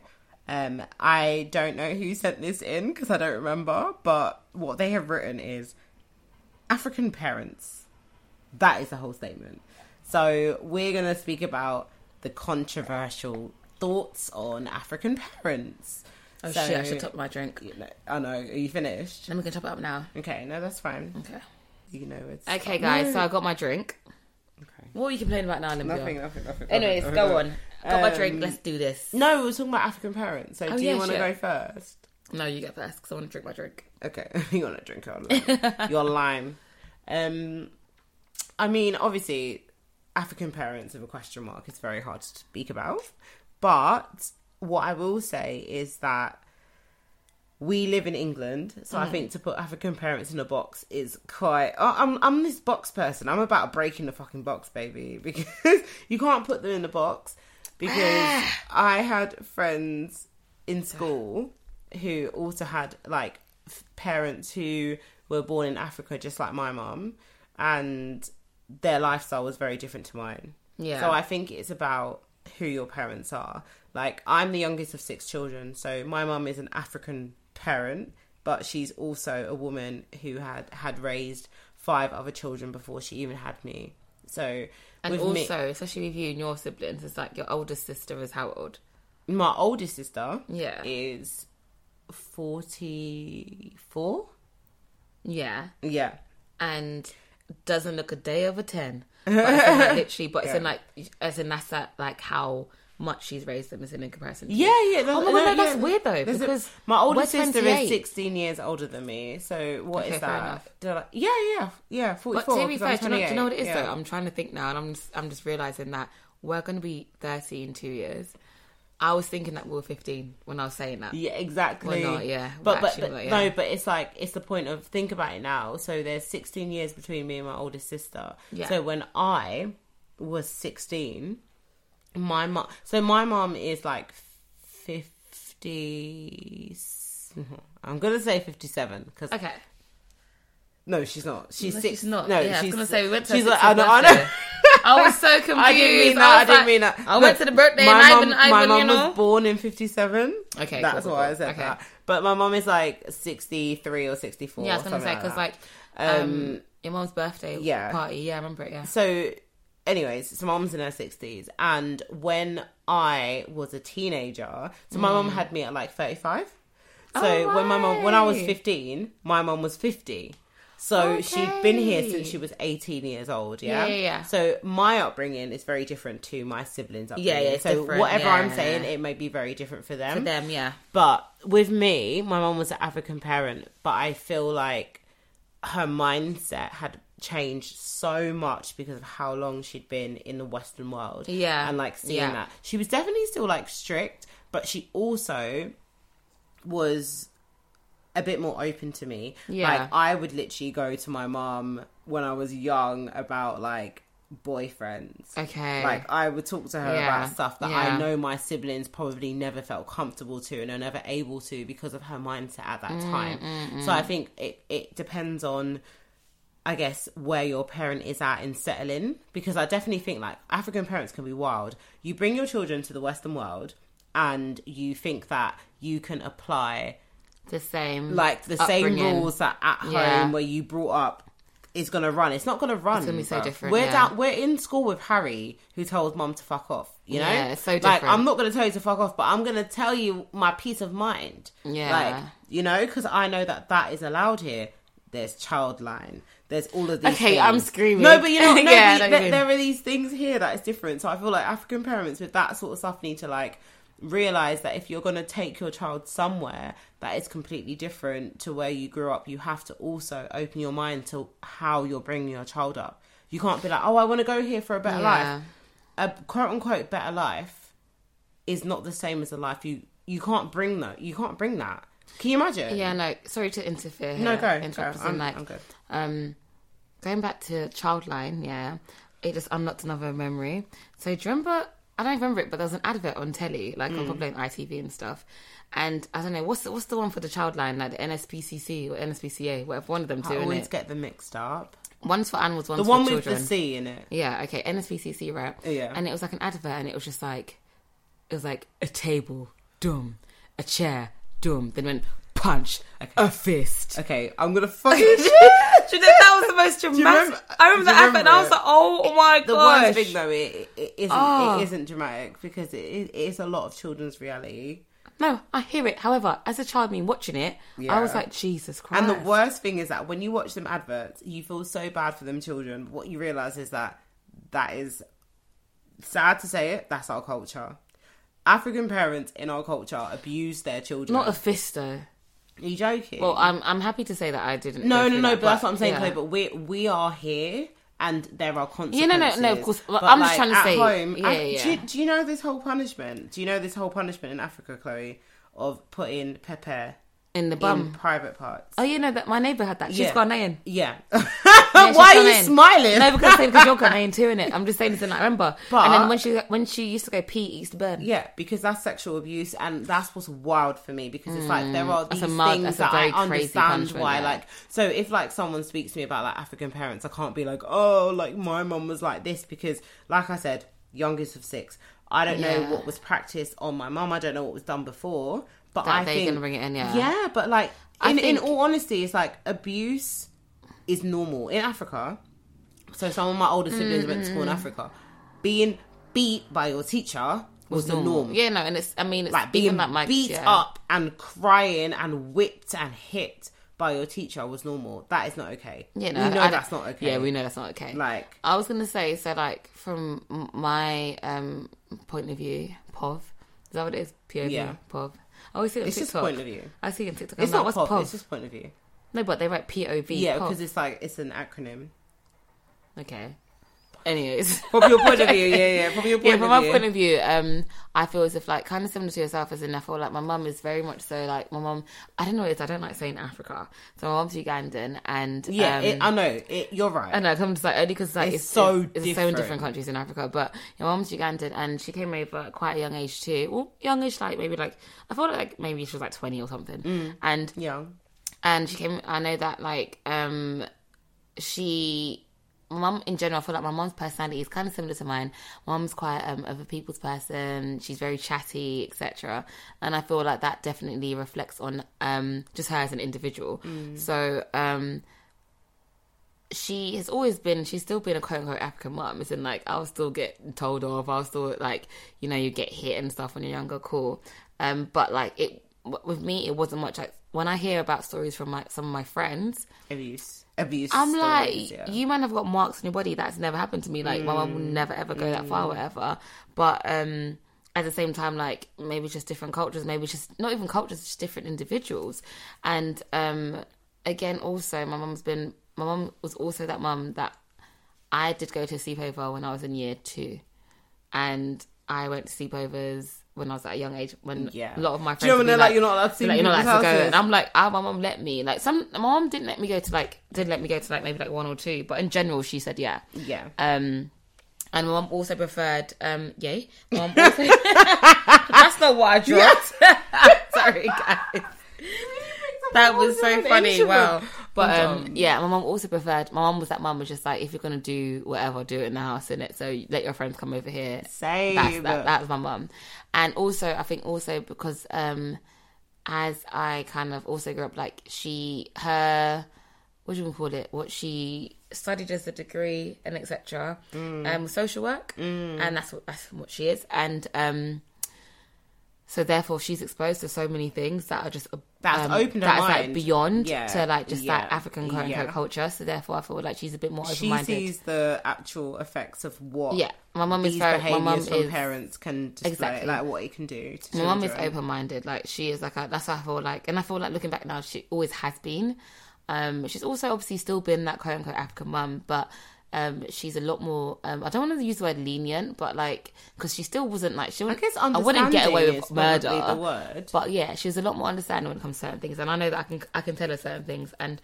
Speaker 2: Um, I don't know who sent this in because I don't remember, but what they have written is African parents. That is the whole statement. So we're going to speak about the controversial thoughts on African parents.
Speaker 1: Oh
Speaker 2: So-
Speaker 1: shit! I should top my drink.
Speaker 2: you know, I know. Are you finished?
Speaker 1: Then we can top it up now.
Speaker 2: Okay, no, that's fine.
Speaker 1: Okay.
Speaker 2: You know it's
Speaker 1: Okay, guys. So I got my drink.
Speaker 2: Okay.
Speaker 1: What are you complaining about now, Olympia?
Speaker 2: nothing, nothing, nothing.
Speaker 1: Anyways,
Speaker 2: nothing,
Speaker 1: go
Speaker 2: nothing.
Speaker 1: on. Got my
Speaker 2: Um,
Speaker 1: drink. Let's do this.
Speaker 2: No, we were talking about African parents. So do
Speaker 1: Oh, yeah,
Speaker 2: you want to
Speaker 1: sure.
Speaker 2: go first?
Speaker 1: No, you get first because I want to drink my drink.
Speaker 2: Okay, you want to drink your lime. your lime. Um, I mean, obviously, African parents with a question mark is very hard to speak about. But what I will say is that we live in England, so I think to put African parents in a box is quite. I- I'm I'm this box person. I'm about breaking the fucking box, baby, because you can't put them in a box. Because I had friends in school who also had like f- parents who were born in Africa, just like my mum, and their lifestyle was very different to mine.
Speaker 1: Yeah.
Speaker 2: So I think it's about who your parents are. Like I'm the youngest of six children, so my mum is an African parent, but she's also a woman who had had raised five other children before she even had me. So
Speaker 1: And
Speaker 2: with me,
Speaker 1: also, especially with you and your siblings, it's like your oldest sister is how old?
Speaker 2: my oldest sister
Speaker 1: Yeah.
Speaker 2: is forty four.
Speaker 1: Yeah.
Speaker 2: Yeah.
Speaker 1: and doesn't look a day over ten. But it's in, like, literally, but it's in like as in that's that, like how much she's raised them as in in comparison. To
Speaker 2: Yeah, yeah.
Speaker 1: Oh my God, no, that's weird though,
Speaker 2: There's a-
Speaker 1: because
Speaker 2: my older
Speaker 1: we're
Speaker 2: sister
Speaker 1: 28.
Speaker 2: is 16 years older than me. So what is
Speaker 1: Okay, fair enough.
Speaker 2: that? Did I- yeah, yeah, yeah. 44.
Speaker 1: But to be
Speaker 2: 'cause I'm
Speaker 1: fair, do you, know, do you know what it is
Speaker 2: 28,
Speaker 1: though?
Speaker 2: yeah.
Speaker 1: I'm trying to think now, and I'm just, I'm just realizing that we're going to be 30 in two years. I was thinking that we were 15 when I was saying that.
Speaker 2: Yeah, exactly.
Speaker 1: We're not, yeah. We're
Speaker 2: But but,
Speaker 1: actually
Speaker 2: but
Speaker 1: not, yeah.
Speaker 2: no, but it's like it's the point of think about it now. So there's 16 years between me and my oldest sister.
Speaker 1: Yeah.
Speaker 2: So when I was 16, my mom. So my mom is like 50. I'm gonna say 57 because
Speaker 1: Okay.
Speaker 2: No, she's not. She's
Speaker 1: No,
Speaker 2: six.
Speaker 1: she's not.
Speaker 2: No,
Speaker 1: Yeah, I was
Speaker 2: she's
Speaker 1: gonna say, we went to
Speaker 2: She's
Speaker 1: her
Speaker 2: like, I
Speaker 1: sixth
Speaker 2: know. I know.
Speaker 1: birthday. I was so confused.
Speaker 2: I didn't mean
Speaker 1: was
Speaker 2: that. I didn't
Speaker 1: like-
Speaker 2: mean that.
Speaker 1: I went to the birthday
Speaker 2: my
Speaker 1: and I even,
Speaker 2: mum-
Speaker 1: I
Speaker 2: my
Speaker 1: even, you
Speaker 2: mum
Speaker 1: know.
Speaker 2: was born in '57.
Speaker 1: Okay,
Speaker 2: that's
Speaker 1: cool, cool,
Speaker 2: why I
Speaker 1: cool.
Speaker 2: said
Speaker 1: Okay.
Speaker 2: that. But my mum is like 63 or 64.
Speaker 1: yeah, I was going to say,
Speaker 2: something
Speaker 1: because
Speaker 2: that.
Speaker 1: like, um, your mom's birthday
Speaker 2: yeah.
Speaker 1: party. Yeah, I remember it, yeah.
Speaker 2: So, anyways, so mum's in her 60s. And when I was a teenager, so my mum had me at like 35. So
Speaker 1: Hmm. Oh,
Speaker 2: when my mum, when I was
Speaker 1: right.
Speaker 2: 15, my mum was 50. So she'd been here since she was 18 years old. Yeah?
Speaker 1: Yeah, yeah, yeah.
Speaker 2: So my upbringing is very different to my siblings' upbringing.
Speaker 1: yeah, it's
Speaker 2: so
Speaker 1: different,
Speaker 2: whatever I'm
Speaker 1: yeah.
Speaker 2: saying, it may be very different for them.
Speaker 1: For them, yeah.
Speaker 2: But with me, my mum was an African parent, but I feel like her mindset had changed so much because of how long she'd been in the Western world.
Speaker 1: Yeah.
Speaker 2: And like seeing
Speaker 1: Yeah.
Speaker 2: that. She was definitely still like strict, but she also was a bit more open to me.
Speaker 1: Yeah.
Speaker 2: Like I would literally go to my mum when I was young about like boyfriends.
Speaker 1: Okay.
Speaker 2: Like I would talk to her
Speaker 1: Yeah.
Speaker 2: about stuff that
Speaker 1: Yeah.
Speaker 2: I know my siblings probably never felt comfortable to and are never able to because of her mindset at that
Speaker 1: Mm,
Speaker 2: time. So I think it it depends on I guess where your parent is at in settling because I definitely think like African parents can be wild. You bring your children to the western world and you think that you can apply
Speaker 1: the same.
Speaker 2: like the
Speaker 1: Mm. upbringing.
Speaker 2: same rules that at home
Speaker 1: Yeah.
Speaker 2: where you brought up is gonna run. It's not gonna run. It's
Speaker 1: gonna be so different,
Speaker 2: We're
Speaker 1: yeah.
Speaker 2: down. We're in school with Harry, who told mum to fuck off. You know,
Speaker 1: Yeah, it's so
Speaker 2: Like
Speaker 1: different.
Speaker 2: I'm not gonna tell you to fuck off, but I'm gonna tell you my peace of mind.
Speaker 1: Yeah.
Speaker 2: like you know, because I know that that is allowed here. There's child line. There's all of these.
Speaker 1: Okay,
Speaker 2: things.
Speaker 1: I'm screaming.
Speaker 2: No, but you know, no,
Speaker 1: Yeah, I know
Speaker 2: but
Speaker 1: what you
Speaker 2: there-
Speaker 1: mean.
Speaker 2: there are these things here that is different. So I feel like African parents with that sort of stuff need to like realize that if you're going to take your child somewhere that is completely different to where you grew up, you have to also open your mind to how you're bringing your child up. You can't be like, oh, I want to go here for a better
Speaker 1: Yeah.
Speaker 2: life. A quote unquote better life is not the same as the life you you can't bring that. You can't bring that. Can you imagine?
Speaker 1: Yeah, no, sorry to interfere. Here,
Speaker 2: No, go. go.
Speaker 1: Interrupt us in,
Speaker 2: I'm,
Speaker 1: like,
Speaker 2: I'm good.
Speaker 1: um, going back to Childline, yeah, it just unlocked another memory. So, do you remember I don't remember it, but there was an advert on telly, like
Speaker 2: Mm.
Speaker 1: on probably on ITV and stuff. And I don't know what's the, what's the one for the child line, like the NSPCC or NSPCA, whatever one of them
Speaker 2: I
Speaker 1: doing
Speaker 2: always
Speaker 1: it.
Speaker 2: get them mixed up.
Speaker 1: One's for animals, one's
Speaker 2: The one
Speaker 1: for
Speaker 2: with
Speaker 1: children.
Speaker 2: the C in it.
Speaker 1: Yeah, okay, NSPCC, right?
Speaker 2: Oh, Yeah.
Speaker 1: And it was like an advert, and it was just like, it was like a table, dumb, a chair, dumb. Then went punch, a fist.
Speaker 2: Okay, I'm gonna fucking.
Speaker 1: Do you know that was the most dramatic?
Speaker 2: remember-
Speaker 1: I remember
Speaker 2: do you
Speaker 1: that advert, and I
Speaker 2: remember
Speaker 1: was
Speaker 2: it?
Speaker 1: like, oh my
Speaker 2: The
Speaker 1: gosh.
Speaker 2: worst thing though, it, it isn't.
Speaker 1: Oh.
Speaker 2: It isn't dramatic because it, is- it is a lot of children's reality.
Speaker 1: No, I hear it. However, as a child, me watching it, I
Speaker 2: Yeah.
Speaker 1: was like, Jesus Christ.
Speaker 2: And the worst thing is that when you watch them adverts, you feel so bad for them children. But what you realize is that that is sad to say it. That's our culture. African parents in our culture abuse their children.
Speaker 1: Not a fist though.
Speaker 2: Are you joking?
Speaker 1: Well, I'm I'm happy to say that I didn't. go
Speaker 2: no, no,
Speaker 1: through
Speaker 2: no.
Speaker 1: that,
Speaker 2: But, that's what I'm saying,
Speaker 1: yeah.
Speaker 2: Chloe. But we we are here. And there are consequences.
Speaker 1: Yeah, no, no, no, of course. Well, I'm just trying to
Speaker 2: at
Speaker 1: say-
Speaker 2: home,
Speaker 1: yeah,
Speaker 2: I-
Speaker 1: yeah,
Speaker 2: Do, you,
Speaker 1: yeah.
Speaker 2: do you know this whole punishment? Do you know this whole punishment in Africa, Chloe, of putting pepper
Speaker 1: in the
Speaker 2: in
Speaker 1: bum.
Speaker 2: private parts?
Speaker 1: Oh, you know that my neighbour had that. She's
Speaker 2: Yeah.
Speaker 1: Ghanaian.
Speaker 2: Yeah.
Speaker 1: she's
Speaker 2: Why are you
Speaker 1: Ghanaian.
Speaker 2: smiling?
Speaker 1: No, because, because you're Ghanaian too, in it. I'm just saying this, and I remember.
Speaker 2: But-
Speaker 1: and then when she when she used to go pee East Burn.
Speaker 2: Yeah, because that's sexual abuse, and that's what's wild for me. Because it's like there are
Speaker 1: Mm, That's
Speaker 2: these
Speaker 1: a mad-
Speaker 2: things
Speaker 1: that's a
Speaker 2: that
Speaker 1: very
Speaker 2: I
Speaker 1: crazy
Speaker 2: understand
Speaker 1: punishment,
Speaker 2: why.
Speaker 1: yeah.
Speaker 2: Like, so if like someone speaks to me about like African parents, I can't be like, oh, like my mum was like this because, like I said, youngest of six. I don't
Speaker 1: Yeah.
Speaker 2: know what was practiced on my mum. I don't know what was done before, but
Speaker 1: That
Speaker 2: I
Speaker 1: they're
Speaker 2: think
Speaker 1: gonna bring it in, yeah.
Speaker 2: yeah. But like,
Speaker 1: I
Speaker 2: in in
Speaker 1: think-
Speaker 2: all honesty, it's like abuse is normal in Africa. So some of my older siblings went to school in Africa. Being beat by your teacher was, the norm
Speaker 1: Yeah, no, and it's. I mean, it's
Speaker 2: like being
Speaker 1: even like my
Speaker 2: beat
Speaker 1: yeah.
Speaker 2: up and crying and whipped and hit by your teacher was normal. That is not okay.
Speaker 1: You
Speaker 2: we
Speaker 1: know,
Speaker 2: know
Speaker 1: I-
Speaker 2: that's not okay.
Speaker 1: Yeah, we know that's not okay.
Speaker 2: Like-
Speaker 1: I was gonna say, so like from m- my um point of view, POV. Is that what it is? POV.
Speaker 2: Yeah.
Speaker 1: POV. I always see it on
Speaker 2: It's just
Speaker 1: TikTok.
Speaker 2: point of view.
Speaker 1: I see it on TikTok.
Speaker 2: It's
Speaker 1: I'm
Speaker 2: not
Speaker 1: like,
Speaker 2: pop.
Speaker 1: what's POV.
Speaker 2: It's just point of view.
Speaker 1: No, but they write POV.
Speaker 2: Yeah,
Speaker 1: POV.
Speaker 2: because it's like it's an acronym.
Speaker 1: Okay. Anyways.
Speaker 2: From your point of view, yeah, yeah. From your point
Speaker 1: Yeah,
Speaker 2: of
Speaker 1: from my
Speaker 2: view.
Speaker 1: point of view, um, I feel as if like kind of similar to yourself, as in I feel like my mum is very much so like my mum. I don't know what it is. I don't like saying Africa, so my mum's Ugandan, and
Speaker 2: yeah,
Speaker 1: um,
Speaker 2: it, I know. It, you're right.
Speaker 1: I know, it comes like only because like
Speaker 2: It's
Speaker 1: it's,
Speaker 2: so
Speaker 1: it's, it's so in
Speaker 2: different.
Speaker 1: different countries in Africa. But your mom's Ugandan, and she came over at quite a young age too. Well, youngish, like maybe like I thought like maybe she was like twenty or something.
Speaker 2: Mm.
Speaker 1: And
Speaker 2: yeah.
Speaker 1: and she came. I know that like um she. My mum, in general, I feel like my mum's personality is kind of similar to mine. My Mum's quite um, of a people's person. She's very chatty, etc. And I feel like that definitely reflects on um, just her as an individual. So um, she has always been, she's still been a quote unquote African mum. As in, like, I'll still get told off. I'll still, like, you know, you get hit and stuff when you're younger, cool. Um, but, like, it, w- with me, it wasn't much like, when I hear about stories from my, some of my friends,
Speaker 2: Abuse. Abuse.
Speaker 1: I'm like,
Speaker 2: stories, yeah. Mm.
Speaker 1: you might have got marks on your body. That's never happened to me. Like, my mum will never ever go that far, whatever. But um, at the same time, like, maybe it's just different cultures. Maybe it's just not even cultures, just different individuals. And um, again, also, my mum's been, my mum was also that mum that I did go to a sleepover when I was in year two. And I went to sleepovers when I was at a young age when
Speaker 2: Yeah.
Speaker 1: a lot of my friends.
Speaker 2: Do you know when
Speaker 1: would be
Speaker 2: they're like, "You're not allowed to see
Speaker 1: like, you're not
Speaker 2: people's
Speaker 1: allowed to go.
Speaker 2: houses"?
Speaker 1: And I'm like, ah, my mom let me. Like some, my mom didn't let me go to like, didn't let me go to like maybe like one or two, but in general, she said yeah.
Speaker 2: Yeah.
Speaker 1: Um, and my mom also preferred, um, yay. My mum also, that's not what I dropped. Sorry, guys. That was so funny. Wow. But um, yeah, my mom also preferred. My mom was that mum was just like, if you're gonna do whatever, do it in the house, in it. So let your friends come over here.
Speaker 2: Same.
Speaker 1: That's, that, that was my mum. And also, I think also because um, as I kind of also grew up, like she, her, what do you even call it? What she studied as a degree and etc.
Speaker 2: Mm.
Speaker 1: Um, social work, and that's what that's what she is. And um, so therefore, she's exposed to so many things that are just
Speaker 2: That's
Speaker 1: um,
Speaker 2: opened her
Speaker 1: that is,
Speaker 2: mind.
Speaker 1: like beyond
Speaker 2: Yeah,
Speaker 1: to like just that
Speaker 2: yeah,
Speaker 1: African quote unquote
Speaker 2: yeah.
Speaker 1: culture. So therefore, I feel like she's a bit more open
Speaker 2: she
Speaker 1: minded.
Speaker 2: sees the actual effects of what
Speaker 1: Yeah, my mum is
Speaker 2: these
Speaker 1: very- my
Speaker 2: behaviors
Speaker 1: mum
Speaker 2: from
Speaker 1: is-
Speaker 2: parents can display,
Speaker 1: Exactly.
Speaker 2: like what it can do. To
Speaker 1: My mum is
Speaker 2: children.
Speaker 1: open minded. Like she is like a, that's what I feel like, and I feel like looking back now, she always has been. Um, she's also obviously still been that quote unquote African mum, but um, she's a lot more. Um, I don't want to use the word lenient, but like because she still wasn't like she. wouldn't-
Speaker 2: guess
Speaker 1: I wouldn't get away
Speaker 2: understanding
Speaker 1: with
Speaker 2: is probably
Speaker 1: murder.
Speaker 2: the word.
Speaker 1: But yeah, she was a lot more understanding when it comes to certain things, and I know that I can I can tell her certain things, and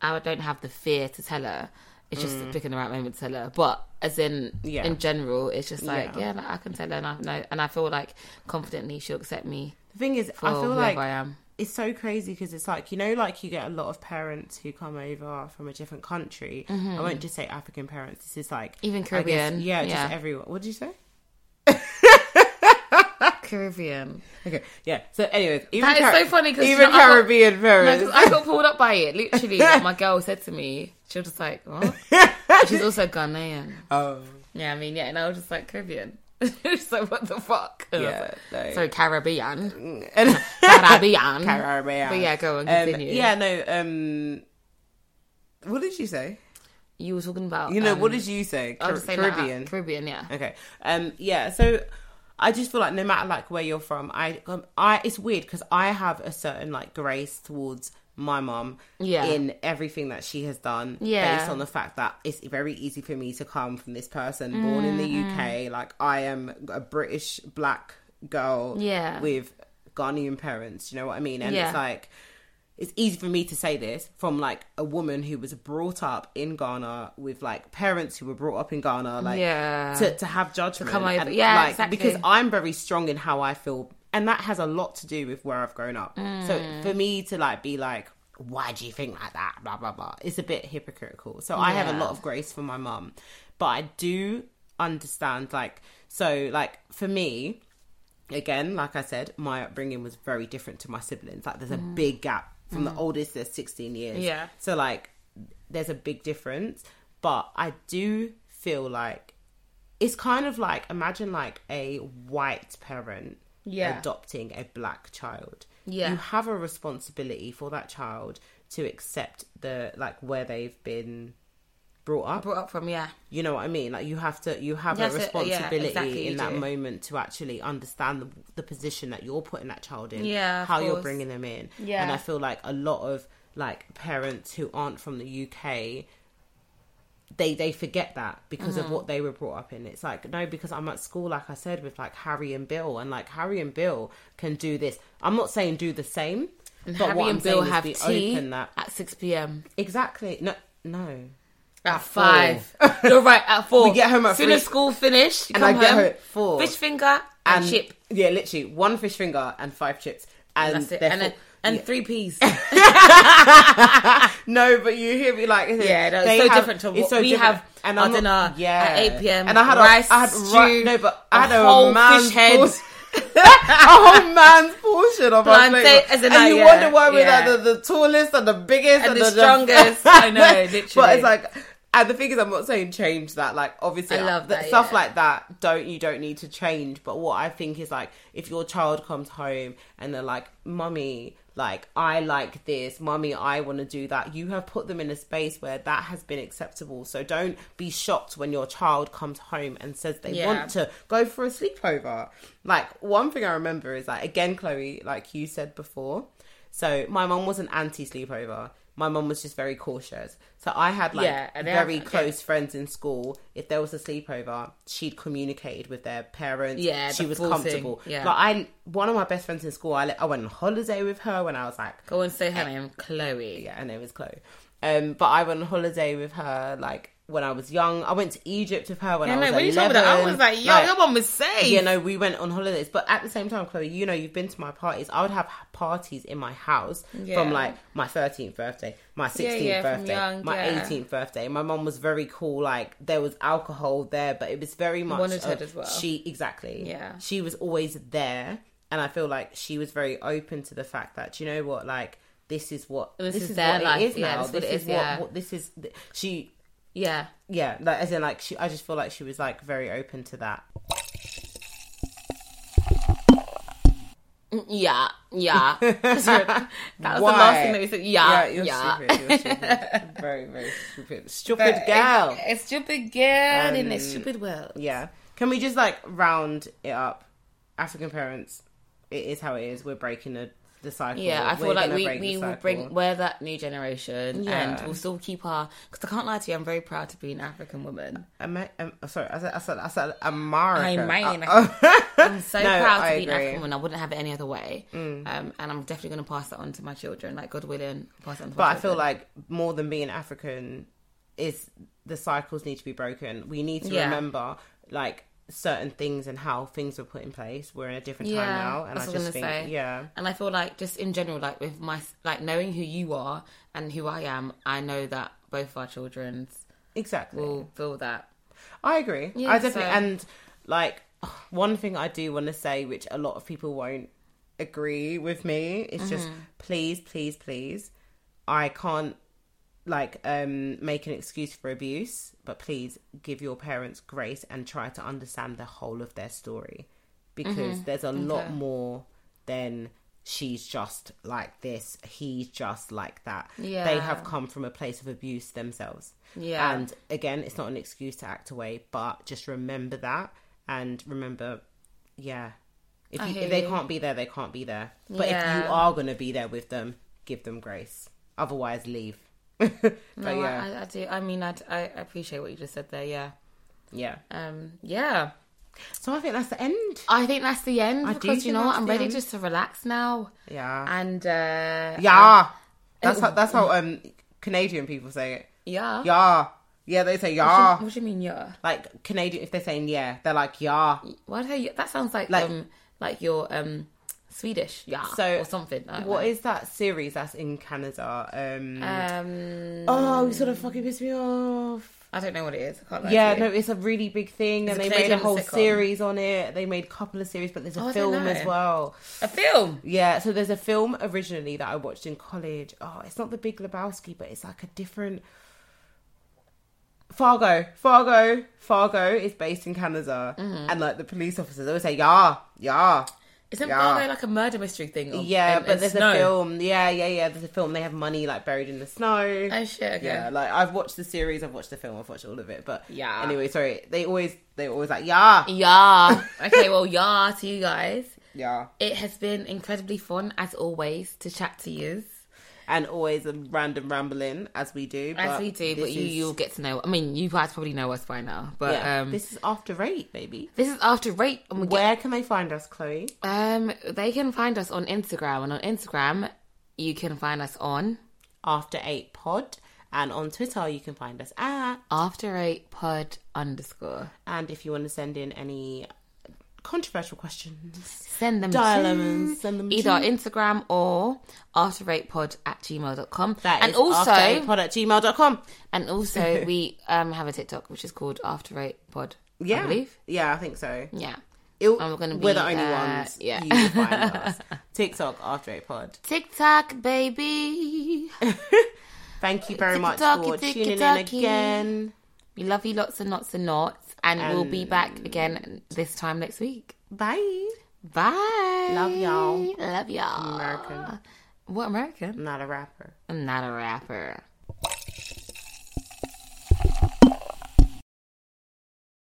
Speaker 1: I don't have the fear to tell her. It's just picking the right moment to tell her. But as in
Speaker 2: Yeah.
Speaker 1: in general, it's just like yeah,
Speaker 2: Yeah.
Speaker 1: like, I can tell her, and I know, and I feel like confidently she'll accept me
Speaker 2: The thing is,
Speaker 1: for
Speaker 2: I feel
Speaker 1: whoever
Speaker 2: like
Speaker 1: I am.
Speaker 2: it's so crazy because it's like you know like you get a lot of parents who come over from a different country i won't just say african parents this is like
Speaker 1: Mm-hmm. Even
Speaker 2: I guess-
Speaker 1: Caribbean,
Speaker 2: yeah,
Speaker 1: yeah.
Speaker 2: just everyone what did you say
Speaker 1: Caribbean.
Speaker 2: okay yeah so anyways even
Speaker 1: That is so funny 'cause,
Speaker 2: even
Speaker 1: you know, I got-
Speaker 2: caribbean
Speaker 1: No,
Speaker 2: parents
Speaker 1: 'cause I got pulled up by it. Literally, like, my girl said to me, she was just like, "What?" She's also Ghanaian.
Speaker 2: oh
Speaker 1: Yeah, I mean, yeah, and I was just like Caribbean. so what the fuck? And I was
Speaker 2: Yeah,
Speaker 1: like-
Speaker 2: like-
Speaker 1: so Caribbean,
Speaker 2: and
Speaker 1: Caribbean.
Speaker 2: caribbean
Speaker 1: But yeah, go on,
Speaker 2: Um,
Speaker 1: continue.
Speaker 2: yeah no um what did you say
Speaker 1: You were talking about
Speaker 2: you know
Speaker 1: um,
Speaker 2: what did you say
Speaker 1: I
Speaker 2: Car-
Speaker 1: was saying that-
Speaker 2: caribbean
Speaker 1: Caribbean, yeah.
Speaker 2: Okay. Um. Yeah. So I just feel like no matter like where you're from, I um, I it's weird because I have a certain like grace towards my mom
Speaker 1: Yeah.
Speaker 2: in everything that she has done
Speaker 1: Yeah.
Speaker 2: based on the fact that it's very easy for me to come from this person born in
Speaker 1: Mm-hmm.
Speaker 2: the UK like I am a British black girl
Speaker 1: Yeah.
Speaker 2: with Ghanaian parents you know what I mean and
Speaker 1: Yeah.
Speaker 2: it's like it's easy for me to say this from like a woman who was brought up in Ghana with like parents who were brought up in Ghana like
Speaker 1: Yeah.
Speaker 2: to, to have judgment
Speaker 1: come over-
Speaker 2: and,
Speaker 1: yeah,
Speaker 2: like,
Speaker 1: exactly.
Speaker 2: because I'm very strong in how I feel and that has a lot to do with where I've grown up
Speaker 1: Mm.
Speaker 2: so for me to like be like why do you think like that blah blah blah it's a bit hypocritical so I have a
Speaker 1: Yeah.
Speaker 2: lot of grace for my mum but I do understand like so like for me again, like I said, my upbringing was very different to my siblings. Like, there's a big gap from the oldest. There's 16 years.
Speaker 1: Mm. Yeah.
Speaker 2: So like, there's a big difference. But I do feel like it's kind of like imagine like a white parent
Speaker 1: Yeah.
Speaker 2: adopting a black child.
Speaker 1: Yeah.
Speaker 2: You have a responsibility for that child to accept the like where they've been brought up
Speaker 1: Brought up from yeah,
Speaker 2: you know what I mean? Like you have to, you have
Speaker 1: That's
Speaker 2: a
Speaker 1: it, yeah,
Speaker 2: responsibility
Speaker 1: exactly, you
Speaker 2: in that
Speaker 1: do.
Speaker 2: moment to actually understand the, the position that you're putting that child in,
Speaker 1: Yeah, of
Speaker 2: how you're
Speaker 1: course.
Speaker 2: bringing them in.
Speaker 1: Yeah.
Speaker 2: And I feel like a lot of like parents who aren't from the UK, they they forget that because
Speaker 1: Mm-hmm.
Speaker 2: of what they were brought up in. It's like no, because I'm at school, like I said, with like Harry and Bill, and like Harry and Bill can do this. I'm not saying do the same, but
Speaker 1: Harry
Speaker 2: what I'm
Speaker 1: and Bill
Speaker 2: saying
Speaker 1: have
Speaker 2: is be
Speaker 1: tea
Speaker 2: open that
Speaker 1: at six p.m.
Speaker 2: exactly. No, no.
Speaker 1: At,
Speaker 2: At
Speaker 1: five, you're right. At four,
Speaker 2: We get home at
Speaker 1: soon
Speaker 2: three.
Speaker 1: as school finish, you
Speaker 2: And
Speaker 1: come
Speaker 2: I get
Speaker 1: home,
Speaker 2: home at four.
Speaker 1: Fish finger and, chip,
Speaker 2: Yeah, literally one fish finger and five chips, and
Speaker 1: that's it,
Speaker 2: they're
Speaker 1: and then,
Speaker 2: full.
Speaker 1: and
Speaker 2: Yeah.
Speaker 1: three peas.
Speaker 2: no, but you hear me like
Speaker 1: Yeah, no, it's
Speaker 2: they
Speaker 1: so different to what we have our
Speaker 2: not-
Speaker 1: dinner at 8 p.m.,
Speaker 2: And I had
Speaker 1: rice,
Speaker 2: a, I had ri-
Speaker 1: stew,
Speaker 2: no, but
Speaker 1: a
Speaker 2: I had a
Speaker 1: whole
Speaker 2: man's
Speaker 1: fish head.
Speaker 2: portion- a whole man's portion of our
Speaker 1: Plantain-
Speaker 2: plate.
Speaker 1: as in,
Speaker 2: and
Speaker 1: like,
Speaker 2: you
Speaker 1: yeah,
Speaker 2: wonder why we're
Speaker 1: yeah.
Speaker 2: like the, the tallest and the biggest
Speaker 1: And the strongest. I know,
Speaker 2: but
Speaker 1: literally.
Speaker 2: it's like. And the thing is, I'm not saying change that. Like, obviously,
Speaker 1: I love that,
Speaker 2: stuff
Speaker 1: yeah.
Speaker 2: like that don't you don't need to change but what i think is like if your child comes home and they're like mummy like i like this mummy i want to do that you have put them in a space where that has been acceptable so don't be shocked when your child comes home and says they
Speaker 1: Yeah.
Speaker 2: want to go for a sleepover like one thing i remember is like again chloe like you said before so my mum wasn't anti sleepover my mum was just very cautious so i had like
Speaker 1: Yeah, and they
Speaker 2: very
Speaker 1: have- yeah.
Speaker 2: close friends in school, if there was a sleepover, she'd communicated with their parents.
Speaker 1: Yeah,
Speaker 2: she
Speaker 1: the
Speaker 2: was
Speaker 1: full
Speaker 2: comfortable.
Speaker 1: thing, yeah.
Speaker 2: Like I, one of my best friends in school, I, let- I went on holiday with her when I was like,
Speaker 1: Go and say her name, Chloe.
Speaker 2: yeah, her name is Chloe. Um, but I went on holiday with her like when I was young. I went to Egypt with her when I
Speaker 1: And
Speaker 2: was
Speaker 1: like,
Speaker 2: like,
Speaker 1: when you told me that, I was like, yo, your mum was safe.
Speaker 2: you know, we went on holidays, but at the same time, Chloe, you know, you've been to my parties. I would have parties in my house
Speaker 1: Yeah.
Speaker 2: from like my 13th birthday, my 16th
Speaker 1: yeah, from
Speaker 2: birthday,
Speaker 1: young,
Speaker 2: my
Speaker 1: yeah.
Speaker 2: 18th birthday. My mom was very cool. Like there was alcohol there, but it was very much
Speaker 1: Monitored
Speaker 2: of-
Speaker 1: as well.
Speaker 2: She exactly,
Speaker 1: Yeah.
Speaker 2: She was always there, and I feel like she was very open to the fact that you know what, like this is what
Speaker 1: This is their life, yeah,
Speaker 2: now.
Speaker 1: this is what
Speaker 2: This
Speaker 1: it
Speaker 2: is
Speaker 1: is,
Speaker 2: what,
Speaker 1: yeah.
Speaker 2: what this is. th- She
Speaker 1: yeah.
Speaker 2: yeah, like as in like she, I just feel like she was like very open to that.
Speaker 1: Yeah, yeah. that was the
Speaker 2: Why?
Speaker 1: last thing that we said.
Speaker 2: Yeah,
Speaker 1: Yeah, Ah, yeah.
Speaker 2: you're stupid. You're stupid. very, very stupid. Stupid
Speaker 1: But
Speaker 2: girl.
Speaker 1: A, a stupid girl in a
Speaker 2: Um,
Speaker 1: stupid world.
Speaker 2: Yeah. Can we just like round it up? African parents, it is how it is. We're breaking the, the cycle.
Speaker 1: Yeah, I feel
Speaker 2: We're
Speaker 1: like
Speaker 2: gonna
Speaker 1: we,
Speaker 2: break the
Speaker 1: we will
Speaker 2: cycle.
Speaker 1: bring we're that new generation, and
Speaker 2: Yeah.
Speaker 1: we'll still keep our. Because I can't lie to you, I'm very proud to be an African woman.
Speaker 2: Ama- um, sorry, I said, I said, I said Uh, American.
Speaker 1: Amen.
Speaker 2: I'm
Speaker 1: So proud to be an African woman. I wouldn't have it any other way.
Speaker 2: Mm.
Speaker 1: Um, and I'm definitely going to pass that on to my children. Like God willing, pass it on. To my
Speaker 2: But I
Speaker 1: children.
Speaker 2: feel like more than being African, is the cycles need to be broken. We need to
Speaker 1: Yeah.
Speaker 2: remember like certain things and how things were put in place. We're in a different time
Speaker 1: Yeah,
Speaker 2: now, and
Speaker 1: that's
Speaker 2: I
Speaker 1: what I'm
Speaker 2: just think,
Speaker 1: gonna say.
Speaker 2: yeah,
Speaker 1: And I feel like just in general, like with my like knowing who you are and who I am, I know that both of our childrens
Speaker 2: exactly.
Speaker 1: will feel that.
Speaker 2: I agree.
Speaker 1: Yeah,
Speaker 2: I definitely
Speaker 1: so-
Speaker 2: and like one thing I do want to say, which a lot of people won't agree with me, is just
Speaker 1: Mm-hmm.
Speaker 2: please, please, please. I can't like um make an excuse for abuse, but please give your parents grace and try to understand the whole of their story because
Speaker 1: Mm-hmm.
Speaker 2: there's a lot more than she's just like this, he's just like that. They
Speaker 1: Yeah.
Speaker 2: have come from a place of abuse themselves.
Speaker 1: Yeah.
Speaker 2: And again, it's not an excuse to act away, but just remember that and remember, yeah. If,
Speaker 1: I
Speaker 2: you,
Speaker 1: hear
Speaker 2: if they
Speaker 1: you.
Speaker 2: can't be there, they can't be there. But if
Speaker 1: Yeah.
Speaker 2: you are going to be there with them, give them grace. Otherwise, leave. but
Speaker 1: No, I-
Speaker 2: yeah,
Speaker 1: I, I do. I mean, I, I appreciate what you just said there. Yeah.
Speaker 2: yeah.
Speaker 1: Um. Yeah.
Speaker 2: So I think that's the end.
Speaker 1: I think that's the end
Speaker 2: do
Speaker 1: because you
Speaker 2: think
Speaker 1: know what?
Speaker 2: that's
Speaker 1: I'm
Speaker 2: the
Speaker 1: ready
Speaker 2: end.
Speaker 1: just to relax now
Speaker 2: Yeah,
Speaker 1: and uh
Speaker 2: yeah. That's how, that's
Speaker 1: oh.
Speaker 2: how um Canadian people say it.
Speaker 1: yeah.
Speaker 2: Yeah, yeah. They say yeah.
Speaker 1: What do you mean yeah?
Speaker 2: Like Canadian, if they're saying yeah, they're like yeah.
Speaker 1: Why do you, that sounds like
Speaker 2: Like-
Speaker 1: um like your um Swedish yeah
Speaker 2: So,
Speaker 1: or something. I don't
Speaker 2: What is that series that's in Canada? Um,
Speaker 1: know. um
Speaker 2: oh, you sort of fucking pissed me off.
Speaker 1: I don't know what it is. I can't lie
Speaker 2: Yeah,
Speaker 1: to
Speaker 2: no,
Speaker 1: you.
Speaker 2: it's a really big thing, and
Speaker 1: a
Speaker 2: they made a
Speaker 1: Canadian
Speaker 2: whole
Speaker 1: sitcom.
Speaker 2: series on it. They made a couple of series, but there's a
Speaker 1: Oh, I don't
Speaker 2: film as
Speaker 1: know.
Speaker 2: well.
Speaker 1: a film.
Speaker 2: Yeah, so there's a film originally that I watched in college. Oh, it's not The Big Lebowski, but it's like a different. Fargo, Fargo, Fargo is based in Canada,
Speaker 1: Mm-hmm.
Speaker 2: and like the police officers always say, "Yeah, yeah,
Speaker 1: Isn't
Speaker 2: Yeah.
Speaker 1: Fargo like a murder mystery thing? Or,
Speaker 2: yeah."
Speaker 1: and-
Speaker 2: but
Speaker 1: and
Speaker 2: there's
Speaker 1: snow?
Speaker 2: a film, yeah, yeah, yeah. There's a film. They have money like buried in the snow.
Speaker 1: Oh shit! Okay.
Speaker 2: Yeah, like I've watched the series, I've watched the film, I've watched all of it. But
Speaker 1: Yeah.
Speaker 2: anyway, sorry. They always they always like yeah,
Speaker 1: Yeah. Okay, well, yeah to you guys.
Speaker 2: yeah,
Speaker 1: It has been incredibly fun, as always, to chat to you.
Speaker 2: and always a random rambling as we do.
Speaker 1: As
Speaker 2: but
Speaker 1: we do, but
Speaker 2: this
Speaker 1: you,
Speaker 2: is-
Speaker 1: you'll get to know. I mean, you guys probably know us by now, but
Speaker 2: yeah,
Speaker 1: um, this,
Speaker 2: this is after eight, baby.
Speaker 1: is after rate. And we get,
Speaker 2: Where can they find us, Chloe?
Speaker 1: um, they can find us on Instagram, and on Instagram, you can find us on
Speaker 2: After eight pod, and on Twitter you can find us at.
Speaker 1: after eight pod underscore.
Speaker 2: And if you want to send in any controversial questions,
Speaker 1: Send them
Speaker 2: Dilemmas,
Speaker 1: to
Speaker 2: send them
Speaker 1: either Instagram or after eight pod at gmail.com.
Speaker 2: that
Speaker 1: and
Speaker 2: is
Speaker 1: also,
Speaker 2: after8pod at gmail.com.
Speaker 1: And also, we um, have a TikTok which is called After Eight Pod.
Speaker 2: Yeah,
Speaker 1: I believe.
Speaker 2: yeah, I think so.
Speaker 1: Yeah.
Speaker 2: It'll-
Speaker 1: And we're gonna
Speaker 2: we're
Speaker 1: be,
Speaker 2: the only
Speaker 1: uh,
Speaker 2: ones.
Speaker 1: yeah.
Speaker 2: you will find us. TikTok after eight pod.
Speaker 1: TikTok, baby.
Speaker 2: Thank you very much
Speaker 1: Ticky-tacky,
Speaker 2: for tuning in
Speaker 1: ticky-tacky.
Speaker 2: again.
Speaker 1: we love you lots and lots and lots. And, we'll be back again this time next week.
Speaker 2: Bye.
Speaker 1: Bye.
Speaker 2: Love y'all.
Speaker 1: Love y'all.
Speaker 2: American.
Speaker 1: What American?
Speaker 2: Not a rapper.
Speaker 1: I'm not a rapper.